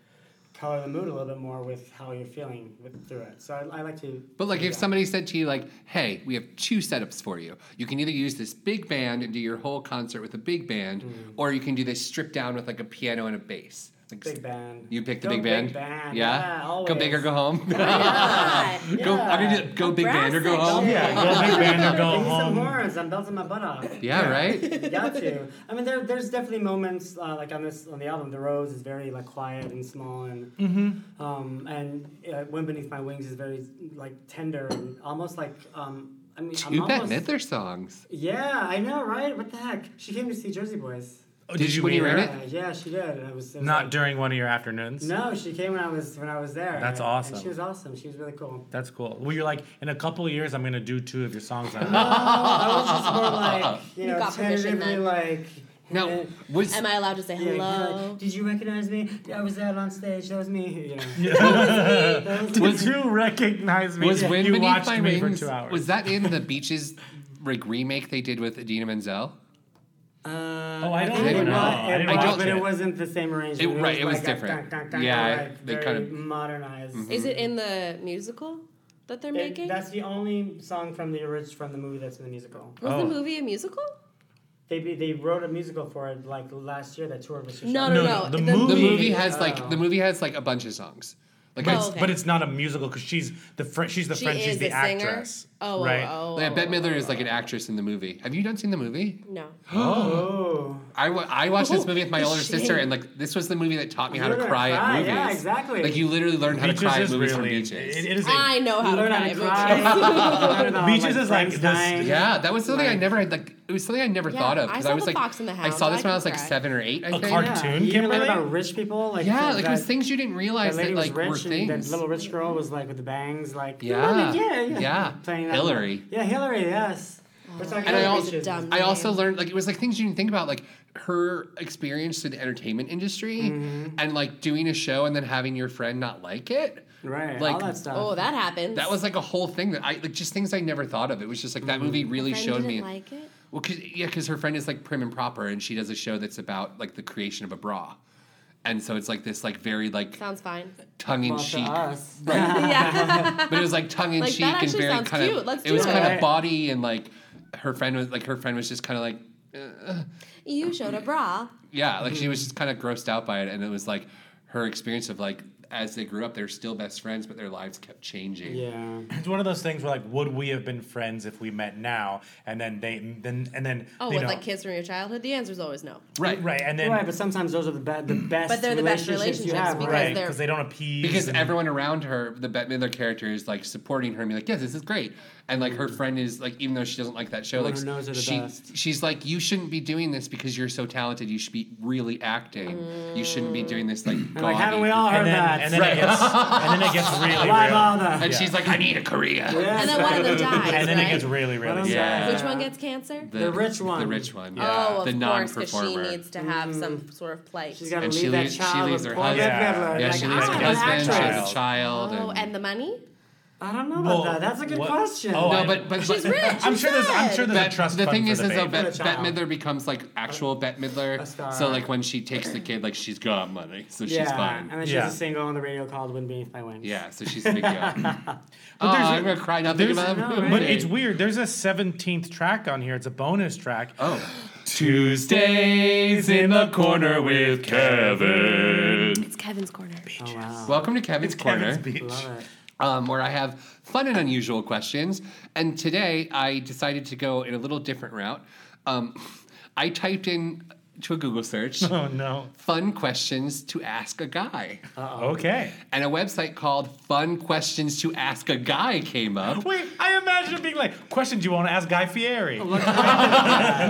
Speaker 10: color the mood a little bit more with how you're feeling with, through it so i, I like to
Speaker 7: But like
Speaker 10: do
Speaker 7: if
Speaker 10: that.
Speaker 7: somebody said to you like, "Hey, we have two setups for you. You can either use this big band and do your whole concert with a big band,
Speaker 10: Mm.
Speaker 7: or you can do this stripped down with like a piano and a bass." Like,
Speaker 10: Big band.
Speaker 7: You pick the
Speaker 10: Go
Speaker 7: big band.
Speaker 10: band,
Speaker 7: Yeah.
Speaker 10: yeah,
Speaker 7: go big or
Speaker 10: always.
Speaker 7: go home. Go. I'm gonna do it. go big band or go
Speaker 9: brass
Speaker 7: home.
Speaker 9: section.
Speaker 7: Yeah.
Speaker 8: Yeah, go big band or
Speaker 10: Give
Speaker 8: go
Speaker 10: me some
Speaker 8: home.
Speaker 10: horns i'm belting my butt off
Speaker 7: Right.
Speaker 10: got to i mean there, there's definitely moments uh, like on this on the album the rose is very like quiet and small and
Speaker 7: Mm-hmm.
Speaker 10: um, and uh, wind beneath my wings is very like tender and almost like um, i mean
Speaker 7: Two
Speaker 10: I'm
Speaker 7: Bette
Speaker 10: almost,
Speaker 7: Midler songs.
Speaker 10: Yeah, I know, right? What the heck? She came to see Jersey Boys.
Speaker 8: Oh,
Speaker 7: Did you- when you
Speaker 8: meet
Speaker 7: read
Speaker 8: her?
Speaker 7: it?
Speaker 10: Yeah, yeah, she did. I was, I was
Speaker 8: Not
Speaker 10: like-
Speaker 8: during one of your afternoons.
Speaker 10: No, she came when I was when I was there.
Speaker 8: That's
Speaker 10: and-
Speaker 8: awesome.
Speaker 10: And she was awesome. She was really cool.
Speaker 8: That's cool. Well, you're like in a couple of years, I'm gonna do two of your songs. I love.
Speaker 10: I was just more like you know
Speaker 9: Oh. got permission
Speaker 10: tentatively
Speaker 9: then.
Speaker 10: like.
Speaker 7: Now, was
Speaker 9: Am I allowed to say
Speaker 10: yeah, kinda like,
Speaker 9: hello?
Speaker 10: Did you recognize me? Yeah, I was there on stage. That was me. You know. That was me.
Speaker 8: Did you recognize me?
Speaker 7: was Wind
Speaker 8: you
Speaker 7: Beneath
Speaker 8: watched
Speaker 7: My
Speaker 8: me
Speaker 7: Wings?
Speaker 8: for two hours.
Speaker 7: Was that in the Beaches like remake they did with Adina Menzel?
Speaker 8: oh, I don't
Speaker 7: I
Speaker 8: even
Speaker 7: didn't
Speaker 8: know.
Speaker 7: know.
Speaker 8: I didn't
Speaker 7: I
Speaker 8: watch
Speaker 7: don't-
Speaker 10: but
Speaker 8: it.
Speaker 10: it wasn't the same arrangement.
Speaker 7: right, it was
Speaker 10: like a
Speaker 7: different.
Speaker 10: dun, dun, dun,
Speaker 7: Yeah,
Speaker 10: like
Speaker 7: they
Speaker 10: very
Speaker 7: kinda-
Speaker 10: modernized.
Speaker 9: Is it in the musical that they're
Speaker 10: It-
Speaker 9: making?
Speaker 10: that's the only song from the orig- from the movie that's in the musical.
Speaker 9: Was
Speaker 8: Oh.
Speaker 9: the movie a musical?
Speaker 10: They be- they wrote a musical for it like last year that toured with Sir
Speaker 9: No,
Speaker 10: Sean.
Speaker 9: no,
Speaker 8: No,
Speaker 9: no.
Speaker 8: no, the
Speaker 7: The
Speaker 8: movie-
Speaker 7: movie has like
Speaker 10: Oh.
Speaker 7: the movie has like a bunch of songs. Like
Speaker 8: But,
Speaker 7: I
Speaker 9: Oh,
Speaker 8: it's,
Speaker 9: okay.
Speaker 8: but it's not a musical because she's the friend. She's the
Speaker 9: She
Speaker 8: friend.
Speaker 9: is
Speaker 8: She's the
Speaker 9: a singer.
Speaker 8: actress.
Speaker 9: Oh,
Speaker 8: right.
Speaker 9: oh, oh,
Speaker 7: Yeah,
Speaker 9: oh,
Speaker 7: Bette
Speaker 9: oh,
Speaker 7: Midler is like an actress in the movie. Have you not seen the movie?
Speaker 9: No.
Speaker 10: Oh,
Speaker 7: I, wa- I watched this movie with my
Speaker 9: Oh,
Speaker 7: older sister,
Speaker 9: shit.
Speaker 7: and like this was the movie that taught me how to
Speaker 10: Learn how to
Speaker 7: cry at
Speaker 10: cry,
Speaker 7: movies.
Speaker 10: yeah, exactly.
Speaker 7: Like you literally learned how to
Speaker 8: Beaches
Speaker 7: cry at
Speaker 8: is
Speaker 7: movies
Speaker 8: really.
Speaker 7: from
Speaker 8: It,
Speaker 7: Beaches.
Speaker 8: it is a,
Speaker 9: I know how
Speaker 10: you learn
Speaker 9: to
Speaker 10: how
Speaker 9: cry.
Speaker 10: to cry. You learn how,
Speaker 8: Beaches is like this-
Speaker 10: Frankenstein.
Speaker 7: yeah, that was something I never had. Like it was something I never
Speaker 9: Yeah,
Speaker 7: thought of
Speaker 9: I
Speaker 7: 'cause
Speaker 9: saw
Speaker 7: was
Speaker 9: The
Speaker 7: like
Speaker 9: Fox and the
Speaker 7: I
Speaker 9: Hound,
Speaker 7: saw
Speaker 9: and
Speaker 7: this
Speaker 9: I
Speaker 7: when I
Speaker 9: could
Speaker 7: was like
Speaker 9: cry.
Speaker 7: seven or eight. I think.
Speaker 8: cartoon
Speaker 10: Yeah,
Speaker 8: Tune,
Speaker 10: you didn't learn
Speaker 8: Kimberly?
Speaker 10: about rich people. Like
Speaker 7: Yeah,
Speaker 10: that-
Speaker 7: like
Speaker 10: that,
Speaker 7: those things you didn't realize
Speaker 10: That
Speaker 7: that,
Speaker 10: lady
Speaker 7: like
Speaker 10: was
Speaker 7: were
Speaker 10: rich, and that
Speaker 7: things.
Speaker 10: little rich girl was like with the bangs, like
Speaker 7: Yeah.
Speaker 10: yeah, yeah,
Speaker 7: Yeah.
Speaker 10: Playing that-
Speaker 7: Hillary.
Speaker 10: Yeah, Hillary. Yes. We're talking
Speaker 7: And I
Speaker 10: about
Speaker 7: also-
Speaker 10: Beaches.
Speaker 9: Dumb.
Speaker 7: I also
Speaker 9: name.
Speaker 7: learned like it was like things you didn't think about, like her experience through the entertainment industry
Speaker 10: Mm-hmm.
Speaker 7: and like doing a show and then having your friend not like it.
Speaker 10: Right.
Speaker 7: Like
Speaker 10: all that stuff.
Speaker 9: Oh, that happens.
Speaker 7: That was like a whole thing that I like just things I never thought of. It was just like that
Speaker 10: Mm-hmm.
Speaker 7: movie really
Speaker 9: Friend
Speaker 7: showed
Speaker 9: didn't
Speaker 7: me.
Speaker 9: like it.
Speaker 7: Well, cause, yeah, because her friend is like prim and proper, and she does a show that's about like the creation of a bra, and so it's like this like very like
Speaker 9: Sounds fine.
Speaker 7: tongue in
Speaker 10: Well, to
Speaker 7: cheek,
Speaker 10: us.
Speaker 7: but it was like tongue in
Speaker 9: Like,
Speaker 7: cheek
Speaker 9: that
Speaker 7: and
Speaker 9: actually
Speaker 7: very
Speaker 9: sounds
Speaker 7: kind
Speaker 9: cute.
Speaker 7: of.
Speaker 9: Let's
Speaker 7: It
Speaker 9: do
Speaker 7: was
Speaker 9: it.
Speaker 7: kind of
Speaker 10: Right.
Speaker 7: body and like her friend was like her friend was just kind of like
Speaker 9: You showed a bra.
Speaker 7: yeah, like she was just kind of grossed out by it, and it was like her experience of like as they grew up, they're still best friends, but their lives kept changing.
Speaker 10: Yeah.
Speaker 8: it's one of those things where like, would we have been friends if we met now? And then they, then and then
Speaker 9: Oh,
Speaker 8: you
Speaker 9: with
Speaker 8: know,
Speaker 9: like kids from your childhood, the answer's always no.
Speaker 7: right,
Speaker 8: right? And then
Speaker 10: Right, but sometimes those are the, be- the best.
Speaker 9: But they're the best
Speaker 10: relationships
Speaker 9: relationships
Speaker 10: you have,
Speaker 9: because
Speaker 8: right
Speaker 10: right?
Speaker 9: they're-
Speaker 8: because they don't appease
Speaker 7: because
Speaker 8: and-
Speaker 7: everyone around her, the Bette Midler character, is like supporting her and be like, "Yes, this is great." And like her friend is like, even though she doesn't like that show,
Speaker 10: Well,
Speaker 7: like
Speaker 10: Mm. her nose are the
Speaker 7: she
Speaker 10: best.
Speaker 7: she's like, "You shouldn't be doing this because you're so talented. You should be really acting. You shouldn't be doing this like."
Speaker 10: And like, haven't we
Speaker 7: gaudy."
Speaker 10: all heard
Speaker 8: and then,
Speaker 10: that?
Speaker 8: and then it gets and then it gets really
Speaker 10: Live
Speaker 8: real.
Speaker 10: all that.
Speaker 7: And she's like, "I need a career."
Speaker 10: Yes.
Speaker 9: And then one of them dies.
Speaker 8: and then
Speaker 9: right?
Speaker 8: it gets really really
Speaker 10: Yeah.
Speaker 8: sad.
Speaker 9: Which one gets cancer?
Speaker 10: The rich
Speaker 7: The
Speaker 10: one.
Speaker 7: rich one.
Speaker 9: oh, of
Speaker 7: the
Speaker 9: course, because she
Speaker 7: non-performer.
Speaker 9: needs to have some sort of plight.
Speaker 10: Mm. She's got to
Speaker 7: And she
Speaker 10: leave that
Speaker 7: leaves- she
Speaker 10: child.
Speaker 7: leaves
Speaker 10: with
Speaker 7: her
Speaker 10: Paul
Speaker 7: husband.
Speaker 10: Goodfellow.
Speaker 7: yeah,
Speaker 10: Like,
Speaker 7: she
Speaker 10: I
Speaker 7: leaves her
Speaker 10: am an
Speaker 7: husband. She
Speaker 10: actress.
Speaker 7: has a child.
Speaker 9: oh, and the money?
Speaker 10: I don't know
Speaker 8: Well,
Speaker 10: about that. That's a good
Speaker 8: what-
Speaker 10: question.
Speaker 8: oh, I-
Speaker 7: no, but but
Speaker 9: She's rich.
Speaker 8: I'm sure there's I'm sure there's a
Speaker 7: Bette-
Speaker 8: trust
Speaker 7: the
Speaker 8: fund
Speaker 7: thing
Speaker 8: for
Speaker 7: is,
Speaker 8: the
Speaker 7: is though,
Speaker 8: babe.
Speaker 7: Bette,
Speaker 10: For the child.
Speaker 7: Bette Midler becomes like actual Bette Midler.
Speaker 10: A star.
Speaker 7: So like when she takes the kid, like she's got money, so
Speaker 10: yeah.
Speaker 7: she's fine.
Speaker 10: And then she's
Speaker 8: Yeah.
Speaker 10: a single on the radio called "Wind Beneath My Wings."
Speaker 7: yeah, so she's a big deal. oh,
Speaker 8: there's a-
Speaker 7: I'm gonna cry now thinking
Speaker 8: there's-
Speaker 7: about
Speaker 10: I
Speaker 7: that
Speaker 10: know,
Speaker 7: movie.
Speaker 10: right?
Speaker 8: But it's weird. There's a 17th track on here. It's a bonus track.
Speaker 7: Oh,
Speaker 8: Tuesdays in the corner with Kevin.
Speaker 9: It's Kevin's corner.
Speaker 10: Oh wow.
Speaker 7: welcome to Kevin's corner.
Speaker 8: Kevin's beach.
Speaker 10: Love it.
Speaker 7: um, where I have fun and unusual questions. And today I decided to go in a little different route. Um, I typed in to a Google search
Speaker 8: Oh no.
Speaker 7: fun questions to ask a guy.
Speaker 10: Oh.
Speaker 8: Okay.
Speaker 7: And a website called Fun Questions to Ask a Guy came up.
Speaker 8: Wait, I imagine it being like questions you want to ask Guy
Speaker 10: Oh,
Speaker 8: Fieri.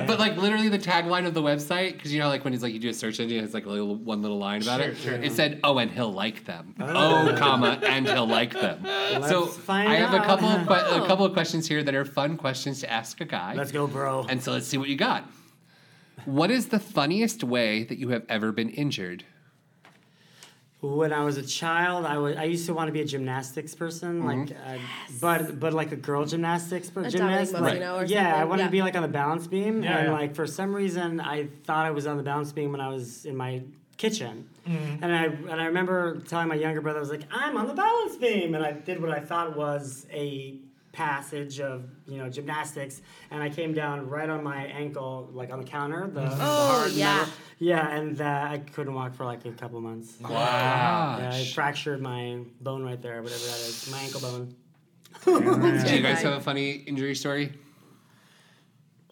Speaker 7: But like literally the tagline of the website, because you know, like when he's like you do a search engine, it's like a little, one little line about
Speaker 8: Sure,
Speaker 7: it.
Speaker 8: sure.
Speaker 7: It said, "Oh, and he'll like them." Oh, comma, and he'll like them. so
Speaker 10: find
Speaker 7: I have a
Speaker 10: out.
Speaker 7: couple of que- a couple of questions here that are fun questions to ask a guy.
Speaker 10: Let's go, bro.
Speaker 7: And so let's see what you got. What is the funniest way that you have ever been injured?
Speaker 10: When I was a child, I was I used to want to be a gymnastics person, like,
Speaker 7: Mm-hmm.
Speaker 10: uh, but but like a girl gymnastics per-
Speaker 9: A
Speaker 10: gymnast.
Speaker 9: Dominic
Speaker 10: Like,
Speaker 9: Molino or
Speaker 10: yeah, I
Speaker 9: something,
Speaker 10: wanted
Speaker 9: yeah.
Speaker 10: to be like on the balance beam,
Speaker 8: Yeah,
Speaker 10: and
Speaker 8: yeah.
Speaker 10: like for some reason, I thought I was on the balance beam when I was in my kitchen,
Speaker 8: Mm-hmm.
Speaker 10: and I and I remember telling my younger brother, I was like, I'm on the balance beam, and I did what I thought was a passage of you know gymnastics, and I came down right on my ankle, like on the counter. The, the hard
Speaker 9: Oh, yeah.
Speaker 10: metal. Yeah, and uh, I couldn't walk for like a couple months. Yeah, I fractured my bone right there, whatever that is, my ankle bone.
Speaker 7: Do you guys have a funny injury story?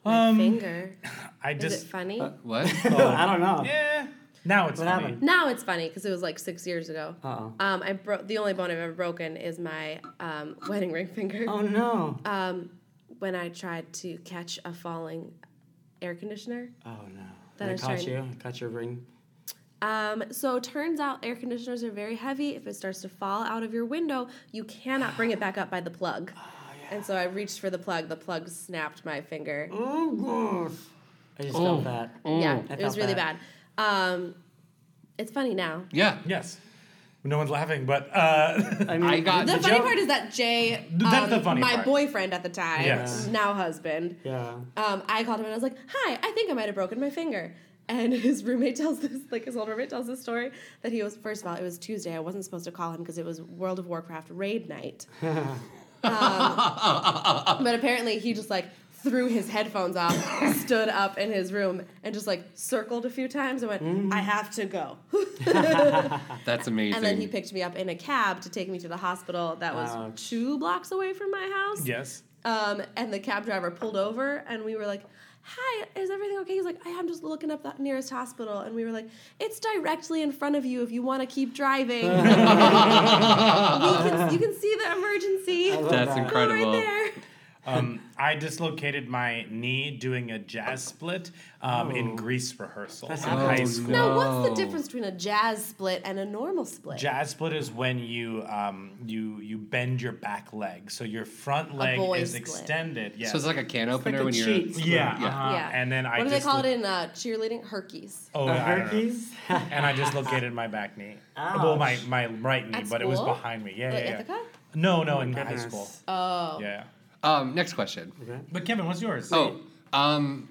Speaker 9: My finger.
Speaker 8: Um, I
Speaker 9: Is
Speaker 8: just
Speaker 9: it funny?
Speaker 10: Uh,
Speaker 7: What?
Speaker 10: I don't know.
Speaker 8: Oh. yeah. Now it's
Speaker 10: What
Speaker 8: funny.
Speaker 10: happened?
Speaker 9: Now it's funny because it was like six years ago.
Speaker 10: Uh-oh.
Speaker 9: Um, I broke the only bone I've ever broken is my um, wedding ring finger
Speaker 10: Oh no.
Speaker 9: when I tried to catch a falling air conditioner.
Speaker 10: oh no.
Speaker 9: That
Speaker 10: I
Speaker 9: is
Speaker 10: caught
Speaker 9: fine.
Speaker 10: you. I caught your ring.
Speaker 9: Um, so turns out air conditioners are very heavy. If it starts to fall out of your window, you cannot bring it back up by the plug. And so I reached for the plug. The plug snapped my finger.
Speaker 10: Oh gosh. I just
Speaker 7: Mm.
Speaker 10: felt that.
Speaker 9: yeah,
Speaker 10: I
Speaker 9: it was
Speaker 10: felt
Speaker 9: really bad.
Speaker 10: that.
Speaker 9: Um, it's funny now.
Speaker 7: yeah.
Speaker 8: Yes. No one's laughing, but uh,
Speaker 10: I mean,
Speaker 7: I got
Speaker 9: The
Speaker 7: the
Speaker 9: funny
Speaker 7: joke.
Speaker 9: part is that Jay,
Speaker 8: That's
Speaker 9: um,
Speaker 8: the funny
Speaker 9: my
Speaker 8: part.
Speaker 9: boyfriend at the time,
Speaker 8: Yes.
Speaker 9: now husband,
Speaker 10: Yeah.
Speaker 9: um, I called him and I was like, "Hi, I think I might have broken my finger." And his roommate tells this, like his old roommate tells this story that he was first of all, it was Tuesday. I wasn't supposed to call him because it was World of Warcraft raid night. um, but apparently, he just like threw his headphones off, stood up in his room, and just like circled a few times and went, "I have to go."
Speaker 7: That's amazing.
Speaker 9: and then he picked me up in a cab to take me to the hospital that was
Speaker 10: Ouch.
Speaker 9: two blocks away from my house.
Speaker 8: yes.
Speaker 9: Um, and the cab driver pulled over, and we were like, "Hi, is everything okay?" He's like, "I am just looking up the nearest hospital," and we were like, "It's directly in front of you if you want to keep driving. we can, you can see the emergency.
Speaker 7: That's
Speaker 9: Go right
Speaker 7: incredible.
Speaker 9: there."
Speaker 8: Um, I dislocated my knee doing a jazz split um, in
Speaker 10: Oh.
Speaker 8: Greece rehearsal in high school.
Speaker 9: Now, what's
Speaker 7: Oh.
Speaker 9: the difference between a jazz split and a normal split?
Speaker 8: Jazz split is when you um, you you bend your back leg, so your front leg
Speaker 9: boy
Speaker 8: is
Speaker 9: split.
Speaker 8: extended. Yes.
Speaker 7: so it's like a can opener
Speaker 10: a
Speaker 7: when you're.
Speaker 10: cheat.
Speaker 8: yeah,
Speaker 7: Yeah.
Speaker 8: uh-huh.
Speaker 9: yeah.
Speaker 8: And then I
Speaker 9: what do they call
Speaker 8: dislo-
Speaker 9: it in uh, cheerleading? Herkies.
Speaker 8: Oh,
Speaker 10: The
Speaker 8: I don't know.
Speaker 10: herpes.
Speaker 8: and I dislocated my back knee. Well, my, my right knee,
Speaker 9: At
Speaker 8: but it was
Speaker 9: school?
Speaker 8: behind me. Yeah,
Speaker 9: Like
Speaker 8: yeah, yeah.
Speaker 9: Ithaca?
Speaker 8: No, no, in high school.
Speaker 9: Oh,
Speaker 8: yeah.
Speaker 7: Um, next question.
Speaker 8: But Kevin, what's yours?
Speaker 7: Oh, um,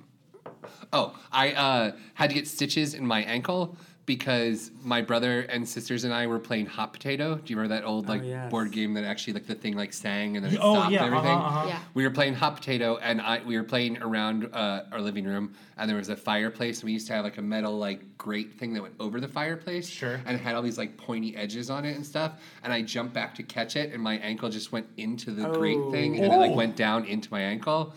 Speaker 7: oh, I uh, had to get stitches in my ankle because my brother and sisters and I were playing hot potato. Do you remember that old like
Speaker 10: yes.
Speaker 7: board game that actually like the thing like sang and then it
Speaker 8: Oh,
Speaker 7: stopped
Speaker 8: yeah,
Speaker 7: and everything?
Speaker 8: uh-huh, uh-huh.
Speaker 9: Yeah.
Speaker 7: We were playing hot potato and I we were playing around uh, our living room and there was a fireplace and we used to have like a metal like grate thing that went over the fireplace.
Speaker 8: Sure.
Speaker 7: And it had all these like pointy edges on it and stuff. And I jumped back to catch it and my ankle just went into the grate thing and it like
Speaker 8: Oh.
Speaker 7: went down into my ankle.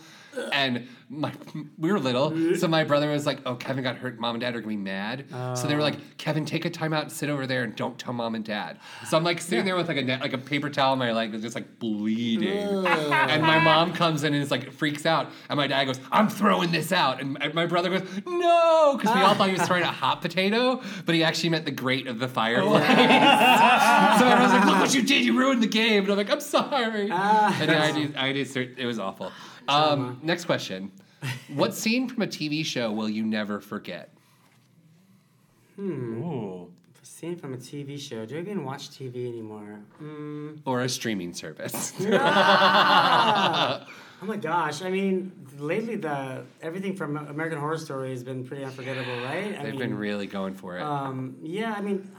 Speaker 7: And my we were little, so my brother was like, "Oh, Kevin got hurt. Mom and Dad are gonna be mad." so they were like, "Kevin, take a timeout and sit over there and don't tell Mom and Dad." So I'm like sitting there with like a net, like a paper towel on my leg, just like bleeding. and my mom comes in and is like freaks out, and my dad goes, "I'm throwing this out," and my- my brother goes, "No," because we all thought he was throwing a hot potato, but he actually meant the grate of the fireplace. so everyone's like, "Look what you did! You ruined the game!" And I'm like, "I'm sorry."
Speaker 10: Ah.
Speaker 7: and I did, I did. cert- It was awful. Um, next question: What scene from a TV show will you never forget?
Speaker 8: Ooh.
Speaker 10: Scene from a TV show. Do I even watch TV anymore?
Speaker 7: Or a streaming service?
Speaker 10: Oh my gosh! I mean, lately the everything from American Horror Story has been pretty unforgettable, right? I
Speaker 7: They've
Speaker 10: mean,
Speaker 7: been really going for it.
Speaker 10: um, yeah, I mean,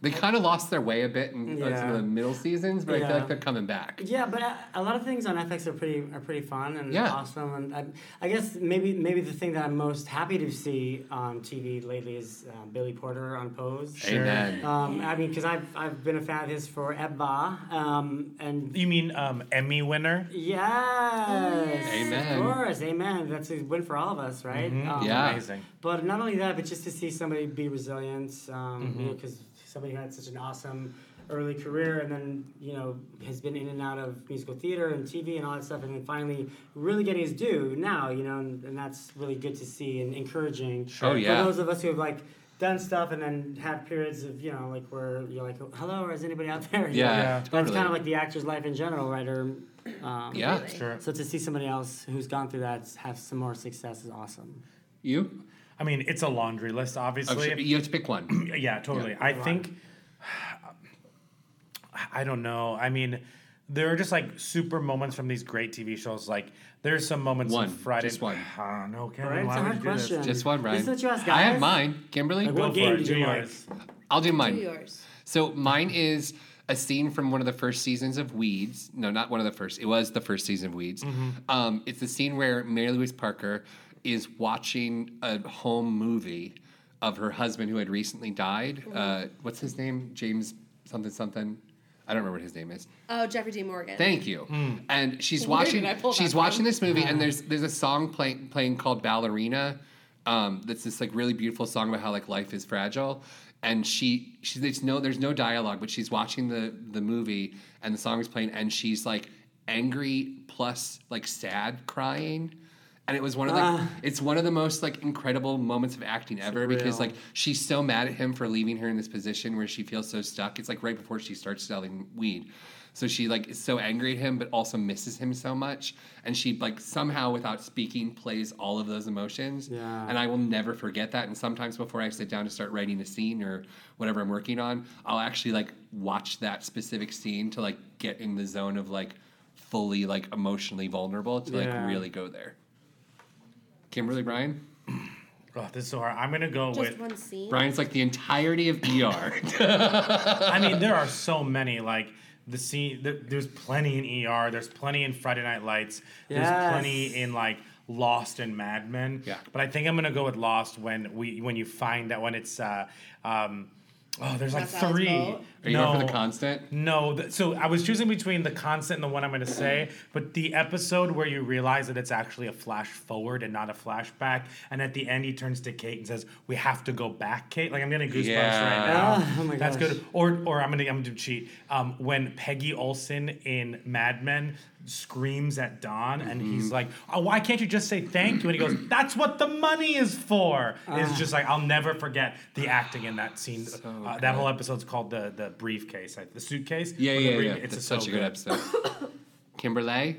Speaker 7: they kind of lost their way a bit in uh, some
Speaker 10: Yeah.
Speaker 7: of the middle seasons, but I feel
Speaker 10: Yeah.
Speaker 7: like they're coming back.
Speaker 10: Yeah, but uh, a, a lot of things on FX are pretty are pretty fun and
Speaker 7: Yeah.
Speaker 10: awesome. And I, I guess maybe maybe the thing that I'm most happy to see on TV lately is uh, Billy Porter on Pose.
Speaker 7: Amen.
Speaker 10: Um, I mean, because I've, I've been a fan of his for Ebba, um, and
Speaker 8: Oh, You mean um, Emmy winner?
Speaker 10: yes,
Speaker 7: Amen.
Speaker 10: Of course, amen. That's a win for all of us, right? Um,
Speaker 7: Yeah.
Speaker 8: Amazing.
Speaker 10: But not only that, but just to see somebody be resilient, um, you know,
Speaker 7: Mm-hmm.
Speaker 10: because somebody who had such an awesome early career and then, you know, has been in and out of musical theater and TV and all that stuff, and then finally really getting his due now, you know, and, and that's really good to see and encouraging.
Speaker 7: Oh, yeah.
Speaker 10: For those of us who have, like, done stuff and then have periods of, you know, like where you're like, hello, or is anybody out there? You know,
Speaker 7: Yeah,
Speaker 8: Yeah.
Speaker 10: That's
Speaker 7: totally.
Speaker 10: kind of like the actor's life in general, right? Or, um,
Speaker 7: yeah.
Speaker 8: Sure.
Speaker 10: so to see somebody else who's gone through that have some more success is awesome.
Speaker 7: You?
Speaker 8: I mean, it's a laundry list,
Speaker 7: Oh,
Speaker 8: obviously.
Speaker 7: sure, you have to pick one.
Speaker 8: Yeah, totally. I think I don't know. I mean, there are just like super moments from these great TV shows. Like there's some moments
Speaker 7: One,
Speaker 8: from Friday.
Speaker 7: just one.
Speaker 8: I don't know, Kevin.
Speaker 10: All right, it's
Speaker 8: why
Speaker 10: a
Speaker 8: would
Speaker 10: hard
Speaker 8: you do this?
Speaker 10: question.
Speaker 7: Just one, Ryan.
Speaker 10: This is what you ask,
Speaker 7: I have
Speaker 10: guys.
Speaker 7: mine. Kimberly?
Speaker 10: Like,
Speaker 8: Go
Speaker 10: What
Speaker 8: for
Speaker 10: game
Speaker 8: it.
Speaker 10: did
Speaker 8: Do
Speaker 10: you like?
Speaker 8: yours.
Speaker 7: I'll do mine.
Speaker 9: Do yours.
Speaker 7: So mine is a scene from one of the first seasons of Weeds. No, not one of the first. It was the first season of Weeds. Um, it's the scene where Mary Louise Parker is watching a home movie of her husband who had recently died. Uh, what's his name? James something something. I don't remember what his name is.
Speaker 9: Oh, Jeffrey D. Morgan.
Speaker 7: Thank you. And she's
Speaker 9: Where
Speaker 7: watching.
Speaker 9: did I pull that
Speaker 7: She's
Speaker 9: from?
Speaker 7: watching this movie, and there's there's a song playing playing called Ballerina. Um, that's this like really beautiful song about how like life is fragile, and she she there's no there's no dialogue, but she's watching the the movie, and the song is playing, and she's like angry plus like sad crying. And it was one of like it's one of the most like incredible moments of acting ever because like she's so mad at him for leaving her in this position where she feels so stuck. It's like right before she starts selling weed. So she like is so angry at him but also misses him so much. And she like somehow without speaking plays all of those emotions.
Speaker 10: Yeah.
Speaker 7: And I will never forget that. And sometimes before I sit down to start writing a scene or whatever I'm working on, I'll actually like watch that specific scene to like get in the zone of like fully like emotionally vulnerable to like
Speaker 10: Yeah.
Speaker 7: really go there. Kimberly Brian?
Speaker 8: Oh, this is so hard. I'm gonna go
Speaker 9: Just
Speaker 8: with.
Speaker 9: one scene.
Speaker 7: Brian's like the entirety of ER.
Speaker 8: I mean, there are so many. Like the scene. The, there's plenty in ER. There's plenty in Friday Night Lights. There's
Speaker 10: Yes.
Speaker 8: plenty in like Lost and Mad Men.
Speaker 7: Yeah.
Speaker 8: But I think I'm gonna go with Lost when we when you find that when it's. Uh, um, oh, there's like
Speaker 9: That's Alice
Speaker 8: three.
Speaker 9: Boat?
Speaker 7: Are you going for the constant?
Speaker 8: No, th- so I was choosing between the constant and the one I'm going to say, but the episode where you realize that it's actually a flash forward and not a flashback, and at the end he turns to Kate and says, "We have to go back, Kate." Like I'm getting goosebumps
Speaker 7: Yeah.
Speaker 8: right now.
Speaker 10: Oh, oh my
Speaker 8: That's
Speaker 10: gosh.
Speaker 8: good. Or, or I'm gonna, I'm gonna cheat. Um, when Peggy Olson in Mad Men screams at Don, and
Speaker 7: Mm-hmm.
Speaker 8: he's like, "Oh, why can't you just say thank you?" And he goes, "That's what the money is for."
Speaker 7: Ah.
Speaker 8: it's just like I'll never forget the acting in that scene. uh, that whole episode's called the the briefcase, like, the suitcase.
Speaker 7: Yeah,
Speaker 8: Or the
Speaker 7: yeah, yeah.
Speaker 8: brief-
Speaker 7: It's
Speaker 8: It's
Speaker 7: such a good
Speaker 8: episode.
Speaker 7: episode. Kimberly?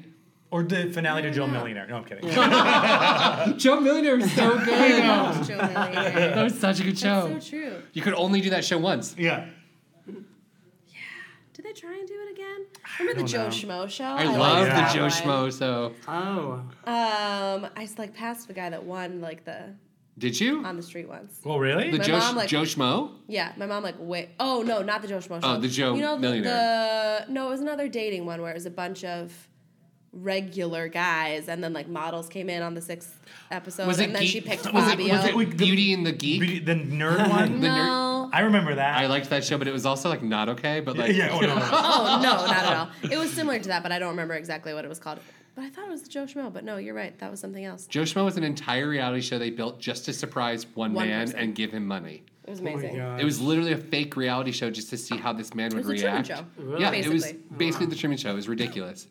Speaker 8: Or the finale to Joe Millionaire. No, I'm kidding.
Speaker 7: Joe Millionaire was so good.
Speaker 9: Oh, Joe Millionaire.
Speaker 7: that was such a good show.
Speaker 9: That's so true.
Speaker 7: You could only do that show once.
Speaker 8: yeah.
Speaker 9: Did they try and do it again? Remember the Joe Schmo show?
Speaker 7: I, love
Speaker 9: liked
Speaker 7: the
Speaker 8: that
Speaker 7: Joe
Speaker 9: one.
Speaker 7: Schmo, so.
Speaker 10: Oh,
Speaker 9: Um, I like passed the guy that won like the
Speaker 7: Did you?
Speaker 9: on the street once.
Speaker 8: Well, Oh, really?
Speaker 7: The
Speaker 9: Uh, my
Speaker 7: Joe,
Speaker 9: mom, like-
Speaker 7: Joe Schmo?
Speaker 9: Yeah, my mom like wait. Oh no, not the Joe Schmo.
Speaker 7: Oh,
Speaker 9: show.
Speaker 7: the Joe
Speaker 9: You know the-
Speaker 7: Millionaire.
Speaker 9: the no, it was another dating one where it was a bunch of regular guys, and then like models came in on the sixth episode,
Speaker 7: Was it
Speaker 9: and then
Speaker 7: Geek?
Speaker 9: she picked
Speaker 7: was it,
Speaker 9: Fabio.
Speaker 7: was it
Speaker 8: Wait, the-
Speaker 7: Beauty and the Geek?
Speaker 8: Beauty- the nerd one.
Speaker 7: The ner-
Speaker 9: no,
Speaker 8: I remember that.
Speaker 7: I liked that show, but it was also like not okay. But like,
Speaker 8: yeah. Oh no. no, no.
Speaker 9: oh no, not at all. It was similar to that, but I don't remember exactly what it was called. But I thought it was the Joe Schmo. But no, you're right. That was something else.
Speaker 7: Joe Schmo was an entire reality show they built just to surprise one,
Speaker 9: One
Speaker 7: man
Speaker 9: person.
Speaker 7: and give him money.
Speaker 9: It was amazing.
Speaker 10: Oh God.
Speaker 7: It was literally a fake reality show just to see how this man would
Speaker 9: was a Truman
Speaker 7: react.
Speaker 9: Show,
Speaker 7: Yeah, it was
Speaker 9: basically.
Speaker 7: basically the Truman Show. It was ridiculous.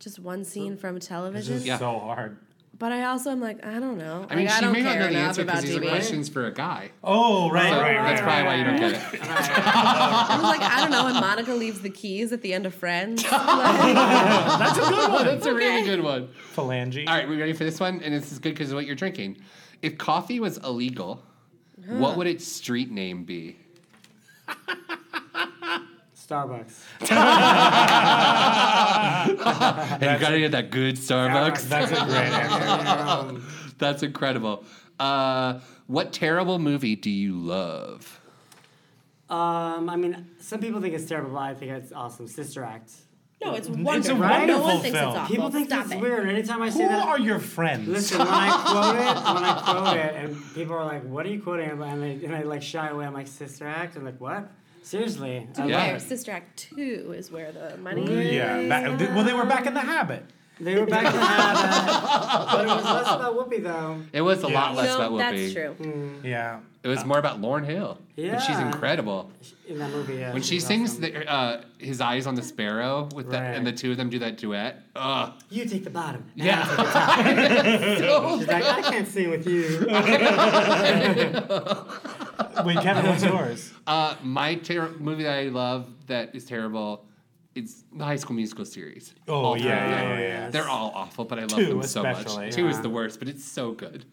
Speaker 9: Just one scene from television.
Speaker 7: Yeah.
Speaker 8: So hard.
Speaker 9: But I also am like, I don't know.
Speaker 7: I mean,
Speaker 9: like,
Speaker 7: she
Speaker 9: I don't
Speaker 7: may not
Speaker 9: care
Speaker 7: know the
Speaker 9: enough
Speaker 7: answer
Speaker 9: about
Speaker 7: because these are
Speaker 9: TV.
Speaker 7: questions for a guy.
Speaker 8: Oh right,
Speaker 7: So
Speaker 8: right, right.
Speaker 7: that's probably why you don't get it.
Speaker 9: I was like, I don't know. When Monica leaves the keys at the end of Friends, like,
Speaker 8: That's a good one.
Speaker 7: That's a really good one.
Speaker 8: Phalange.
Speaker 7: All right, we ready for this one? And this is good because of what you're drinking. If coffee was illegal, what would its street name be?
Speaker 10: Starbucks.
Speaker 7: And you gotta get that good Starbucks.
Speaker 8: That's a great answer.
Speaker 10: Um,
Speaker 7: That's incredible. Uh, what terrible movie do you love?
Speaker 10: um, I mean, some people think it's terrible, but I think it's awesome. Sister Act.
Speaker 9: no, it's wonderful. no
Speaker 8: wonderful
Speaker 9: one thinks
Speaker 8: film.
Speaker 9: it's awful.
Speaker 10: People think
Speaker 9: Stop
Speaker 10: it's
Speaker 9: it.
Speaker 10: weird. Anytime I
Speaker 8: Who
Speaker 10: say that,
Speaker 8: are your friends?
Speaker 10: listen, when I quote it, when I quote it, and people are like, "What are you quoting?" and they, and they like shy away. I'm like, "Sister Act," and like, "What?" Seriously. I love
Speaker 7: Yeah.
Speaker 9: Sister Act Two is where the money.
Speaker 8: yeah. back- well, they were back in the habit.
Speaker 10: They were back to have, but it was less about Whoopi though.
Speaker 7: It was a
Speaker 8: Yeah.
Speaker 7: lot
Speaker 8: You
Speaker 7: less
Speaker 9: no,
Speaker 7: about Whoopi.
Speaker 9: that's true.
Speaker 8: Yeah.
Speaker 7: It was more about Lauren Hill. And she's
Speaker 10: Yeah.
Speaker 7: incredible.
Speaker 10: In that movie, yeah.
Speaker 7: When she
Speaker 10: was
Speaker 7: sings
Speaker 10: awesome.
Speaker 7: the, uh, His Eyes on the Sparrow with the,
Speaker 10: Right.
Speaker 7: and the two of them do that duet. Ugh.
Speaker 10: you take the bottom. And
Speaker 7: Yeah.
Speaker 10: She's like, I can't sing with you.
Speaker 8: Wait, Kevin, what's yours?
Speaker 7: uh, my ter- movie that I love that is terrible is the High School Musical series.
Speaker 8: Oh,
Speaker 7: All
Speaker 8: yeah,
Speaker 7: three of
Speaker 8: yeah,
Speaker 7: them.
Speaker 8: yeah, yeah.
Speaker 7: They're all awful, but I love
Speaker 8: Two
Speaker 7: them so much.
Speaker 8: especially,
Speaker 7: Two is
Speaker 8: yeah.
Speaker 7: the worst, but it's so good.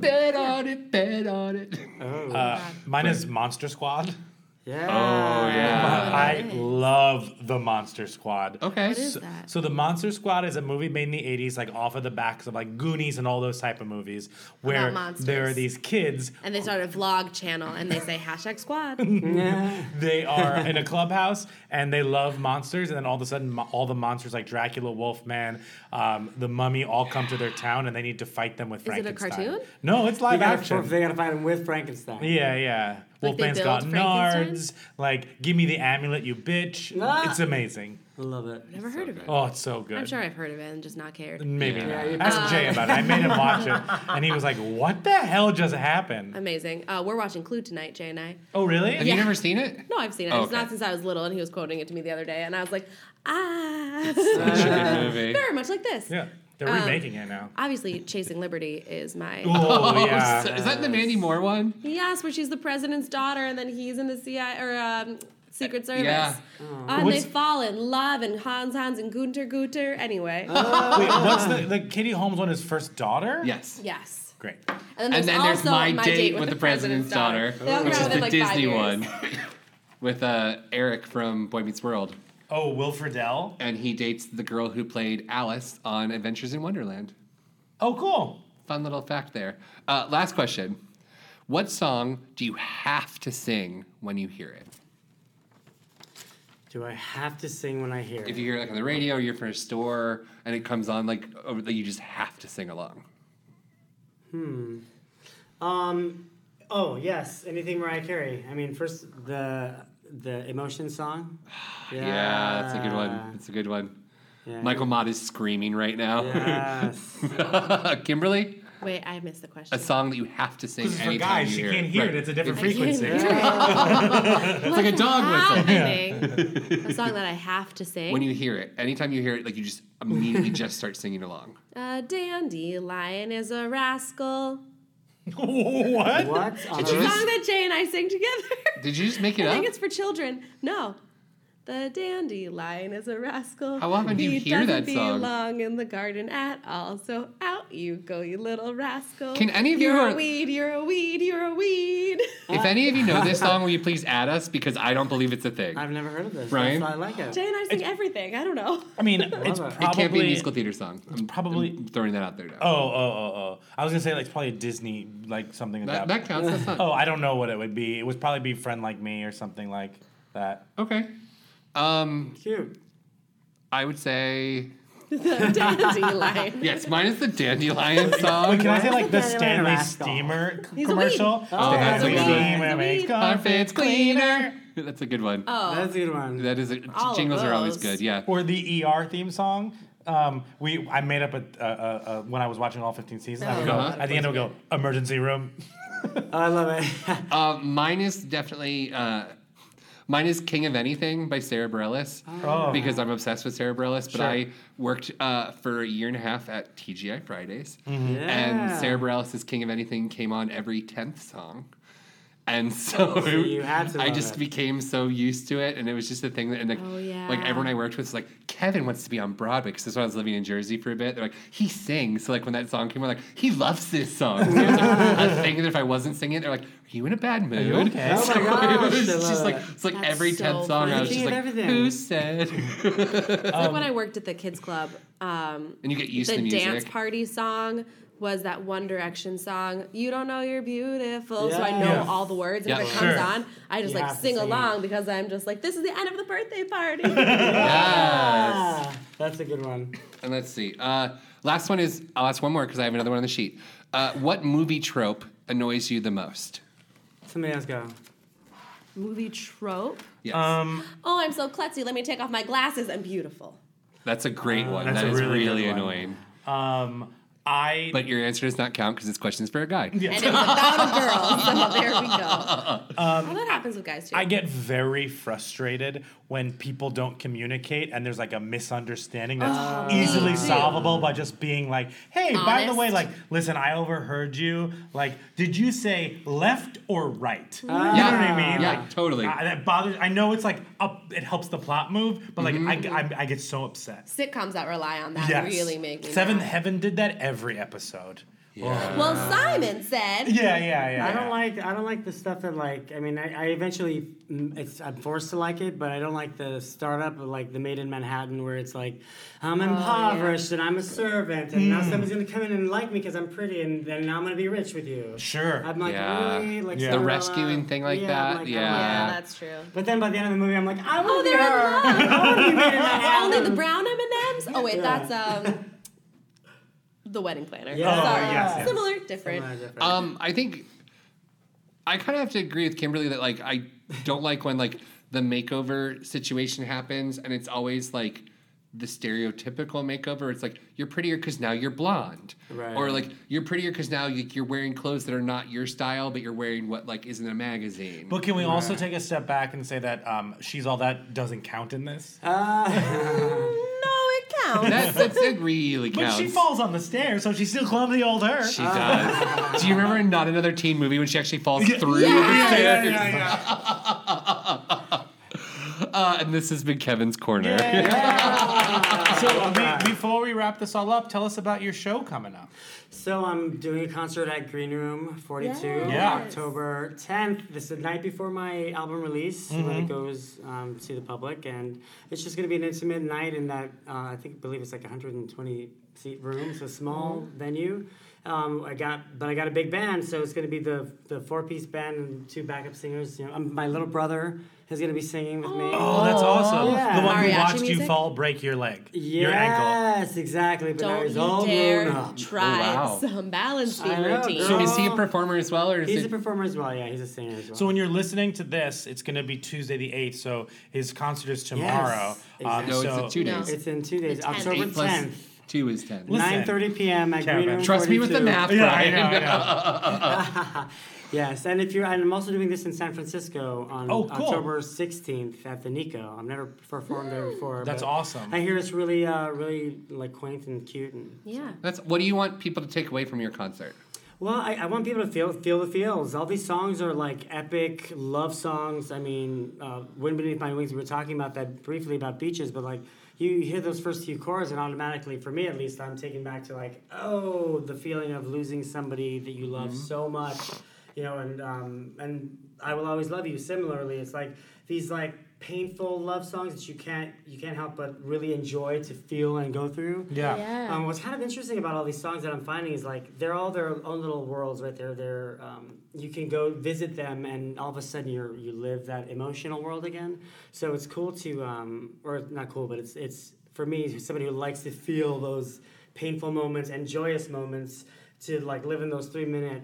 Speaker 7: Bet on it, bet on it.
Speaker 8: Uh, mine is Monster Squad.
Speaker 10: Yeah.
Speaker 7: Oh, yeah.
Speaker 8: I love the Monster Squad.
Speaker 7: Okay.
Speaker 8: So, so the Monster Squad is a movie made in the 80s, like off of the backs of like Goonies and all those type of movies, where
Speaker 9: monsters.
Speaker 8: there are these kids.
Speaker 9: And they start a vlog channel and they say hashtag squad.
Speaker 8: They are in a clubhouse and they love monsters, and then all of a sudden, mo- all the monsters like Dracula, Wolfman, um, the Mummy, all come to their town, and they need to fight them with
Speaker 9: it a
Speaker 8: Frankenstein.
Speaker 9: cartoon?
Speaker 8: No, it's
Speaker 10: They
Speaker 8: live
Speaker 10: gotta,
Speaker 8: action.
Speaker 10: they gotta find him with Frankenstein.
Speaker 8: Yeah, yeah.
Speaker 9: Like they
Speaker 8: Wolfman's got
Speaker 9: build Frankenstein?
Speaker 8: nards. Like, give me the amulet, you bitch.
Speaker 10: Ah.
Speaker 8: It's amazing.
Speaker 10: I love it.
Speaker 9: Never heard of it.
Speaker 8: Oh, it's so good.
Speaker 9: I'm sure I've heard of it and just not cared.
Speaker 8: Maybe
Speaker 7: Yeah.
Speaker 8: not. Ask Jay about it. I made him watch it, and he was like, "What the hell just happened?"
Speaker 9: Amazing. Uh, we're watching Clue tonight, Jay and I.
Speaker 8: Oh, really?
Speaker 7: Have you never seen it?
Speaker 9: No, I've seen it.
Speaker 7: Oh,
Speaker 9: It's not
Speaker 7: okay.
Speaker 9: since I was little, and he was quoting it to me the other day, and I was like, ah,
Speaker 7: It's a good movie.
Speaker 9: very much like this.
Speaker 8: Yeah, they're
Speaker 9: Um,
Speaker 8: remaking it now.
Speaker 9: Obviously, Chasing Liberty is my.
Speaker 8: Oh yeah.
Speaker 7: Is that the Mandy Moore one?
Speaker 9: Yes, where she's the president's daughter, and then he's in the CI or um, Secret Service.
Speaker 7: Yeah.
Speaker 9: And
Speaker 8: Oh. What's-
Speaker 9: they fall in love, and Hans Hans and Gunter Gunter. Anyway,
Speaker 7: Oh.
Speaker 8: Wait, what's the the Katie Holmes one? His first daughter?
Speaker 7: Yes.
Speaker 9: yes.
Speaker 8: Great.
Speaker 9: And
Speaker 7: And then there's
Speaker 9: also
Speaker 7: my, date, with, the president's daughter,
Speaker 9: They all
Speaker 7: which
Speaker 9: grow
Speaker 7: is
Speaker 9: within,
Speaker 7: the
Speaker 9: like, five
Speaker 7: Disney
Speaker 9: years.
Speaker 7: one, with uh, Eric from Boy Meets World,
Speaker 8: Oh, Wilfred Dell.
Speaker 7: and he dates the girl who played Alice on Adventures in Wonderland.
Speaker 8: Oh, cool.
Speaker 7: Fun little fact there. Uh, last question: What song do you have to sing when you hear it?
Speaker 10: Do I have to sing when I hear
Speaker 7: If
Speaker 10: it?
Speaker 7: you hear it like on the radio, or you're from a store, and it comes on like over, you just have to sing along.
Speaker 10: Um, oh yes, anything Mariah Carey. I mean, first the the emotion song. Yeah,
Speaker 7: Yeah, that's a good one. That's a good one.
Speaker 10: Yeah.
Speaker 7: Michael Mott is screaming right now.
Speaker 10: Yes.
Speaker 7: Kimberly,
Speaker 9: Wait, I missed the question.
Speaker 7: a song that you have to sing.
Speaker 8: This is for
Speaker 7: anytime
Speaker 8: guys.
Speaker 7: you
Speaker 8: She
Speaker 7: hear
Speaker 8: can't hear
Speaker 7: Right.
Speaker 8: it. It's a different
Speaker 9: I can't
Speaker 8: frequency.
Speaker 7: It's like a dog whistle.
Speaker 9: happening? a song that I have to sing.
Speaker 7: When you hear it, anytime you hear it, like you just immediately just start singing along.
Speaker 9: a dandelion is a rascal.
Speaker 8: what?
Speaker 10: what? on
Speaker 7: Did you
Speaker 9: The
Speaker 10: earth?
Speaker 9: song that Jay and I sing together.
Speaker 7: Did you just make it
Speaker 9: I
Speaker 7: up?
Speaker 9: think it's for children. No. The dandelion is a rascal.
Speaker 7: How often do you
Speaker 9: he
Speaker 7: hear
Speaker 9: doesn't
Speaker 7: that song?
Speaker 9: belong in the garden at all. So out you go, you little rascal.
Speaker 7: Can any of you
Speaker 9: you're
Speaker 7: are-
Speaker 9: a weed, you're a weed, you're a weed.
Speaker 7: if any of you know this song, will you please add us because I don't believe it's a thing.
Speaker 10: I've never heard of this.
Speaker 7: Brian?
Speaker 10: That's why I like
Speaker 9: Jay
Speaker 10: it.
Speaker 9: and I sing everything. I don't know.
Speaker 8: I mean, it's
Speaker 10: it. It
Speaker 8: probably.
Speaker 7: it can't be a musical theater song. I'm
Speaker 8: probably-
Speaker 7: I'm throwing that out there now.
Speaker 8: Oh, oh, oh, oh. I was gonna say like it's probably a Disney like something
Speaker 7: that,
Speaker 8: about.
Speaker 7: that counts. That's not
Speaker 8: Oh, I don't know what it would be. It would probably be friend like me or something like that.
Speaker 7: okay. Um,
Speaker 10: Cute.
Speaker 7: I would say
Speaker 9: The dandelion.
Speaker 7: yes. Minus the dandelion song.
Speaker 8: Wait, can I say like the
Speaker 10: He's a
Speaker 8: Stanley
Speaker 10: rascal.
Speaker 8: Steamer
Speaker 9: He's a
Speaker 8: commercial?
Speaker 9: weed.
Speaker 7: Oh, that's a
Speaker 8: Stanley
Speaker 7: weed.
Speaker 8: Steamer
Speaker 9: He's a
Speaker 8: makes
Speaker 9: weed.
Speaker 7: Carpet's
Speaker 8: carpets
Speaker 7: cleaner. That's a good one.
Speaker 10: That's a good one.
Speaker 7: Oh. That is a,
Speaker 9: Oh, All of
Speaker 7: jingles are always
Speaker 9: those.
Speaker 7: good. Yeah.
Speaker 8: Or the ER theme song. Um, we I made up a, a, a, a when I was watching all 15 seasons. I would go,
Speaker 7: Uh-huh.
Speaker 8: at the end, I would go emergency room.
Speaker 10: Oh, I love it.
Speaker 7: Uh, mine is definitely uh, mine is King of Anything by Sarah Bareilles
Speaker 8: Oh.
Speaker 7: because I'm obsessed with Sarah Bareilles. But I worked uh, for a year and a half at TGI Fridays,
Speaker 8: Mm-hmm.
Speaker 7: and
Speaker 10: Yeah.
Speaker 7: Sarah Bareilles' King of Anything came on every tenth song. And so,
Speaker 10: Oh, you had to
Speaker 7: I
Speaker 10: love
Speaker 7: just
Speaker 10: it.
Speaker 7: became so used to it, and it was just a thing that, and like,
Speaker 9: Oh, yeah.
Speaker 7: like everyone I worked with was like, Kevin wants to be on Broadway because that's when I was living in Jersey for a bit. They're like, he sings. So like when that song came on, like he loves this song. So it was like a thing that if I wasn't singing, it, they're like, are you in a bad mood?
Speaker 8: okay?
Speaker 10: Oh my
Speaker 7: So
Speaker 10: gosh,
Speaker 7: it was
Speaker 10: I love
Speaker 7: just like
Speaker 10: it.
Speaker 7: it's like
Speaker 9: That's
Speaker 7: every
Speaker 9: so
Speaker 7: tenth song,
Speaker 9: funny.
Speaker 7: I was just
Speaker 10: Thinking
Speaker 7: like,
Speaker 10: of everything.
Speaker 7: who said?
Speaker 9: It's
Speaker 7: um,
Speaker 9: like when I worked at the kids club. Um,
Speaker 7: and you get used
Speaker 9: the,
Speaker 7: to music.
Speaker 9: dance party song was that One Direction song. You don't know you're beautiful, so I know
Speaker 10: Yeah.
Speaker 9: all the words. And
Speaker 7: Yeah.
Speaker 9: if it comes
Speaker 8: Sure.
Speaker 9: on, I just
Speaker 10: You
Speaker 9: like
Speaker 10: have to
Speaker 9: sing
Speaker 10: sing
Speaker 9: along because I'm just like, this is the end of the birthday party.
Speaker 7: Yes.
Speaker 10: Ah, that's a good one.
Speaker 7: And let's see. Uh, last one is I'll ask one more because I have another one on the sheet. Uh, what movie trope annoys you the most?
Speaker 10: Somebody else go.
Speaker 9: Movie trope.
Speaker 7: Yes.
Speaker 8: Um,
Speaker 9: Oh, I'm so klutzy. Let me take off my glasses. I'm beautiful.
Speaker 7: That's a great one.
Speaker 8: that's
Speaker 7: That
Speaker 8: a
Speaker 7: is
Speaker 8: really
Speaker 7: really,
Speaker 8: good one.
Speaker 7: annoying.
Speaker 8: Um, I
Speaker 7: But your answer does not count because it's questions for a guy.
Speaker 9: And it's about a girl. So there we go.
Speaker 10: Um,
Speaker 9: well, that happens with guys too.
Speaker 8: I get very frustrated when people don't communicate and there's like a misunderstanding that's
Speaker 9: Oh,
Speaker 8: easily solvable by just being like, hey, by the way,
Speaker 9: Honest.
Speaker 8: like, listen, I overheard you. Like, did you say left or right? You know what
Speaker 9: Ah,
Speaker 8: I mean?
Speaker 7: Yeah,
Speaker 8: Like,
Speaker 7: totally.
Speaker 8: I- that bothers. I know it's like up, it helps the plot move, but like I, I, I get so upset.
Speaker 9: Sitcoms that rely on Mm-hmm. that
Speaker 8: Yes.
Speaker 9: really make me.
Speaker 8: Seventh
Speaker 9: mad.
Speaker 8: Heaven did that every episode.
Speaker 9: Well, Simon said.
Speaker 8: Yeah, yeah, yeah.
Speaker 10: I don't
Speaker 8: yeah.
Speaker 10: like I don't like the stuff that like I mean I, I eventually mm, it's I'm forced to like it but I don't like the startup of like the Made in Manhattan where it's like
Speaker 7: Oh,
Speaker 10: I'm impoverished and I'm a servant and
Speaker 7: hmm.
Speaker 10: now somebody's gonna come in and like me because I'm pretty and then now I'm gonna be rich with you.
Speaker 8: Sure.
Speaker 10: I'm like
Speaker 7: Yeah.
Speaker 10: really like
Speaker 8: Yeah.
Speaker 7: The
Speaker 10: Cinderella?
Speaker 7: rescuing thing like
Speaker 10: Yeah, I'm
Speaker 7: that.
Speaker 10: like,
Speaker 7: yeah.
Speaker 10: I'm like-
Speaker 9: that's true.
Speaker 10: But then by the end of the movie I'm like I want
Speaker 9: Oh,
Speaker 10: to be
Speaker 9: they're in
Speaker 10: her. I want to be Made in Manhattan.
Speaker 9: Only the brown M and M's. Oh wait, that's um, the wedding planner.
Speaker 10: Yeah.
Speaker 8: Oh,
Speaker 9: Sorry.
Speaker 8: yes, yes.
Speaker 9: Similar, different.
Speaker 7: Um, I think I kind of have to agree with Kimberly that like I don't like when like the makeover situation happens and it's always like the stereotypical makeover. It's like you're prettier because now you're blonde,
Speaker 10: Right.
Speaker 7: or like you're prettier because now like, you're wearing clothes that are not your style, but you're wearing what like is in a magazine.
Speaker 8: But can we also take a step back and say that um, she's all that doesn't count in this?
Speaker 7: Uh,
Speaker 9: No, it counts.
Speaker 7: That, that's it really
Speaker 8: but
Speaker 7: counts.
Speaker 8: she falls on the stairs, so she's still clumsy old her.
Speaker 7: She does. Do you remember in not another teen movie when she actually falls through the
Speaker 8: Ah. yeah,
Speaker 7: stairs?
Speaker 8: yeah, yeah, yeah.
Speaker 7: Uh, and this has been Kevin's corner.
Speaker 8: so be- before we wrap this all up, tell us about your show coming up.
Speaker 10: So I'm doing a concert at Green Room 42,
Speaker 8: Yeah.
Speaker 10: October 10th. This is the night before my album release when it goes um, to the public, and it's just gonna be an intimate night in that uh, I think I believe it's like 120 seat room, so small venue. Um, I got, but I got a big band, so it's gonna be the the four piece band and two backup singers. You know, um, my little brother is gonna be singing with me.
Speaker 8: Oh, that's awesome.
Speaker 10: Yeah.
Speaker 8: The one who
Speaker 9: Mariachi
Speaker 8: watched you
Speaker 9: music?
Speaker 8: fall break your leg,
Speaker 10: Yes,
Speaker 8: your ankle.
Speaker 10: exactly. But now
Speaker 9: Don't
Speaker 10: he's
Speaker 9: you
Speaker 10: all grown
Speaker 9: dare
Speaker 10: up.
Speaker 9: try
Speaker 7: Oh, wow.
Speaker 9: some balance beam
Speaker 10: I know,
Speaker 9: routine.
Speaker 10: girl.
Speaker 7: So is he a performer as well, or is
Speaker 10: He's a
Speaker 7: it?
Speaker 10: performer as well. Yeah, he's a singer as well.
Speaker 8: So when you're listening to this, it's going to be Tuesday the 8th, so his concert is tomorrow. Um,
Speaker 10: exactly.
Speaker 7: no, it's
Speaker 8: so-
Speaker 7: in two
Speaker 9: No.
Speaker 7: days.
Speaker 10: It's in two days,
Speaker 9: tenth.
Speaker 10: October
Speaker 7: Eight plus
Speaker 10: 10th,
Speaker 7: two is ten.
Speaker 8: Listen,
Speaker 10: 9:30 p.m. at
Speaker 8: Kevin.
Speaker 10: Green Room
Speaker 7: Trust me with the
Speaker 10: 42.
Speaker 7: math,
Speaker 8: Yeah, I
Speaker 7: Brian.
Speaker 8: know, I know.
Speaker 10: Yes, and if you're, and I'm also doing this in San Francisco on
Speaker 8: Oh, cool.
Speaker 10: October 16th at the Nico. I've never performed there before.
Speaker 8: That's
Speaker 10: but
Speaker 8: awesome.
Speaker 10: I hear it's really, uh, really like quaint and cute and
Speaker 9: Yeah.
Speaker 7: That's what do you want people to take away from your concert?
Speaker 10: Well, I, I want people to feel feel the feels. All these songs are like epic love songs. I mean, uh, "Wind Beneath My Wings." We were talking about that briefly about beaches, but like you hear those first few chords, and automatically, for me at least, I'm taken back to like, oh, the feeling of losing somebody that you love so much, you know, and um, and I will always love you. Similarly, it's like these like painful love songs that you can't you can't help but really enjoy to feel and go through.
Speaker 8: Yeah.
Speaker 10: Um, what's kind of interesting about all these songs that I'm finding is like they're all their own little worlds, right? They're they're um, you can go visit them, and all of a sudden you are you live that emotional world again. So it's cool to, um, or not cool, but it's it's for me who's somebody who likes to feel those painful moments and joyous moments to like live in those three minute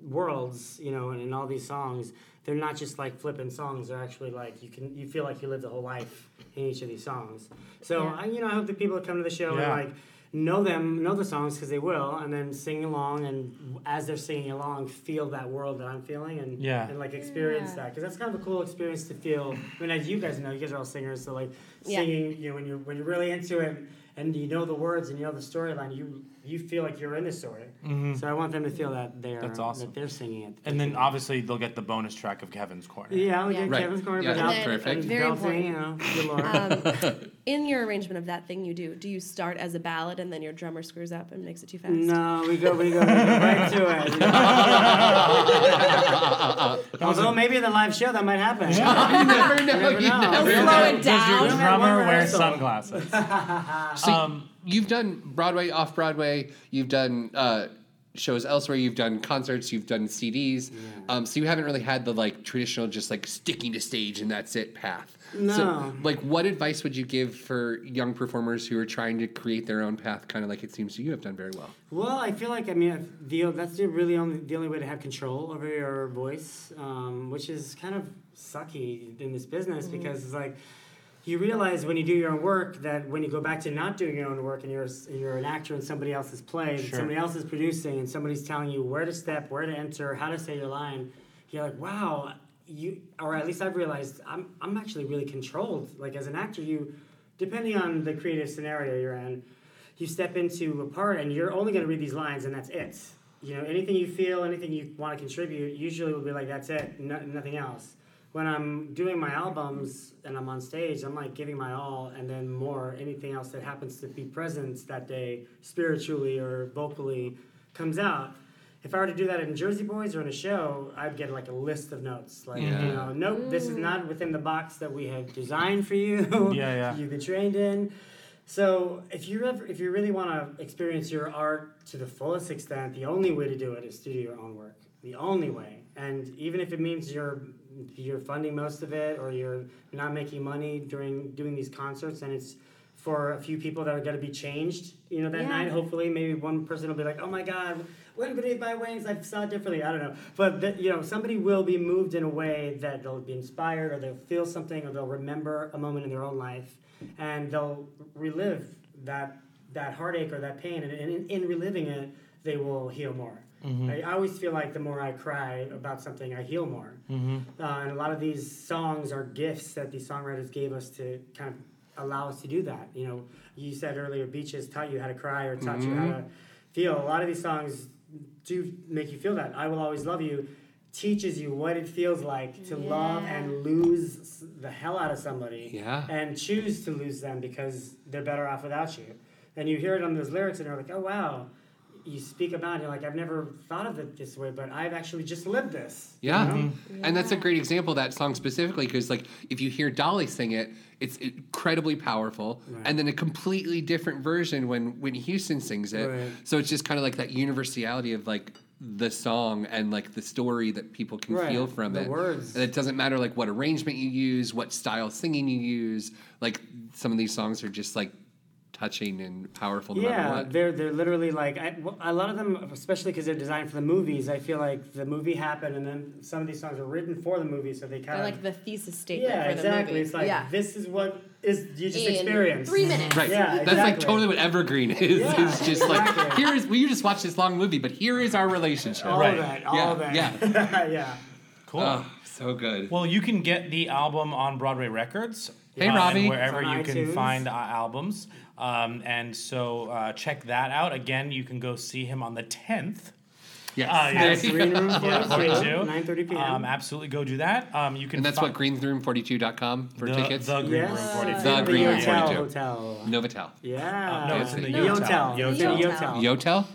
Speaker 10: worlds, you know, and in all these songs. They're not just like flipping songs. They're actually like you can you feel like you lived a whole life in each of these songs. So I, you know, I hope that people come to the show
Speaker 8: Yeah.
Speaker 10: and like know them, know the songs because they will, and then sing along, and as they're singing along, feel that world that I'm feeling, and
Speaker 8: Yeah.
Speaker 10: and like experience that because that's kind of a cool experience to feel. I mean, as you guys know, you guys are all singers, so like
Speaker 9: Yeah.
Speaker 10: singing, you know, when you're when you're really into it and you know the words and you know the storyline, you you feel like you're in the story. So I want them to feel that they're
Speaker 8: Mm-hmm. That's awesome.
Speaker 10: that they're singing it.
Speaker 8: And then obviously they'll get the bonus track of Kevin's Corner.
Speaker 10: yeah, I'll
Speaker 9: Yeah.
Speaker 10: get
Speaker 7: Right.
Speaker 10: Kevin's corner,
Speaker 7: Yeah,
Speaker 10: but
Speaker 7: that's
Speaker 10: I'll-
Speaker 7: perfect.
Speaker 10: and
Speaker 9: Very Um,
Speaker 10: belting, you know, good lord.
Speaker 9: In your arrangement of that thing you do, do you start as a ballad and then your drummer screws up and makes it too fast?
Speaker 10: No, we go, we go, we go right to it. Although maybe in the live show that might happen.
Speaker 7: You never know.
Speaker 10: never
Speaker 7: you
Speaker 10: know.
Speaker 7: never
Speaker 9: Slow
Speaker 7: know.
Speaker 9: it
Speaker 8: Does your
Speaker 9: down.
Speaker 10: had
Speaker 8: drummer
Speaker 10: one
Speaker 8: wear
Speaker 10: rehearsal.
Speaker 8: sunglasses?
Speaker 7: So Um, you've done Broadway, off Broadway. You've done uh, shows elsewhere. You've done concerts. You've done CDs. Um, so you haven't really had the like traditional, just like sticking to stage and that's it path. So,
Speaker 10: No.
Speaker 7: like, what advice would you give for young performers who are trying to create their own path, kind of like it seems you have done very well?
Speaker 10: Well, I feel like I mean the that's the really only the only way to have control over your voice, um, which is kind of sucky in this business because it's like you realize when you do your own work that when you go back to not doing your own work and you're s- you're an actor in somebody else's play, and
Speaker 8: Sure.
Speaker 10: somebody else is producing, and somebody's telling you where to step, where to enter, how to say your line, you're like, wow, you or at least I've realized I'm I'm actually really controlled. Like as an actor, you depending on the creative scenario you're in, you step into a part and you're only going to read these lines and that's it. You know, anything you feel, anything you want to contribute, usually will be like that's it, no, nothing else when I'm doing my albums and I'm on stage, I'm like giving my all and then more. Anything else that happens to be present that day, spiritually or vocally, comes out. If I were to do that in Jersey Boys or in a show, I'd get like a list of notes. Like, you
Speaker 7: Yeah.
Speaker 10: know, nope, this is not within the box that we have designed for you.
Speaker 8: Yeah, yeah.
Speaker 10: You've been trained in. So if you ever, if you really want to experience your art to the fullest extent, the only way to do it is to do your own work. The only way, and even if it means you're you're funding most of it or you're not making money during doing these concerts, and it's for a few people that are going to be changed, you know, that
Speaker 9: Yeah.
Speaker 10: night. Hopefully, maybe one person will be like, "Oh my God, when beneath my wings, I saw it differently." I don't know, but the, you know, somebody will be moved in a way that they'll be inspired, or they'll feel something, or they'll remember a moment in their own life, and they'll relive that that heartache or that pain, and, in, in reliving it, they will heal more. I, I always feel like the more I cry about something, I heal more. Uh, and a lot of these songs are gifts that these songwriters gave us to kind of allow us to do that. You know, you said earlier, beaches taught you how to cry or taught you how to feel. A lot of these songs do make you feel that. I will always love you teaches you what it feels like to love and lose s- the hell out of somebody
Speaker 7: Yeah.
Speaker 10: and choose to lose them because they're better off without you. And you hear it on those lyrics and you're like, oh wow, you speak about it, you're like, I've never thought of it this way, but I've actually just lived this.
Speaker 7: Yeah.
Speaker 10: Mm-hmm.
Speaker 7: And that's a great example of that song specifically because, like, if you hear Dolly sing it, it's incredibly powerful. And then a completely different version when Whitney Houston sings it.
Speaker 10: Right.
Speaker 7: So it's just kind of like that universality of, like, the song and like the story that people can
Speaker 10: Right.
Speaker 7: feel from
Speaker 10: The
Speaker 7: it.
Speaker 10: words.
Speaker 7: And it doesn't matter like what arrangement you use, what style singing you use. Like some of these songs are just like touching and powerful no matter
Speaker 10: Yeah,
Speaker 7: what.
Speaker 10: they're they're literally like I, well, a lot of them, especially because they're designed for the movies. I feel like the movie happened, and then some of these songs were written for the movie, so they kind
Speaker 9: They're
Speaker 10: of
Speaker 9: like the thesis statement
Speaker 10: yeah,
Speaker 9: for the
Speaker 10: exactly.
Speaker 9: movie.
Speaker 10: It's like
Speaker 9: yeah.
Speaker 10: this is what is you just
Speaker 9: In
Speaker 10: experienced.
Speaker 9: Three minutes.
Speaker 7: Right.
Speaker 10: Yeah,
Speaker 7: That's like
Speaker 10: exactly.
Speaker 7: totally what Evergreen is.
Speaker 10: Yeah,
Speaker 7: it's just like
Speaker 10: exactly.
Speaker 7: here is well, you just watched this long movie, but here is our relationship.
Speaker 10: All
Speaker 8: Right.
Speaker 10: of that, all
Speaker 7: Yeah,
Speaker 10: of that.
Speaker 7: yeah.
Speaker 10: yeah.
Speaker 8: Cool.
Speaker 7: Oh, so good.
Speaker 8: Well, you can get the album on Broadway Records.
Speaker 7: Hey,
Speaker 8: and
Speaker 7: Robbie.
Speaker 8: wherever
Speaker 10: It's on
Speaker 8: you can
Speaker 10: iTunes.
Speaker 8: find uh, albums. Um, and so uh, check that out. Again, you can go see him on the 10th.
Speaker 7: yes.
Speaker 8: Ah,
Speaker 10: uh,
Speaker 8: yes.
Speaker 7: There you
Speaker 10: Green
Speaker 7: go.
Speaker 10: room for us,
Speaker 8: 42.
Speaker 10: 9:30 p.m.
Speaker 8: Um, absolutely go do that. Um, you can
Speaker 7: And that's
Speaker 8: fi-
Speaker 7: what greenroom42.com for
Speaker 8: the,
Speaker 7: tickets.
Speaker 8: The Green
Speaker 10: yes.
Speaker 8: Room 42.
Speaker 7: The
Speaker 10: the
Speaker 7: Green Room
Speaker 10: Yotel
Speaker 7: 42.
Speaker 10: Hotel.
Speaker 7: Novotel.
Speaker 10: Yeah.
Speaker 8: Uh, no, it's in the
Speaker 10: Yotel.
Speaker 8: Yotel.
Speaker 10: Yotel.
Speaker 9: Yotel.
Speaker 10: Yotel.
Speaker 7: Yotel?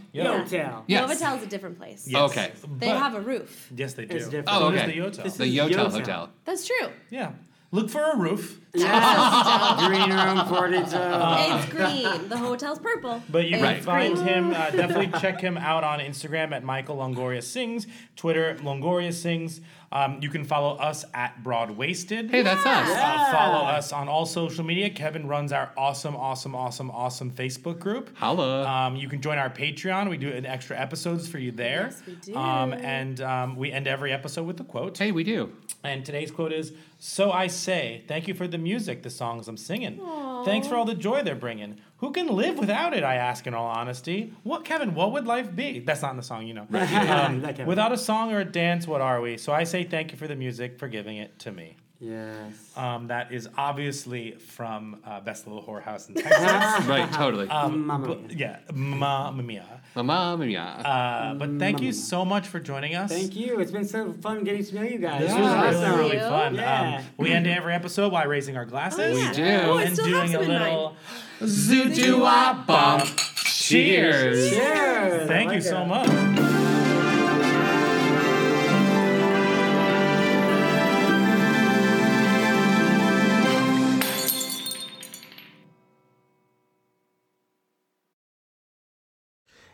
Speaker 10: Yotel.
Speaker 7: Yes.
Speaker 9: Novotel's a different place.
Speaker 8: Yes.
Speaker 7: Okay.
Speaker 9: They
Speaker 8: But-
Speaker 9: have a roof.
Speaker 8: Yes, they do.
Speaker 10: It's different.
Speaker 7: Oh,
Speaker 8: So does
Speaker 7: okay.
Speaker 8: the Yotel.
Speaker 7: The
Speaker 10: Yotel.
Speaker 7: Yotel Hotel.
Speaker 9: That's true.
Speaker 8: yeah. Look for a roof.
Speaker 10: Green room 42. Uh.
Speaker 9: it's green. The hotel's purple.
Speaker 8: But you
Speaker 7: Right.
Speaker 8: can find him. Uh, definitely check him out on Instagram at Michael Longoria Sings, Twitter Longoria Sings. Um, you can follow us at Broadwasted.
Speaker 7: Hey, that's us.
Speaker 8: Uh, follow us on all social media. Kevin runs our awesome, awesome, awesome, awesome Facebook group.
Speaker 7: Holla.
Speaker 8: Um, you can join our Patreon. We do an extra episodes for you there.
Speaker 9: Yes, we do.
Speaker 8: Um, and um, we end every episode with a quote.
Speaker 7: hey, we do.
Speaker 8: And today's quote is So I say, thank you for the music, the songs I'm singing. Thanks for all the joy they're bringing. Who can live without it? I ask in all honesty. What, Kevin, what would life be? That's not in the song, you know. Um,
Speaker 10: That Kevin.
Speaker 8: without a song or a dance, what are we? So I say, thank you for the music, for giving it to me.
Speaker 10: Yes.
Speaker 8: Um, that is obviously from uh, Best Little Whorehouse in Texas.
Speaker 7: right, totally.
Speaker 10: Mamma
Speaker 8: Um, But,
Speaker 10: mia.
Speaker 8: yeah, Mamma Mia.
Speaker 7: Mamma mia.
Speaker 8: Uh, but thank you so much for joining us.
Speaker 10: Mm. Thank you. It's been so fun getting to know you guys.
Speaker 8: This was
Speaker 10: It was
Speaker 8: really,
Speaker 10: awesome.
Speaker 8: really fun.
Speaker 10: Yeah.
Speaker 8: Um, we end every episode by raising our glasses.
Speaker 9: yeah.
Speaker 7: We do.
Speaker 9: Oh, I
Speaker 8: And
Speaker 9: still have
Speaker 8: doing a
Speaker 9: some in mine.
Speaker 8: little
Speaker 7: Zoot-doo-wop bump. Cheers.
Speaker 10: Cheers. I
Speaker 8: Thank you
Speaker 10: like
Speaker 8: so
Speaker 10: it.
Speaker 8: much.